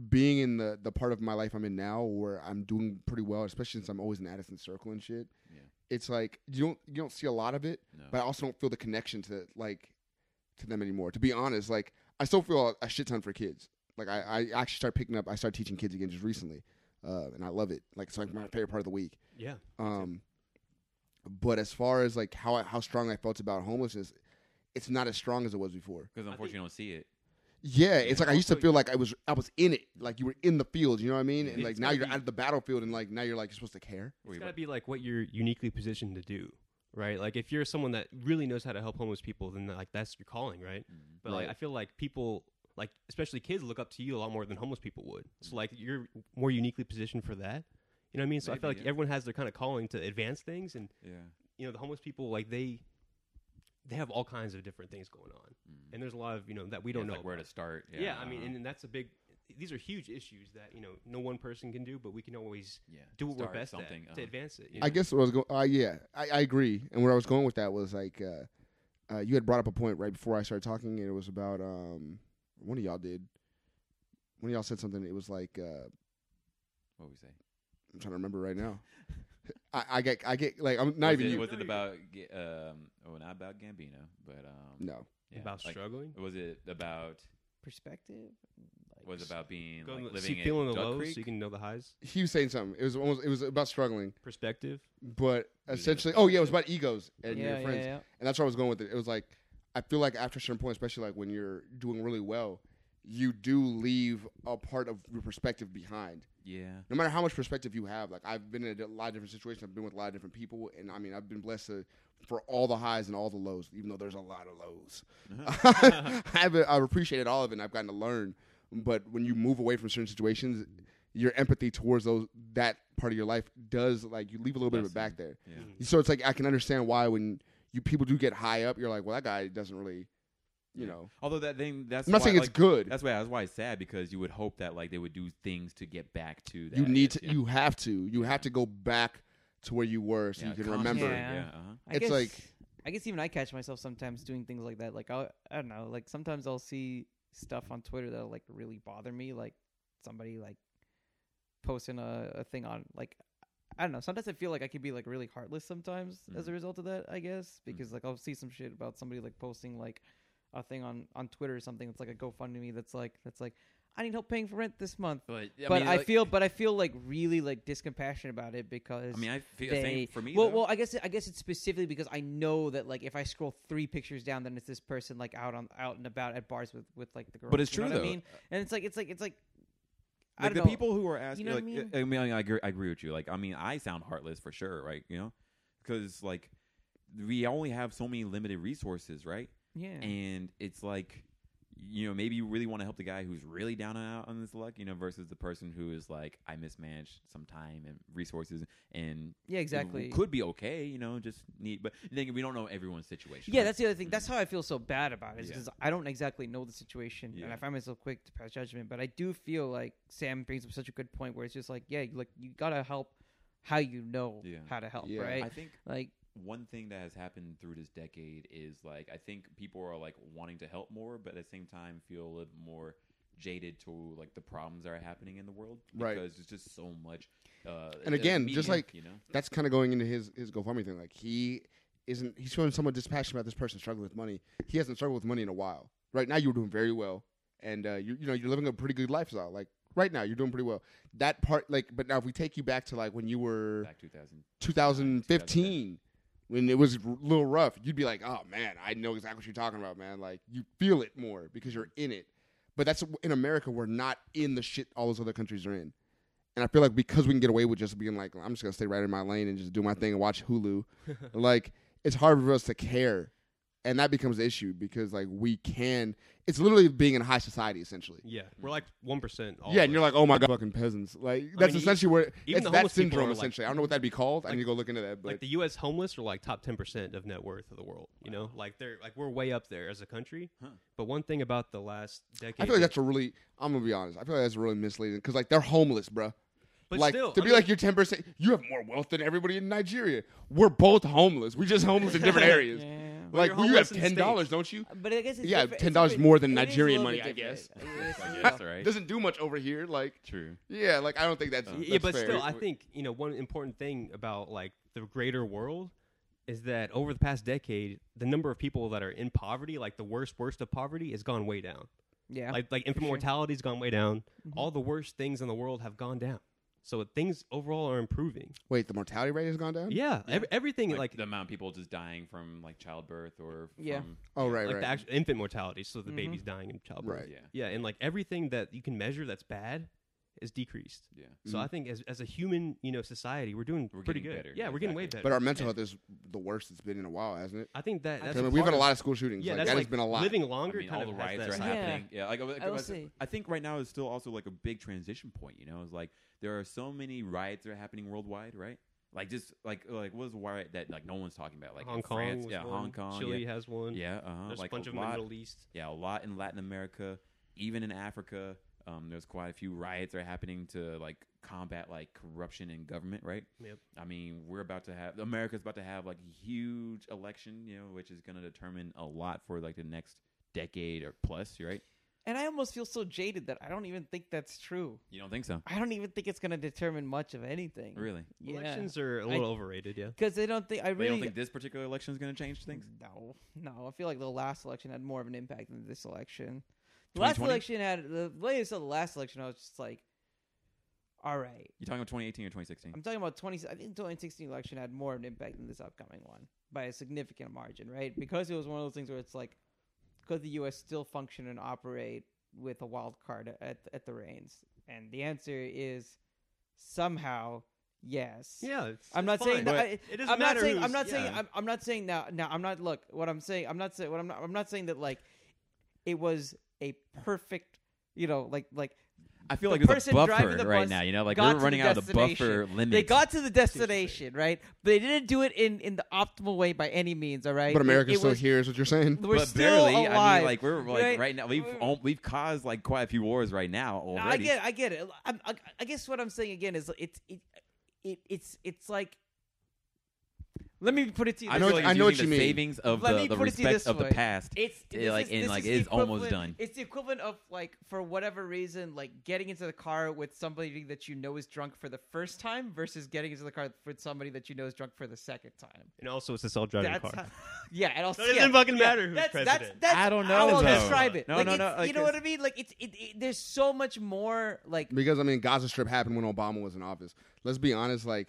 S1: being in the the part of my life I'm in now, where I'm doing pretty well, especially since I'm always in Addison Circle and shit.
S2: Yeah.
S1: It's like you don't you don't see a lot of it
S2: no
S1: but I also don't feel the connection to like to them anymore. To be honest, like I still feel a shit ton for kids. Like I, I actually start picking up. I started teaching kids again just recently, uh, and I love it. Like it's like my favorite part of the week.
S5: Yeah.
S1: Um, but as far as like how I, how strong I felt about homelessness, it's not as strong as it was before.
S2: because unfortunately you don't see it
S1: Yeah, it's
S2: Yeah.
S1: like I used to
S2: Also-
S1: feel like I was I was in it. Like you were in the field. You know what I mean? And
S5: It's
S1: like now
S5: gotta
S1: you're
S5: be-
S1: out of the battlefield, and like now you're like you're supposed to care.
S5: It's
S2: Wait,
S5: gotta
S2: what-
S5: be like what you're uniquely positioned to do, right? Like if you're someone that really knows how to help homeless people, then like that's your calling, right?
S2: Mm-hmm.
S5: But like
S1: Right.
S5: I feel like people, like especially kids, look up to you a lot more than homeless people would. So like you're more uniquely positioned for that. You know what I mean? So I feel
S2: Maybe,
S5: like
S2: yeah.
S5: everyone has their kind of calling to advance things, and
S2: Yeah.
S5: you know the homeless people like they they have all kinds of different things going on, and there's a lot of you know that we
S2: Mm-hmm. Yeah,
S5: don't
S2: it's
S5: know
S2: like where
S5: about.
S2: to start. uh-huh.
S5: Yeah, I mean, and, and that's a big. These are huge issues that you know no one person can do, but we can always
S2: yeah.
S5: do what
S2: Start
S5: we're best
S2: something,
S5: at
S2: uh-huh.
S5: to advance it. you
S1: I
S5: know?
S1: guess what I was going. Uh, yeah, I, I agree. And where I was going with that was like, uh, uh, you had brought up a point right before I started talking, and it was about um, one of y'all did. One of y'all said something. It was like uh,
S2: What we say?
S1: I'm trying to remember right now. I, I get, I get like I'm not
S2: was
S1: even
S2: it,
S1: you.
S2: Was it about Ga- um? Well, not about Gambino, but um.
S1: no,
S2: yeah,
S5: about
S2: like,
S5: struggling.
S2: Was it about?
S3: Perspective. Like,
S2: Was it about being
S5: Go
S2: like,
S5: to-
S2: living
S5: see,
S2: in
S5: feeling the
S2: Duck
S5: lows
S2: Creek?
S5: so you can know the highs.
S1: he was saying something. It was almost. It was about struggling,
S5: Perspective.
S1: but
S2: Was it
S1: essentially,
S2: about-
S1: oh yeah, it was about egos and
S3: yeah,
S1: your friends.
S3: yeah, yeah.
S1: and that's where I was going with it. It was like I feel like after a certain point, especially like when you're doing really well, you do leave a part of your perspective behind.
S2: yeah.
S1: No matter how much perspective you have, like I've been in a lot of different situations, I've been with a lot of different people, and I mean I've been blessed to, for all the highs and all the lows, even though there's a lot of lows.
S2: Mm-hmm.
S1: I've I've appreciated all of it, and I've gotten to learn. But when you move away from certain situations, your empathy towards those that part of your life does like you leave a little bit of it back there.
S2: Yeah.
S5: Hmm.
S1: So it's like I can understand why when you people do get high up, you're like, well, that guy doesn't really, you
S2: Yeah.
S1: know.
S2: Although that thing, that's
S1: I'm not
S2: why,
S1: saying it's
S2: like,
S1: good.
S2: That's why that's why it's sad because you would hope that like they would do things to get back to that.
S1: You
S2: I
S1: need
S2: guess,
S1: to,
S2: yeah.
S1: you have to, you have to go back to where you were so
S2: Yeah,
S1: you can
S2: consciously,
S1: remember.
S3: Yeah.
S2: Yeah. uh-huh.
S3: I
S1: It's
S3: guess,
S1: like-
S3: I guess even I catch myself sometimes doing things like that. Like I, I don't know. Like sometimes I'll see stuff on Twitter that'll like really bother me. Like somebody like posting a, a thing on like I don't know. Sometimes I feel like I could be like really heartless sometimes as a
S2: Mm.
S3: result of that. I guess because like I'll see some shit about somebody like posting like a thing on on Twitter or something. It's like a GoFundMe that's like that's like I need help paying for rent this month.
S2: But I,
S3: but
S2: mean,
S3: I
S2: like-
S3: feel, but I feel like really like discompassionate about it because
S2: I mean, I feel
S3: they,
S2: same for me.
S3: Well,
S2: though.
S3: well, I guess I guess it's specifically because I know that like if I scroll three pictures down, then it's this person like out on out and about at bars with with like the girls.
S2: But it's
S3: you know
S2: true,
S3: what
S2: though.
S3: I mean, and it's like it's like it's like, I
S2: like
S3: don't
S2: the
S3: know.
S2: people who are asking,
S3: know what
S2: like,
S3: I mean?
S2: I I mean, I agree, I agree with you. Like, I mean, I sound heartless for sure, right? You know, because like we only have so many limited resources, right?
S3: Yeah.
S2: And it's like, you know, maybe you really want to help the guy who's really down and out on this luck, you know, versus the person who is like, I mismanaged some time and resources, and it w-
S3: yeah. Exactly.
S2: could be okay, you know, just need. But then we don't know everyone's situation.
S3: Yeah,
S2: right?
S3: that's the other thing. That's how I feel so bad about it is
S2: Yeah.
S3: because I don't exactly know the situation, and
S2: Yeah.
S3: I find myself quick to pass judgment. But I do feel like Sam brings up such a good point where it's just like, yeah, you- like you gotta help how you know
S2: Yeah.
S3: how to help,
S1: Yeah.
S3: right?
S2: I think
S3: like,
S2: one thing that has happened through this decade is like I think people are like wanting to help more, but at the same time feel a little more jaded to like the problems that are happening in the world
S1: Right.
S2: because there's just so much. Uh,
S1: And again, just like-
S2: you know,
S1: That's kind of going into his his GoFundMe thing. Like he isn't. He's feeling somewhat dispassionate about this person struggling with money. He hasn't struggled with money in a while. Right now, you're doing very well, and uh, you you know you're living a pretty good lifestyle. Like right now, you're doing pretty well. That part, like, but now if we take you back to like when you were
S2: back 2000.
S1: 2015 when it was a little rough you'd be like oh man i know exactly what you're talking about man like you feel it more because you're in it but that's in america we're not in the shit all those other countries are in and i feel like because we can get away with just being like i'm just gonna stay right in my lane and just do my thing and watch hulu like it's hard for us to care and that becomes the issue because like we can it's literally being in high society essentially
S5: Yeah, we're like one percent.
S1: yeah, and you're like, oh my god, fucking peasants! Like that's
S5: mean, e-
S1: essentially where
S5: even
S1: it's
S5: the
S1: that
S5: homeless people
S1: syndrome.
S5: are, like-
S1: Essentially, I don't know what that'd be called. I
S5: Like-
S1: need to go look into that. oh, But
S5: like the U.S. homeless are like top ten percent of net worth of the world. You know, like they're like we're way up there as a country.
S2: Huh.
S5: But one thing about the last decade,
S1: I feel like that's a really. I'm gonna be honest. I feel like that's really misleading because like they're homeless, bruh.
S5: But
S1: like
S5: still,
S1: to
S5: I
S1: be
S5: mean-
S1: like you're ten percent. You have more wealth than everybody in Nigeria. We're both homeless. We just homeless in different areas.
S3: yeah.
S5: Well,
S1: Like
S5: you're
S1: well, you have
S5: homeless
S1: ten
S5: in
S1: dollars, don't you?
S3: But I guess it's
S1: Yeah,
S3: different- it's
S1: $10
S3: different-
S1: more than
S3: it is a
S1: Nigerian
S3: little bit
S1: money, I
S3: different. It's a
S2: I
S3: little-
S2: guess right.
S1: Doesn't do much over here. Like
S2: True.
S1: yeah, like I don't think that's.
S5: yeah,
S1: Uh, that's
S5: but
S1: fair.
S5: still, I think you know one important thing about like the greater world is that over the past decade, the number of people that are in poverty, like the worst, worst of poverty, has gone way down.
S3: Yeah.
S5: like like infant
S3: sure. Mm-hmm.
S5: mortality's gone way down. All the worst things in the world have gone down. So things overall are improving.
S1: Wait, the mortality rate has gone down.
S5: Yeah, ev- everything
S2: Like,
S5: like
S2: the amount of people just dying from like childbirth or
S3: Yeah.
S2: from,
S1: Oh right,
S5: like
S1: right.
S5: the actual
S3: Mm-hmm.
S5: infant mortality, so the baby's dying in childbirth.
S1: Right.
S2: yeah.
S5: Yeah, and like everything that you can measure that's bad is decreased.
S2: Yeah.
S5: So I think as, as a human, you know, society, we're doing
S2: We're
S5: pretty
S2: getting
S5: good.
S2: better,
S5: Yeah, we're getting way
S2: exactly.
S5: better.
S1: But our mental
S5: Yeah.
S1: health is the worst it's been in a while, hasn't it?
S5: I think that that's
S1: I mean, we've
S5: part
S1: had a
S5: of-
S1: lot of school shootings.
S5: Yeah,
S1: like,
S5: that's
S1: that
S5: like
S1: has been a lot.
S5: Living longer,
S2: I mean,
S5: kind
S2: all the
S5: of has
S2: riots are
S5: that-
S3: Yeah.
S2: happening. Yeah, like, like,
S6: I will
S2: I,
S6: say-
S2: I think right now is still also like a big transition point. You know, it's like there are so many riots that are happening worldwide, right? Like just like like what was the riot that like no one's talking about? Like
S5: Hong
S2: in
S5: Kong,
S2: France,
S5: was
S2: yeah,
S5: one,
S2: Hong Kong,
S5: Chile
S2: yeah,
S5: has one.
S2: yeah uh-huh.
S5: there's
S2: like
S5: a bunch of them in
S2: lot,
S5: the Middle E- East.
S2: yeah, a lot in Latin America, even in Africa. Um, there's quite a few riots that are happening to like combat like corruption in government, right?
S5: Yep.
S2: I mean, we're about to have America's about to have like a huge election, you know, which is going to determine a lot for like the next decade or plus, right?
S3: And I almost feel so jaded that I don't even think that's true.
S2: You don't think so?
S3: I don't even think it's going to determine much of anything.
S2: Really?
S3: Yeah.
S5: Elections are a
S3: I-
S5: little overrated. Yeah.
S3: Because they don't think I
S2: They
S3: really
S2: don't think this particular election is going to change things?
S3: No, no. I feel like the last election had more of an impact than this election. The last
S2: 2020?
S3: election had the latest of the last election. I was just like, all right.
S2: You talking about 2018 or 2016?
S3: I'm talking about 20. I think 2016 election had more of an impact than this upcoming one by a significant margin, right? Because it was one of those things where it's like, could the U.S. still function and operate with a wild card at at the reins? And the answer is somehow yes.
S5: Yeah. It's,
S3: I'm not
S5: it's
S3: saying
S5: fine.
S3: that.
S5: But
S3: I,
S5: it doesn't
S3: I'm not
S5: matter
S3: saying. I'm
S5: who's-
S3: not saying.
S5: yeah.
S3: I'm, I'm not saying now. Now I'm not. Look, what I'm saying. I'm not saying. What I'm not. I'm not saying that like it was a perfect. You know, like like
S2: I feel
S3: the
S2: like there's a
S3: person driving
S2: buffer
S3: the
S2: right
S3: bus
S2: now, you know? Like
S3: got
S2: we're
S3: to the
S2: running out of the buffer
S3: destination.
S2: limit.
S3: they got to the destination, right? But they didn't do it in in the optimal way by any means. All right,
S1: But
S3: It-
S1: America's
S3: it
S1: still
S3: was-
S1: here, is what you're saying?
S3: We're
S2: but
S3: still
S2: barely.
S3: alive.
S2: I mean, like we're like
S3: Right.
S2: right, now we've
S3: We're-
S2: al- we've caused like quite a few wars right now
S3: No,
S2: already.
S3: I get, I get it. I'm, I, I guess what I'm saying again is it's it, it it's it's like. Let me put it to you.
S2: I
S3: this
S1: know
S2: feel
S3: way.
S1: what-
S2: like
S1: I
S2: it's
S1: know what
S2: using
S1: you
S2: the
S1: mean.
S2: savings of
S3: Let
S2: the,
S3: me
S2: the
S3: put it to you
S2: respect
S3: this
S2: of the
S3: way.
S2: past.
S3: It's
S2: Yeah,
S3: this
S2: like,
S3: is-
S2: and,
S3: this
S2: like,
S3: is
S2: it is
S3: the
S2: almost
S3: equivalent-
S2: done.
S3: It's the equivalent of like for whatever reason, like getting into the car with somebody that you know is drunk for the first time versus getting into the car with somebody that you know is drunk for the second time.
S5: And also, it's a self-driving
S3: That's
S5: car.
S3: how- yeah, and also
S5: So it doesn't fucking matter who's
S3: that's,
S5: president.
S3: That's, that's
S2: I don't
S3: How
S2: know,
S3: I'll
S2: though.
S3: describe it.
S2: No,
S3: Like,
S2: no, no,
S3: it's-
S2: like,
S3: you know what I mean? Like it's it, it. There's so much more like
S1: Because I mean, Gaza Strip happened when Obama was in office. Let's be honest, like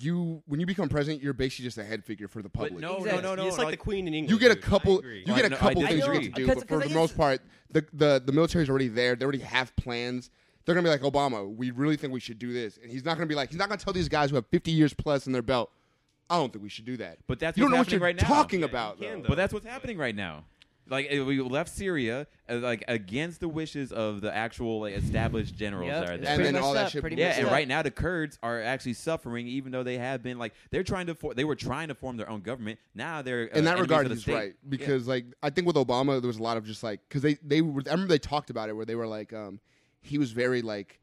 S1: you, when you become president, you're basically just a head figure for the public.
S2: But no,
S3: Exactly.
S2: no, no, no.
S5: It's like,
S2: like-
S5: the Queen in England.
S1: you get a
S5: dude. I
S1: couple,
S5: agree.
S1: you
S2: I
S1: get a
S2: know, I
S1: couple
S2: disagree.
S1: things you get to do,
S3: Because-
S1: but for
S3: because
S1: the
S3: I
S1: most
S3: guess-
S1: part, the the the military's already there. They already have plans. They're gonna be like Obama. We really think we should do this, and he's not gonna be like he's not gonna tell these guys who have 50 years plus in their belt. I don't think we should do that.
S2: But that's
S1: you don't
S2: what's
S1: know what you're
S2: happening right now.
S1: talking
S2: Yeah,
S1: about.
S5: you can,
S1: though.
S5: though.
S2: But that's what's happening right now. Like uh, we left Syria, uh, like against the wishes of the actual like, established generals
S3: Yep,
S2: that are
S3: it's
S2: there.
S1: And
S3: pretty
S1: then
S3: messed
S1: all that
S3: up,
S1: shit-
S3: pretty
S2: yeah,
S3: messed
S2: and
S3: up.
S2: right now the Kurds are actually suffering, even though they have been like they're trying to for, they were trying to form their own government. Now they're uh,
S1: in that
S2: enemies
S1: regard,
S2: of the
S1: he's
S2: state.
S1: right because like I think with Obama, there was a lot of just like because they they were, I remember they talked about it where they were like um he was very like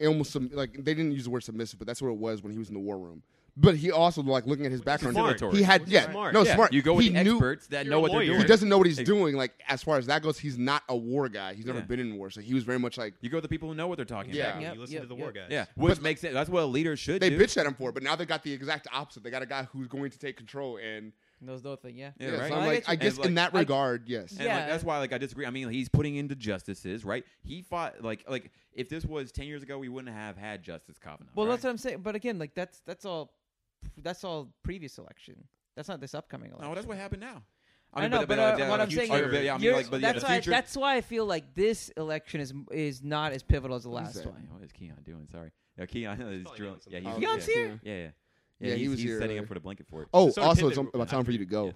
S1: almost some like they didn't use the word submissive, but that's what it was when he was in the war room. But he also like looking at his background,
S5: Conciliatory.
S1: he had
S5: Which is
S1: yeah
S5: smart.
S1: no
S2: Yeah,
S1: smart.
S2: You go with
S1: he
S2: the
S1: knew,
S2: experts that
S5: You're
S2: know
S5: a
S2: what they're
S5: lawyer.
S2: doing.
S1: He doesn't know what he's
S2: Ex-
S1: doing. Like as far as that goes, he's not a war guy. He's never
S2: Yeah.
S1: been in war, so he was very much like
S2: You go with the people who know what they're talking
S1: Yeah.
S2: about.
S5: You
S3: Yep,
S5: listen
S3: yep,
S5: to the war guys.
S2: Yeah, which
S1: But-
S2: makes it. That's what a leader should
S1: they
S2: do.
S1: bitched at him for it, but now they got the exact opposite. They got a guy who's going to take control, and
S3: Those no thing. Yeah.
S1: yeah,
S2: Yeah,
S1: so
S2: right.
S1: I'm
S3: I
S1: like,
S3: get you.
S1: I guess
S2: And,
S1: in
S2: like,
S1: that regard, yes.
S2: And like,
S3: Yeah.
S2: that's why like I disagree. I mean, he's putting into justices, right? He fought like like if this was ten years ago, we wouldn't have had Justice Kavanaugh.
S3: Well, uh,
S2: right?
S3: that's what I'm saying. But again, like that's that's all that's all previous election. That's not this upcoming election.
S2: no, that's what happened now.
S3: I, know, but, uh,
S2: yeah,
S3: what I'm
S2: future-
S3: saying is,
S2: oh, yeah, I mean,
S3: you're-
S2: like, but yeah,
S3: that's,
S2: the
S3: why,
S2: future.
S3: that's why I feel like this election is is not as pivotal as the
S1: What is
S3: last
S1: that?
S3: one.
S2: What is Keon doing? Sorry, no, Keon is
S5: probably
S2: drilling. Yeah,
S5: doing
S2: he's,
S1: something.
S3: Keon's
S2: yeah,
S3: here?
S1: Yeah.
S2: Yeah, yeah, yeah.
S1: Yeah, he
S2: he's,
S1: was
S2: he's
S1: here
S2: setting up
S1: earlier.
S2: for the blanket for it.
S1: Oh,
S5: So
S1: also,
S5: Tinder-
S1: it's about time for you to go.
S5: Yeah.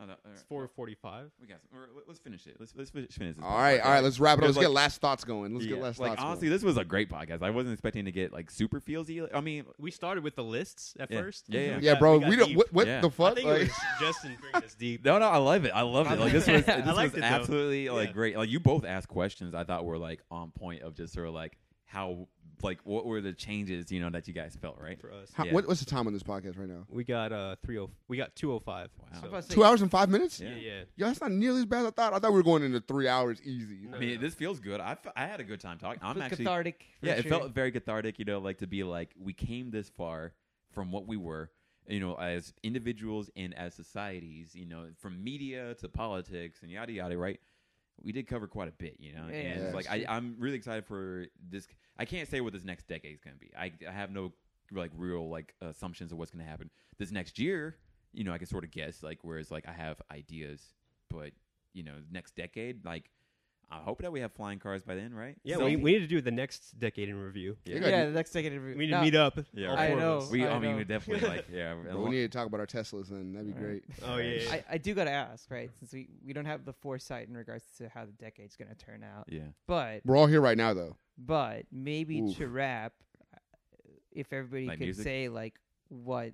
S2: Oh, no, all right.
S5: It's 4:45.
S2: We got some- all right, let- Let's finish it. Let's let's finish let's finish this.
S1: All right,
S2: podcast.
S1: all right. Let's wrap it up.
S2: There's
S1: Let's get
S2: like-
S1: last thoughts going. Let's get
S2: Yeah.
S1: last
S2: Like
S1: thoughts.
S2: honestly,
S1: going.
S2: this was a great podcast. I wasn't expecting to get like super feelsy. I mean,
S5: We started with the lists at
S2: Yeah.
S5: first.
S2: Yeah, yeah.
S5: We
S1: yeah,
S5: got-
S1: bro.
S5: got
S1: We, don't.
S5: deep.
S1: What, what
S2: Yeah.
S1: the
S5: I
S1: fuck?
S5: think it was
S1: Like,
S5: Justin bringing us deep.
S2: No, no, I love it. I love it. Like this was,
S3: I
S2: this
S5: liked
S2: was
S5: it, though.
S2: absolutely like
S5: Yeah.
S2: great. Like you both asked questions I thought were like on point of just sort of like how like what were the changes you know that you guys felt right?
S5: for us.
S1: how,
S2: Yeah.
S1: what, what's the time on this podcast right now?
S5: We got uh 30 we got 205.
S2: Wow.
S5: So.
S3: I'm about to say-
S1: Two hours and five minutes.
S2: Yeah.
S5: yeah, yeah.
S1: Yo, that's not nearly as bad as I thought. I thought we were going into three hours easy.
S2: I mean, this feels good. I, fe- I had a good time talking. I'm
S3: It's
S2: actually
S3: cathartic. for
S2: yeah. It
S3: sure.
S2: felt very cathartic, you know, like to be like we came this far from what we were, you know, as individuals and as societies, you know, from media to politics and yada yada, right? We did cover quite a bit, you know,
S3: Yeah,
S2: and
S1: yeah.
S2: it's like I, I'm really excited for this. I can't say what this next decade is going to be. I, I have no like real like assumptions of what's going to happen this next year. You know, I can sort of guess like whereas like I have ideas, but you know, next decade, like I hope that we have flying cars by then, right?
S5: Yeah,
S2: So-
S5: we, we need to do the next decade in review.
S1: They
S3: Yeah,
S1: gotta do-
S3: the next second interview.
S5: We need
S3: No,
S5: to meet up.
S2: Yeah,
S5: all
S2: right.
S5: four of
S3: I know.
S5: us.
S2: We, I,
S3: I
S2: mean,
S3: know.
S2: we definitely like, yeah.
S1: But we need to talk about our Teslas, then that'd be
S3: Alright.
S1: great.
S5: Oh yeah, yeah.
S3: I, I do gotta ask, right? Since we, we don't have the foresight in regards to how the decade's gonna turn out,
S2: yeah.
S3: but
S1: We're all here right now, though.
S3: but maybe
S1: Oof.
S3: to wrap, uh, if everybody
S2: Like
S3: could
S2: music?
S3: say like what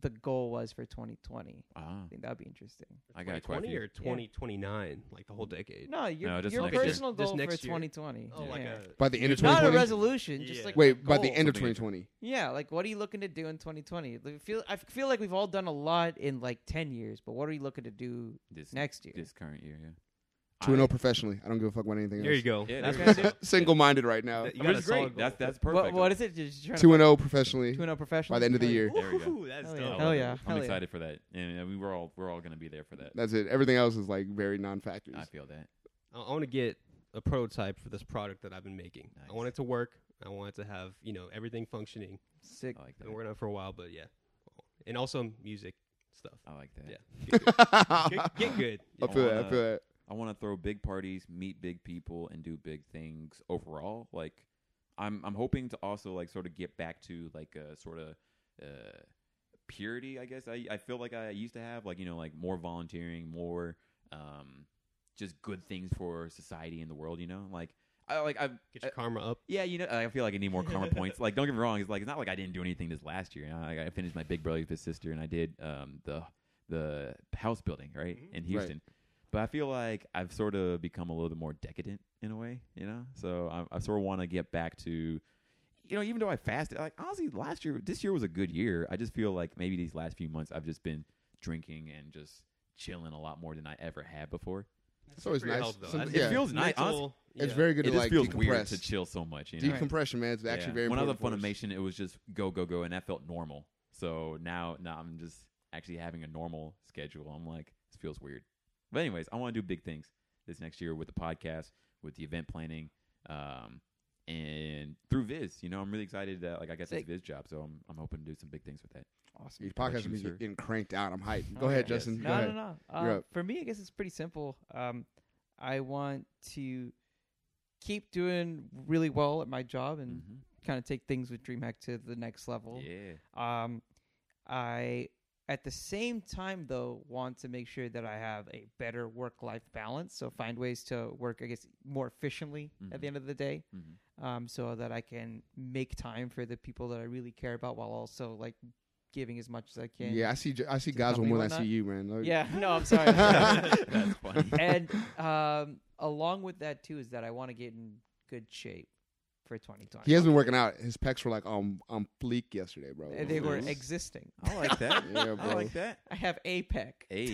S3: the goal was for 2020,
S2: Ah,
S3: I think that'd be interesting.
S2: I got quite a
S5: 20
S2: few.
S5: or twenty twenty nine, like the whole decade.
S3: No, your,
S2: No, just
S3: your
S2: next year.
S3: personal
S5: Just- just
S3: goal for
S5: next year.
S3: 2020.
S5: Oh, like
S3: yeah.
S5: a
S1: By the end of
S3: not a
S1: 2020?
S3: resolution, just
S5: Yeah.
S3: like
S1: Wait,
S3: a
S1: by the
S3: goal.
S1: end of
S2: Something.
S1: 2020.
S3: Yeah, like what are you looking to do in 2020? Like, feel I feel like we've all done a lot in like 10 years, but what are you looking to do
S2: This,
S3: next year?
S2: this current year, yeah.
S1: Two and oh
S2: I-
S1: zero professionally. I don't give a fuck about anything
S5: There you
S1: else.
S5: go.
S2: Yeah,
S5: That's
S2: there you
S5: what
S2: go.
S1: Single minded right now.
S5: You
S2: Which
S5: got a
S2: is great.
S5: solid goal.
S2: That's that's perfect.
S3: What, what is it? Just trying
S1: Two
S3: to
S1: and zero professionally.
S3: two and oh professional
S1: by the end of the year.
S2: There we go.
S5: Ooh, that's
S2: I
S5: dope.
S3: Hell yeah. Hell
S2: love it.
S3: yeah.
S2: I'm
S3: Hell yeah.
S2: excited for that, and uh, we were all we're all gonna be there oh for that.
S1: That's it. Everything else is like very non factors.
S2: I feel that.
S5: I, want to get a prototype for this product that I've been making.
S2: Nice.
S5: I want it to work. I want it to have you know everything functioning.
S3: Sick.
S2: I like
S5: I've
S2: that.
S5: been working on it for a while, but yeah, and also music stuff.
S2: I like that.
S5: Yeah.
S1: I
S5: Get, get good.
S2: I
S1: feel that. I
S2: wanna-
S1: feel that.
S2: I want to throw big parties, meet big people, and do big things overall. Like, I'm I'm hoping to also like sort of get back to like a sort of uh, purity. I guess I I feel like I used to have like you know like more volunteering, more um, just good things for society and the world. You know, like I like I've
S5: Get your karma up.
S2: yeah, you know, I feel like I need more karma points. Like, don't get me wrong, it's like it's not like I didn't do anything this last year. You know? like, I finished my big brother, big sister, and I did um, the the house building right
S1: Mm-hmm.
S2: in Houston. But I feel like I've sort of become a little bit more decadent in a way, you know. So I, I sort of want to get back to, you know, even though I fasted, like honestly, last year, this year was a good year. I just feel like maybe these last few months I've just been drinking and just chilling a lot more than I ever had before.
S1: It's always
S5: Pretty
S1: nice.
S5: healthy, though.
S1: Some-
S5: That's
S2: It
S1: yeah.
S2: feels nice.
S5: mental-
S2: honestly.
S1: It's
S5: yeah.
S1: very good
S2: It
S1: to
S2: just
S1: like
S2: feels weird
S1: decompress.
S2: to chill so much. You know?
S1: Decompression, man, is actually
S2: Yeah.
S1: very
S2: when I was at
S1: important. for us.
S2: Funimation, it was just go go go, and that felt normal. So now, now I'm just actually having a normal schedule. I'm like, this feels weird. But anyways, I want to do big things this next year with the podcast, with the event planning, um, and through Viz. You know, I'm really excited that like I got this
S3: Sick.
S2: Viz job, so I'm I'm hoping to do some big things with that.
S1: Your
S3: Awesome.
S2: How about
S1: podcast
S2: you,
S1: is
S2: sir?
S1: getting cranked out. I'm hyped. Go
S3: Oh,
S1: ahead,
S3: yeah.
S1: Justin.
S2: Yes.
S1: Go
S3: No,
S1: ahead.
S3: no, no.
S1: You're
S3: Um,
S1: up.
S3: for me, I guess it's pretty simple. Um, I want to keep doing really well at my job and
S2: Mhm.
S1: Mm-hmm.
S3: kind of take things with DreamHack to the next level.
S2: Yeah,
S3: Um, I at the same time though want to make sure that I have a better work life balance. So find ways to work, I guess, more efficiently at
S2: Mhm.
S1: Mm-hmm.
S3: the end of the day,
S2: Mhm.
S3: um, so that I can make time for the people that I really care about while also like giving as much as I can.
S1: Yeah, I see. I see
S3: To
S1: guys
S3: company
S1: more than I
S3: whatnot.
S1: see you, man. Like,
S3: Yeah. No, I'm sorry.
S2: that's funny.
S3: and um, along with that too is that I want to get in good shape for 2020.
S1: He has been working out. His pecs were like um on fleek yesterday, bro.
S3: And they were
S2: Nice.
S3: existing.
S2: I like that.
S1: Yeah,
S2: I
S1: bro.
S2: like that.
S3: I have APEC.
S2: A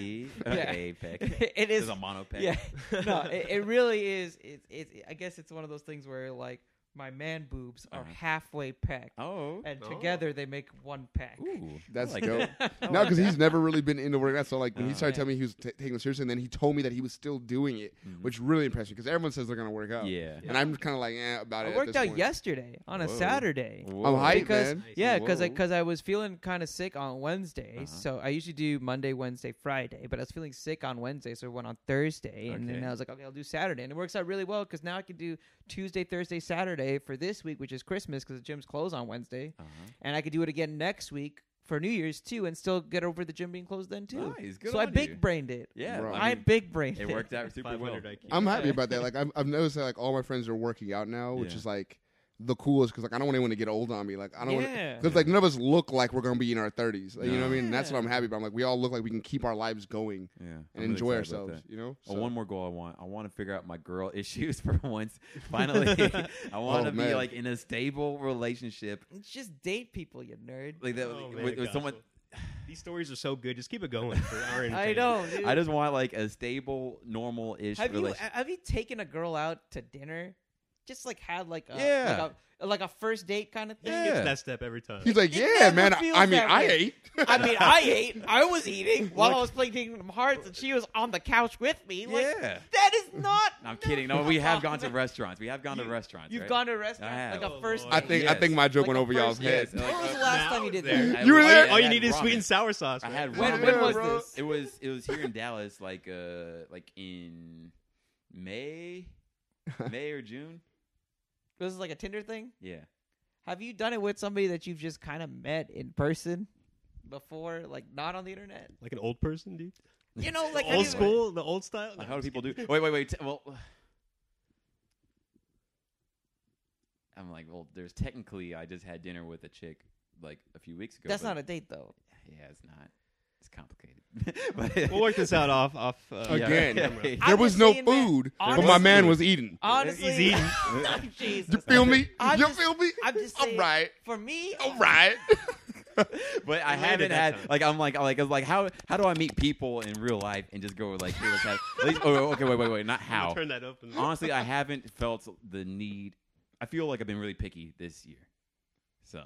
S3: Yeah.
S2: a peck.
S3: it
S2: This
S3: is
S2: is a E mono peck.
S3: Yeah, no, it, it really is. It, it, I guess it's one of those things where like my man boobs are
S2: Uh-huh.
S3: halfway peck,
S2: Oh.
S3: and
S5: Oh.
S3: together they make one peck.
S2: Ooh,
S1: That's
S2: I like
S1: dope.
S2: that. I
S3: "Oh
S1: No,
S2: like
S1: because
S2: that.
S1: he's never really been into working out. So like when he
S2: Oh,
S1: started
S3: Uh-huh. yeah.
S1: telling me he was t- taking it seriously, and then he told me that he was still doing it,
S3: Mm-hmm.
S2: Mhm.
S1: which really impressed me because everyone says they're gonna work out.
S2: yeah.
S1: and I'm kind of like eh, about it.
S3: I
S1: at
S3: worked
S1: this
S3: out
S1: point.
S3: yesterday on a
S2: Whoa.
S3: Saturday.
S1: I'm hyped,
S3: Because-
S1: man.
S5: Nice.
S3: Yeah, because I
S2: Whoa.
S3: because I was feeling kind of sick on Wednesday,
S2: Uh-huh.
S3: so I usually do Monday, Wednesday, Friday, but I was feeling sick on Wednesday, so I went on Thursday, and then
S2: Okay.
S3: I was like, okay, I'll do Saturday, and it works out really well because now I can do Tuesday, Thursday, Saturday for this week, which is Christmas because the gym's closed on Wednesday,
S2: Uh-huh.
S3: and I could do it again next week for New Year's too, and still get over the gym being closed then too.
S2: Nice, good
S3: so I
S2: on you.
S3: big brained it.
S2: Yeah,
S1: Bro.
S3: I,
S2: I mean,
S3: big brained
S2: it worked out super well.
S5: 500 IQ.
S1: I'm happy about that. Like I've, I've noticed that like all my friends are working out now, which
S2: Yeah.
S1: is like the coolest because like I don't want anyone to get old on me. Like I don't want
S3: Yeah.
S1: because like none of us look like we're gonna be in our 30s. Like, You know what I mean? And that's what
S3: Yeah.
S1: I'm happy about. I'm like we all look like we can keep our lives going
S2: Yeah, I'm
S1: and
S2: really
S1: enjoy
S2: excited about
S1: ourselves.
S2: that.
S1: You know.
S2: Oh,
S1: So-
S2: one more goal I want. I want to figure out my girl issues for once. Finally, I want to be
S1: Oh, man.
S2: like in a stable relationship,
S3: Just date people, you nerd.
S2: like that
S5: Oh,
S2: with,
S5: man,
S2: with someone.
S5: Gospel. These stories are so good. Just keep it going for an hour and
S3: I
S5: 10.
S3: know. dude.
S2: I just want like a stable, normal ish
S3: have you
S2: relationship.
S3: have you taken a girl out to dinner? Just like had like a
S2: Yeah.
S3: like a, like a first date kind of thing.
S5: Just get
S2: Yeah.
S5: to that step every time.
S1: He's like,
S3: It
S1: yeah,
S3: never
S1: man. I,
S3: feels
S1: I mean,
S3: that
S1: I
S3: way.
S1: ate.
S3: I mean, I ate. I was eating while I was playing Kingdom Hearts, and she was on the couch with me. Like,
S2: Yeah.
S3: that is not.
S2: I'm kidding. No, we have gone to restaurants. We have gone to restaurants.
S3: You've
S2: right?
S3: gone to a restaurant
S2: I have.
S3: like a
S5: Oh,
S3: first.
S5: Lord.
S1: I
S3: date.
S1: think I
S2: Yes.
S1: think my joke
S3: Like
S1: went
S3: a
S1: over y'all's
S3: first-
S2: Yes,
S1: head.
S2: like,
S3: When was the
S2: uh,
S3: last
S5: now
S3: time you did
S5: there.
S3: that?
S2: I-
S1: You were
S2: I-
S1: there?
S2: I
S5: All you
S2: had
S5: need is
S2: ramen.
S5: sweet and sour sauce.
S2: I had
S3: When-
S2: ramen.
S3: when was
S1: bro.
S3: this?
S2: It was it was here in Dallas, like uh, like in May, May or June?
S3: This is like a Tinder thing.
S2: Yeah.
S3: Have you done it with somebody that you've just kind of met in person before, like not on the internet?
S5: Like an old person, dude.
S3: You know, like have
S5: old
S3: you-
S5: school, the old style.
S2: Like, how do people do? Wait, wait, wait. Te- well, I'm like, well, there's technically. I just had dinner with a chick like a few weeks ago.
S3: That's
S2: but-
S3: not a date though.
S2: Yeah, it's not. It's complicated. But-
S5: We'll work this out off off uh,
S1: Again.
S5: camera.
S2: Yeah.
S1: There
S3: I'm
S1: was
S3: just
S1: no
S3: saying, man,
S1: food, but my
S3: honestly-
S1: man was eating.
S3: Honestly,
S5: He's
S1: You
S3: Jesus.
S1: feel me?
S3: I'm
S1: you
S3: just-
S1: feel me?
S3: I'm just
S1: All
S3: saying-
S1: right.
S3: For me,
S1: All right.
S2: but I
S5: Related
S2: haven't
S5: that
S2: had
S5: time.
S2: like I'm like I'm like I was like how how do I meet people in real life and just go like hey, let's have at least, oh, okay wait wait wait not
S5: I'm gonna
S2: how
S5: Turn that open.
S2: honestly I haven't felt the need I feel like I've been really picky this year so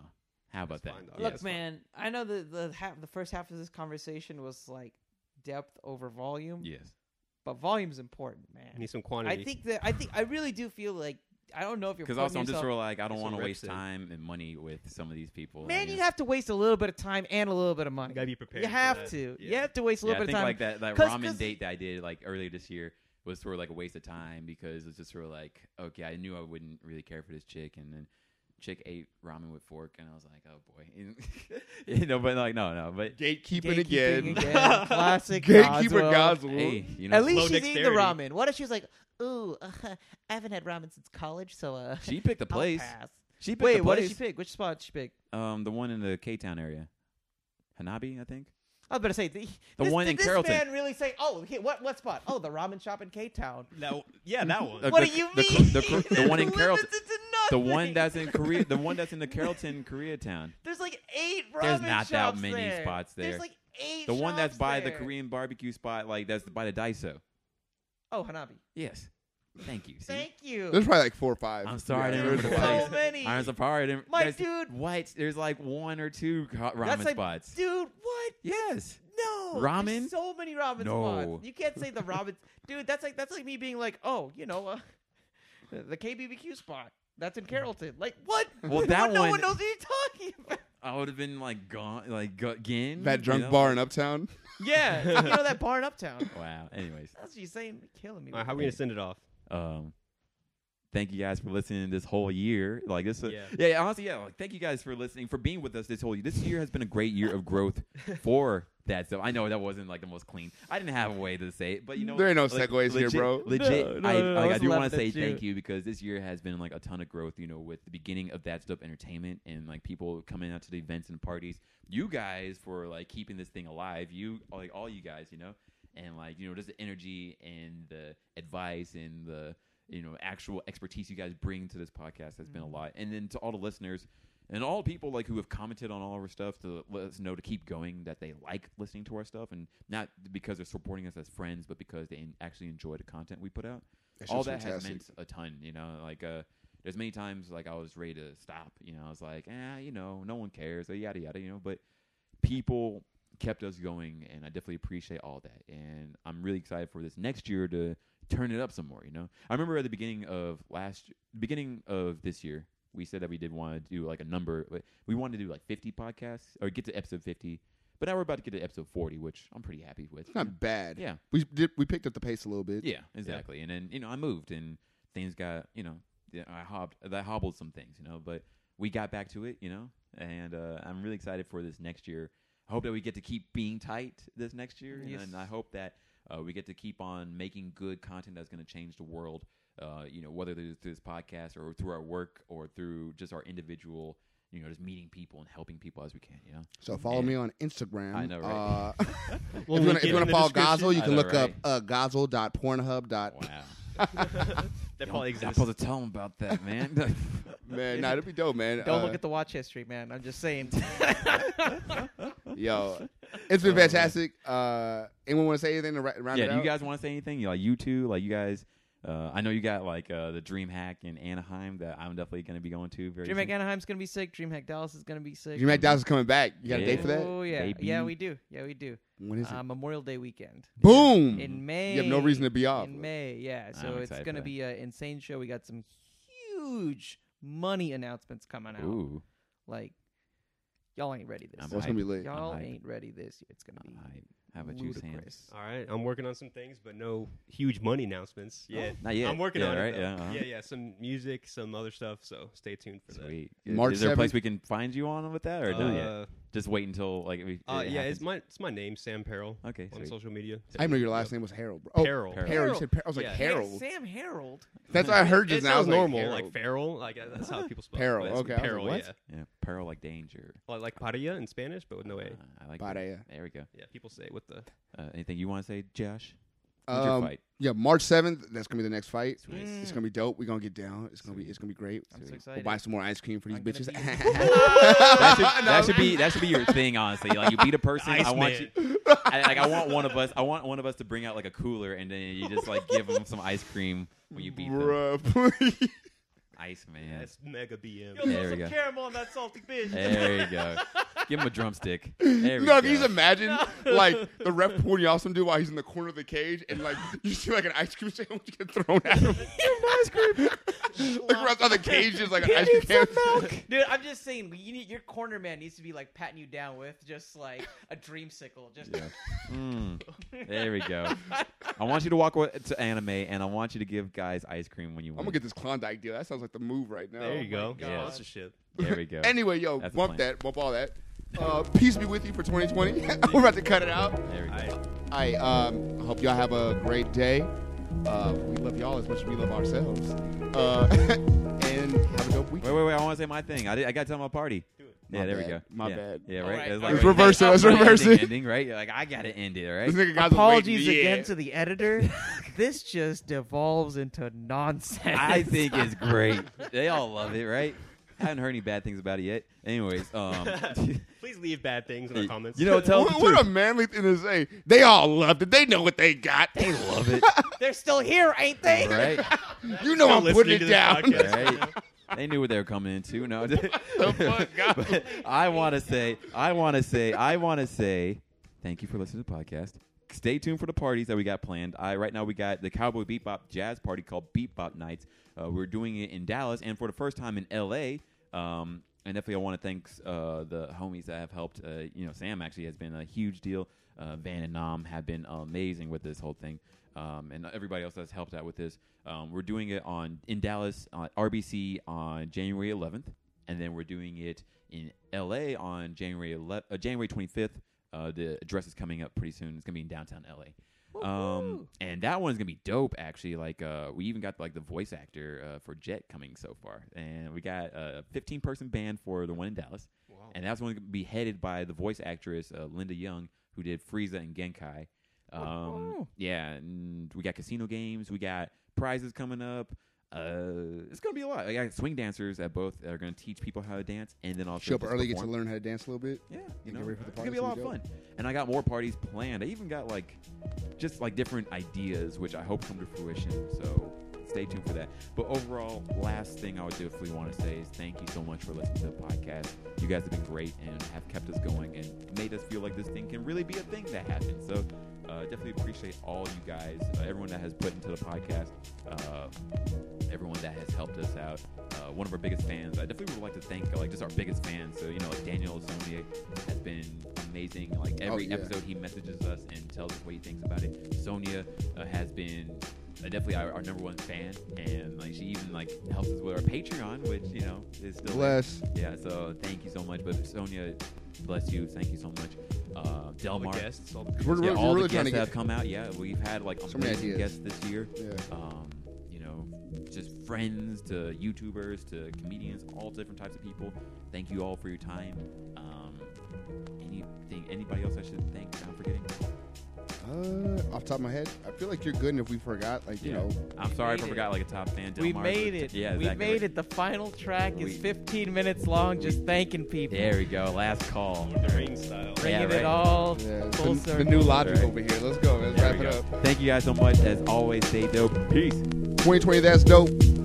S2: how about
S5: That's fine,
S2: that
S5: though.
S2: Yeah,
S3: Look,
S2: it's fine.
S3: man, I know the the half, the first half of this conversation was like depth over volume,
S2: yes
S3: but volume's important,
S5: I
S3: man.
S5: need some quantity.
S3: I think that I think I really do feel like I don't know if you're
S2: because
S3: putting
S2: also I'm just
S3: yourself,
S2: sort of like I don't
S5: That's
S2: want to
S5: what
S2: waste
S5: Rex said.
S2: time and money with some of these people I
S3: man.
S2: guess.
S3: You'd have to waste a little bit of time and a little bit of
S5: you
S3: money.
S5: gotta be prepared.
S3: You
S5: for
S3: have
S5: that.
S3: to. You
S5: Yeah.
S3: have to waste a little
S2: yeah,
S3: bit
S2: I think
S3: of time.
S2: like that that
S3: 'Cause-
S2: ramen
S3: 'cause-
S2: date that I did like earlier this year was sort of like a waste of time because it's just sort of like okay, I knew I wouldn't really care for this chick, and then chick ate ramen with fork, and I was like, oh boy, you know. But like, no, no, but
S1: Gatekeeping,
S3: Gatekeeping
S1: again.
S3: again. Classic
S1: Gatekeeper
S3: Godswill.
S1: Godswill.
S2: hey, you know,
S3: At least she's eating the
S5: dexterity.
S3: ramen. What if she was like, "Ooh, uh, I haven't had ramen since college, so uh,
S2: she picked a
S3: I'll
S2: place.
S3: pass."
S2: She picked
S3: Wait,
S2: a
S3: what
S2: place.
S3: did she pick? Which spot did she pick?
S2: Um, the one in the K Town area, Hanabi, I think.
S3: I was about to say the,
S2: The
S3: this,
S2: one
S3: did
S2: in
S3: this
S2: Carrollton.
S3: man really say, "Oh, he- what what spot? Oh, the ramen shop in K Town."
S5: That, yeah, that one.
S2: Look,
S3: What
S2: the-
S3: do you
S2: the cr-
S3: mean?
S2: the cr- the
S3: That
S2: one in
S3: limits
S2: Carrollton.
S3: it to
S2: The
S3: nothing.
S2: one that's in Korea, the one that's in the Carrollton Koreatown.
S3: there's like eight ramen
S2: There's not that
S3: shops
S2: many
S3: there.
S2: spots there.
S3: There's like eight.
S2: The one that's
S3: shops
S2: by the
S3: there.
S2: Korean barbecue spot, like that's by the Daiso.
S3: Oh, Hanabi.
S2: Yes, thank you. See?
S3: Thank you.
S1: There's probably like four or five.
S2: I'm sorry,
S1: Yeah,
S2: I didn't
S1: there's
S2: remember
S1: a lot.
S2: the
S3: so
S2: place.
S3: many.
S2: Irons of Power. I didn't-
S3: My
S2: there's-
S3: dude.
S2: What? There's like one or two co- ramen
S3: That's like,
S2: spots.
S3: dude. What?
S2: Yes.
S3: No there's
S2: Ramen?
S3: So many ramen
S2: No.
S3: spots. You can't say the ramen, dude. That's like that's like me being like, oh, you know, uh, the KBBQ spot. That's in Carrollton. Like what?
S2: Mm. Well, that
S3: no
S2: one-
S3: one knows what you're talking about.
S2: I would have been like gone, like go- again.
S1: That
S2: you
S1: drunk
S2: know?
S1: bar in Uptown.
S3: Yeah, you know that bar in Uptown.
S2: Wow. Anyways,
S3: That's what you're saying. You're killing me.
S5: All right,
S3: with
S5: how are we gonna send it off?
S2: um, thank you guys for listening this whole year. Like this.
S5: Yeah.
S2: Yeah. yeah. Honestly, yeah. Like, thank you guys for listening, for being with us this whole year. This year has been a great year of growth for that. So I know that wasn't like the most clean. I didn't have a way to say it, but you know,
S1: There ain't no
S2: like,
S1: segues here,
S2: legit-
S1: bro.
S2: Legit,
S3: No,
S2: I,
S3: no, no,
S2: like, I
S3: it's
S2: do want
S3: left
S2: to say
S3: at you.
S2: thank you because this year has been like a ton of growth. You know, with the beginning of that stuff entertainment and like people coming out to the events and parties. You guys for like keeping this thing alive. You like all you guys, you know, and like you know just the energy and the advice and the you know actual expertise you guys bring to this podcast has been a lot. And then to all the listeners. And all the people like who have commented on all of our stuff to let us know to keep going that they like listening to our stuff and not because they're supporting us as friends, but because they en- actually enjoy the content we put out
S1: That
S2: all
S1: shit's
S2: that has
S1: fantastic.
S2: meant a ton, you know. Like, uh, there's many times like I was ready to stop, you know. I was like, ah, you know, no one cares, or yada yada, you know. But people kept us going, and I definitely appreciate all that. And I'm really excited for this next year to turn it up some more, you know. I remember at the beginning of last, beginning of this year, we said that we did want to do like a number, but we wanted to do like 50 podcasts or get to episode 50. But now we're about to get to episode 40, which I'm pretty happy with.
S1: It's not bad.
S2: yeah.
S1: We did. We picked up the pace a little bit.
S2: Yeah, exactly. And then you know, I moved and things got you know, yeah, I hobbed, I hobbled some things, you know, but we got back to it, you know, and uh, I'm really excited for this next year. I hope that we get to keep being tight this next year, and-
S3: Yes.
S2: and I hope that uh, we get to keep on making good content that's going to change the world. Uh, you know, whether through this podcast or through our work or through just our individual, you know, just meeting people and helping people as we can. You know,
S1: So follow
S2: Yeah.
S1: me on Instagram.
S2: I know, right?
S1: Uh,
S5: We'll
S1: if you wanna-
S5: link
S1: if
S5: it
S1: you want
S5: in
S1: to
S5: the
S1: follow
S5: description.
S1: Gozzle, you
S2: I
S1: can
S2: know,
S1: look up
S2: right?
S1: uh, gozzle.pornhub.
S2: wow.
S5: That
S2: Y'all-
S5: probably
S2: y'all
S5: exists.
S2: supposed to tell them about that, man.
S1: Man, nah, it'd be dope, man.
S3: Don't
S1: Uh,
S3: look at the watch history, man. I'm just saying.
S1: Yo, it's been fantastic. Uh, anyone want to say anything to ra- round it
S2: yeah, do
S1: out?
S2: you guys want to say anything? You- Like you two, like you guys. Uh, I know you got like uh, the Dream Hack in Anaheim that I'm definitely going to be going to. Very
S3: DreamHack
S2: soon.
S3: Anaheim's gonna be sick. DreamHack Dallas is gonna be sick.
S1: Jimmy McDowell's coming back. You got a date
S2: Yeah.
S1: for that?
S3: Oh yeah,
S2: Baby.
S3: yeah, we do. Yeah, we do.
S1: When is it?
S3: Uh, Memorial Day weekend.
S1: Boom.
S3: in May.
S1: You have no reason to be off. Ah,
S3: In May, yeah. So it's
S2: excited for
S3: gonna
S2: that.
S3: be an insane show. We got some huge money announcements coming out.
S2: Ooh,
S3: Like y'all ain't ready this.
S2: I'm
S1: That's gonna be
S2: hyped.
S1: lit.
S3: Y'all
S2: hype.
S3: ain't ready this year. It's gonna be
S2: I'm hyped. How about you, Sam?
S3: Ludicrous.
S5: All right, I'm working on some things, but no huge money announcements. Yeah,
S2: Oh, Not yet.
S5: I'm working
S2: Yeah,
S5: on
S2: right?
S5: it. though.
S2: Yeah, uh-huh.
S5: yeah, yeah. Some music, some other stuff. So stay tuned for that.
S2: Sweet.
S1: March
S2: Is there a place
S1: 7th?
S2: we can find you on with that, or no? Yet?
S5: Uh,
S2: Just wait until like. we-
S5: uh,
S2: it
S5: yeah,
S2: happens?
S5: it's my it's my name, Sam Peril.
S2: Okay,
S5: on
S2: Oh, sweet.
S5: social media.
S1: I didn't know your last name was Harold. Bro. Oh,
S5: Peril.
S2: Peril.
S1: Harold. You said Peril. I was like
S5: Yeah.
S1: Harold.
S3: Sam Harold.
S1: That's what I heard
S5: It
S1: just now. I was
S5: sounds normal,
S1: Harold.
S5: like feral. Like uh, that's how people spell.
S1: Peril,
S5: It, but it's
S1: okay, I was like,
S5: Peril.
S1: what?
S5: Yeah,
S2: Yeah, peril like danger.
S5: like, like paria in Spanish, but with no a.
S2: Uh, I like that.
S1: Pareja.
S2: There we go.
S5: Yeah, people say it with the.
S2: Uh, anything you want to say, Josh? Who's your
S1: Um,
S2: fight?
S1: Yeah, March seventh. That's gonna be the next fight.
S2: Sweet.
S1: It's gonna be dope. We're gonna get down. It's gonna be it's gonna be great.
S3: I'm so
S1: We'll
S3: excited.
S1: buy some more ice cream for these
S3: I'm gonna
S1: bitches.
S2: that, should, that should be that should be your thing, honestly. Like you beat a person, I want
S5: Iceman.
S2: you. I, like I want one of us. I want one of us to bring out like a cooler, and then you just like give them some ice cream when you beat them.
S1: Bruh, please.
S2: Ice man.
S5: That's mega BM.
S2: Yo, There we
S6: some
S2: go.
S6: caramel on that salty bitch.
S2: There you go. Give him a drumstick. There
S1: No,
S2: we go.
S1: can you just imagine like the ref pointing off some dude while he's in the corner of the cage, and like you see like an ice cream sandwich get thrown at him. ice cream. like right outside the cage is like an ice cream sandwich.
S3: Dude, I'm just saying, you need, your corner man needs to be like patting you down with just like a dreamsicle. Just
S2: Yeah. Mm, there we go. I want you to walk away to anime, and I want you to give guys ice cream when you
S1: I'm
S2: win.
S1: gonna get this Klondike deal. That sounds like the move right now.
S5: There you go.
S2: God. Yeah.
S5: Sponsorship.
S2: there we go.
S1: Anyway, yo,
S2: That's the
S1: bump
S2: plan.
S1: that, bump all that. Uh, peace be with you for 2020. We're about to cut it out.
S2: there we go.
S1: I um, hope y'all have a great day. Uh, we love y'all as much as we love ourselves. Uh, and have a dope week.
S2: Wait, wait, wait! I want to say my thing. I, did, I got to tell my party. Yeah,
S1: My
S2: there we
S1: bad.
S2: go.
S1: My
S2: yeah.
S1: bad.
S2: Yeah,
S3: All
S2: right.
S3: right,
S2: It was
S3: all
S2: like,
S1: Let's
S2: right,
S1: reverse it.
S2: hey,
S1: Let's
S2: I'm
S1: reverse
S2: ending,
S1: it.
S2: Ending, right? You're like, I gotta end it. All right.
S1: This nigga guys was waiting.
S3: Apologies
S1: Yeah.
S3: again to the editor. this just devolves into nonsense.
S2: I think it's great. They all love it, right? haven't heard any bad things about it yet. Anyways, um,
S5: Please leave bad things in the comments.
S2: you know, tell the
S1: What, what a
S2: truth.
S1: manly thing to say. They all loved it. They know what they got.
S2: They love it,
S3: They're still here, ain't they?
S2: right?
S1: You know I'm
S5: listening
S1: putting
S5: to
S1: it
S5: this
S1: down.
S5: podcast.
S2: right? They knew what they were coming into. No,
S1: fuck, God.
S2: But I want to say, I want to say, I want to say, thank you for listening to the podcast. Stay tuned for the parties that we got planned. I right now we got the Cowboy Bebop Jazz Party called Bebop Nights. Uh, we're doing it in Dallas and for the first time in L.A. Um, and definitely, I want to thank uh, the homies that have helped. Uh, you know, Sam actually has been a huge deal. Uh, Van and Nam have been amazing with this whole thing um, and everybody else that's helped out with this. Um, we're doing it on in Dallas on RBC on January 11th, and then we're doing it in LA on January 11, uh, January 25th. Uh, the address is coming up pretty soon. It's gonna be in downtown LA, um, and that one's gonna be dope. Actually, like uh, we even got like the voice actor uh, for Jet coming so far, and we got a 15 person band for the one in Dallas, and that's one gonna be headed by the voice actress uh, Linda Young, who did Frieza and Genkai. Um, Yeah, and we got casino games. We got prizes coming up. Uh, it's gonna be a lot. I got swing dancers at both that are gonna teach people how to dance, and then also
S1: Show up
S2: just
S1: early, get to
S2: perform.
S1: learn how to dance a little bit.
S2: Yeah, you
S1: and
S2: know,
S1: get ready for the
S2: it's gonna be a lot
S1: party.
S2: of
S1: It's gonna
S2: fun. And I got more parties planned. I even got like, just like different ideas, which I hope come to fruition. So stay tuned for that. But overall, last thing I would definitely want to say is thank you so much for listening to the podcast. You guys have been great and have kept us going and made us feel like this thing can really be a thing that happens. So. Uh, definitely appreciate all you guys, uh, everyone that has put into the podcast. Uh, everyone that has helped us out. Uh, one of our biggest fans. I definitely would like to thank uh, like just our biggest fans. So you know, like Daniel Sonia has been amazing. Like every
S1: Oh, yeah.
S2: episode, he messages us and tells us what he thinks about it. Sonia uh, has been. uh, Definitely our, our number one fan, and like she even like helps us with our Patreon, which you know is still there.
S1: Bless.
S2: Yeah, so thank you so much. But Sonia, bless you. Thank you so much. Uh,
S5: all the
S2: Delmar,
S5: guests, all the
S1: We're,
S2: yeah,
S1: we're- we're
S2: all the
S1: really
S2: guests
S1: trying to
S2: that have
S1: get.
S2: come out. Yeah, we've had like
S1: So many
S2: amazing
S1: ideas.
S2: guests this year
S1: Yeah.
S2: um, you know, just friends to YouTubers to comedians, all different types of people. Thank you all for your time. Um, anything, anybody else I should thank? I'm forgetting.
S1: Uh, off the top of my head, I feel like you're good, and if we forgot, like you
S2: Yeah.
S1: know,
S2: I'm sorry if
S3: made
S2: I
S3: it.
S2: forgot like a top fan.
S3: We
S2: Delmar,
S3: made
S2: but-
S3: it.
S2: Yeah,
S3: we
S2: exactly.
S3: made it. The final track
S2: We-
S3: is 15 minutes long, just thanking people,
S2: There we go. Last call.
S5: ring style.
S3: bringing
S2: right.
S3: it all
S1: yeah, it's
S3: full
S1: the, the
S3: circle.
S1: new logic
S2: Right.
S1: over here. Let's go. Let's
S2: There
S1: wrap
S2: we
S1: it
S2: go.
S1: up.
S2: Thank you guys so much. As always, stay dope. Peace.
S1: 2020, that's dope.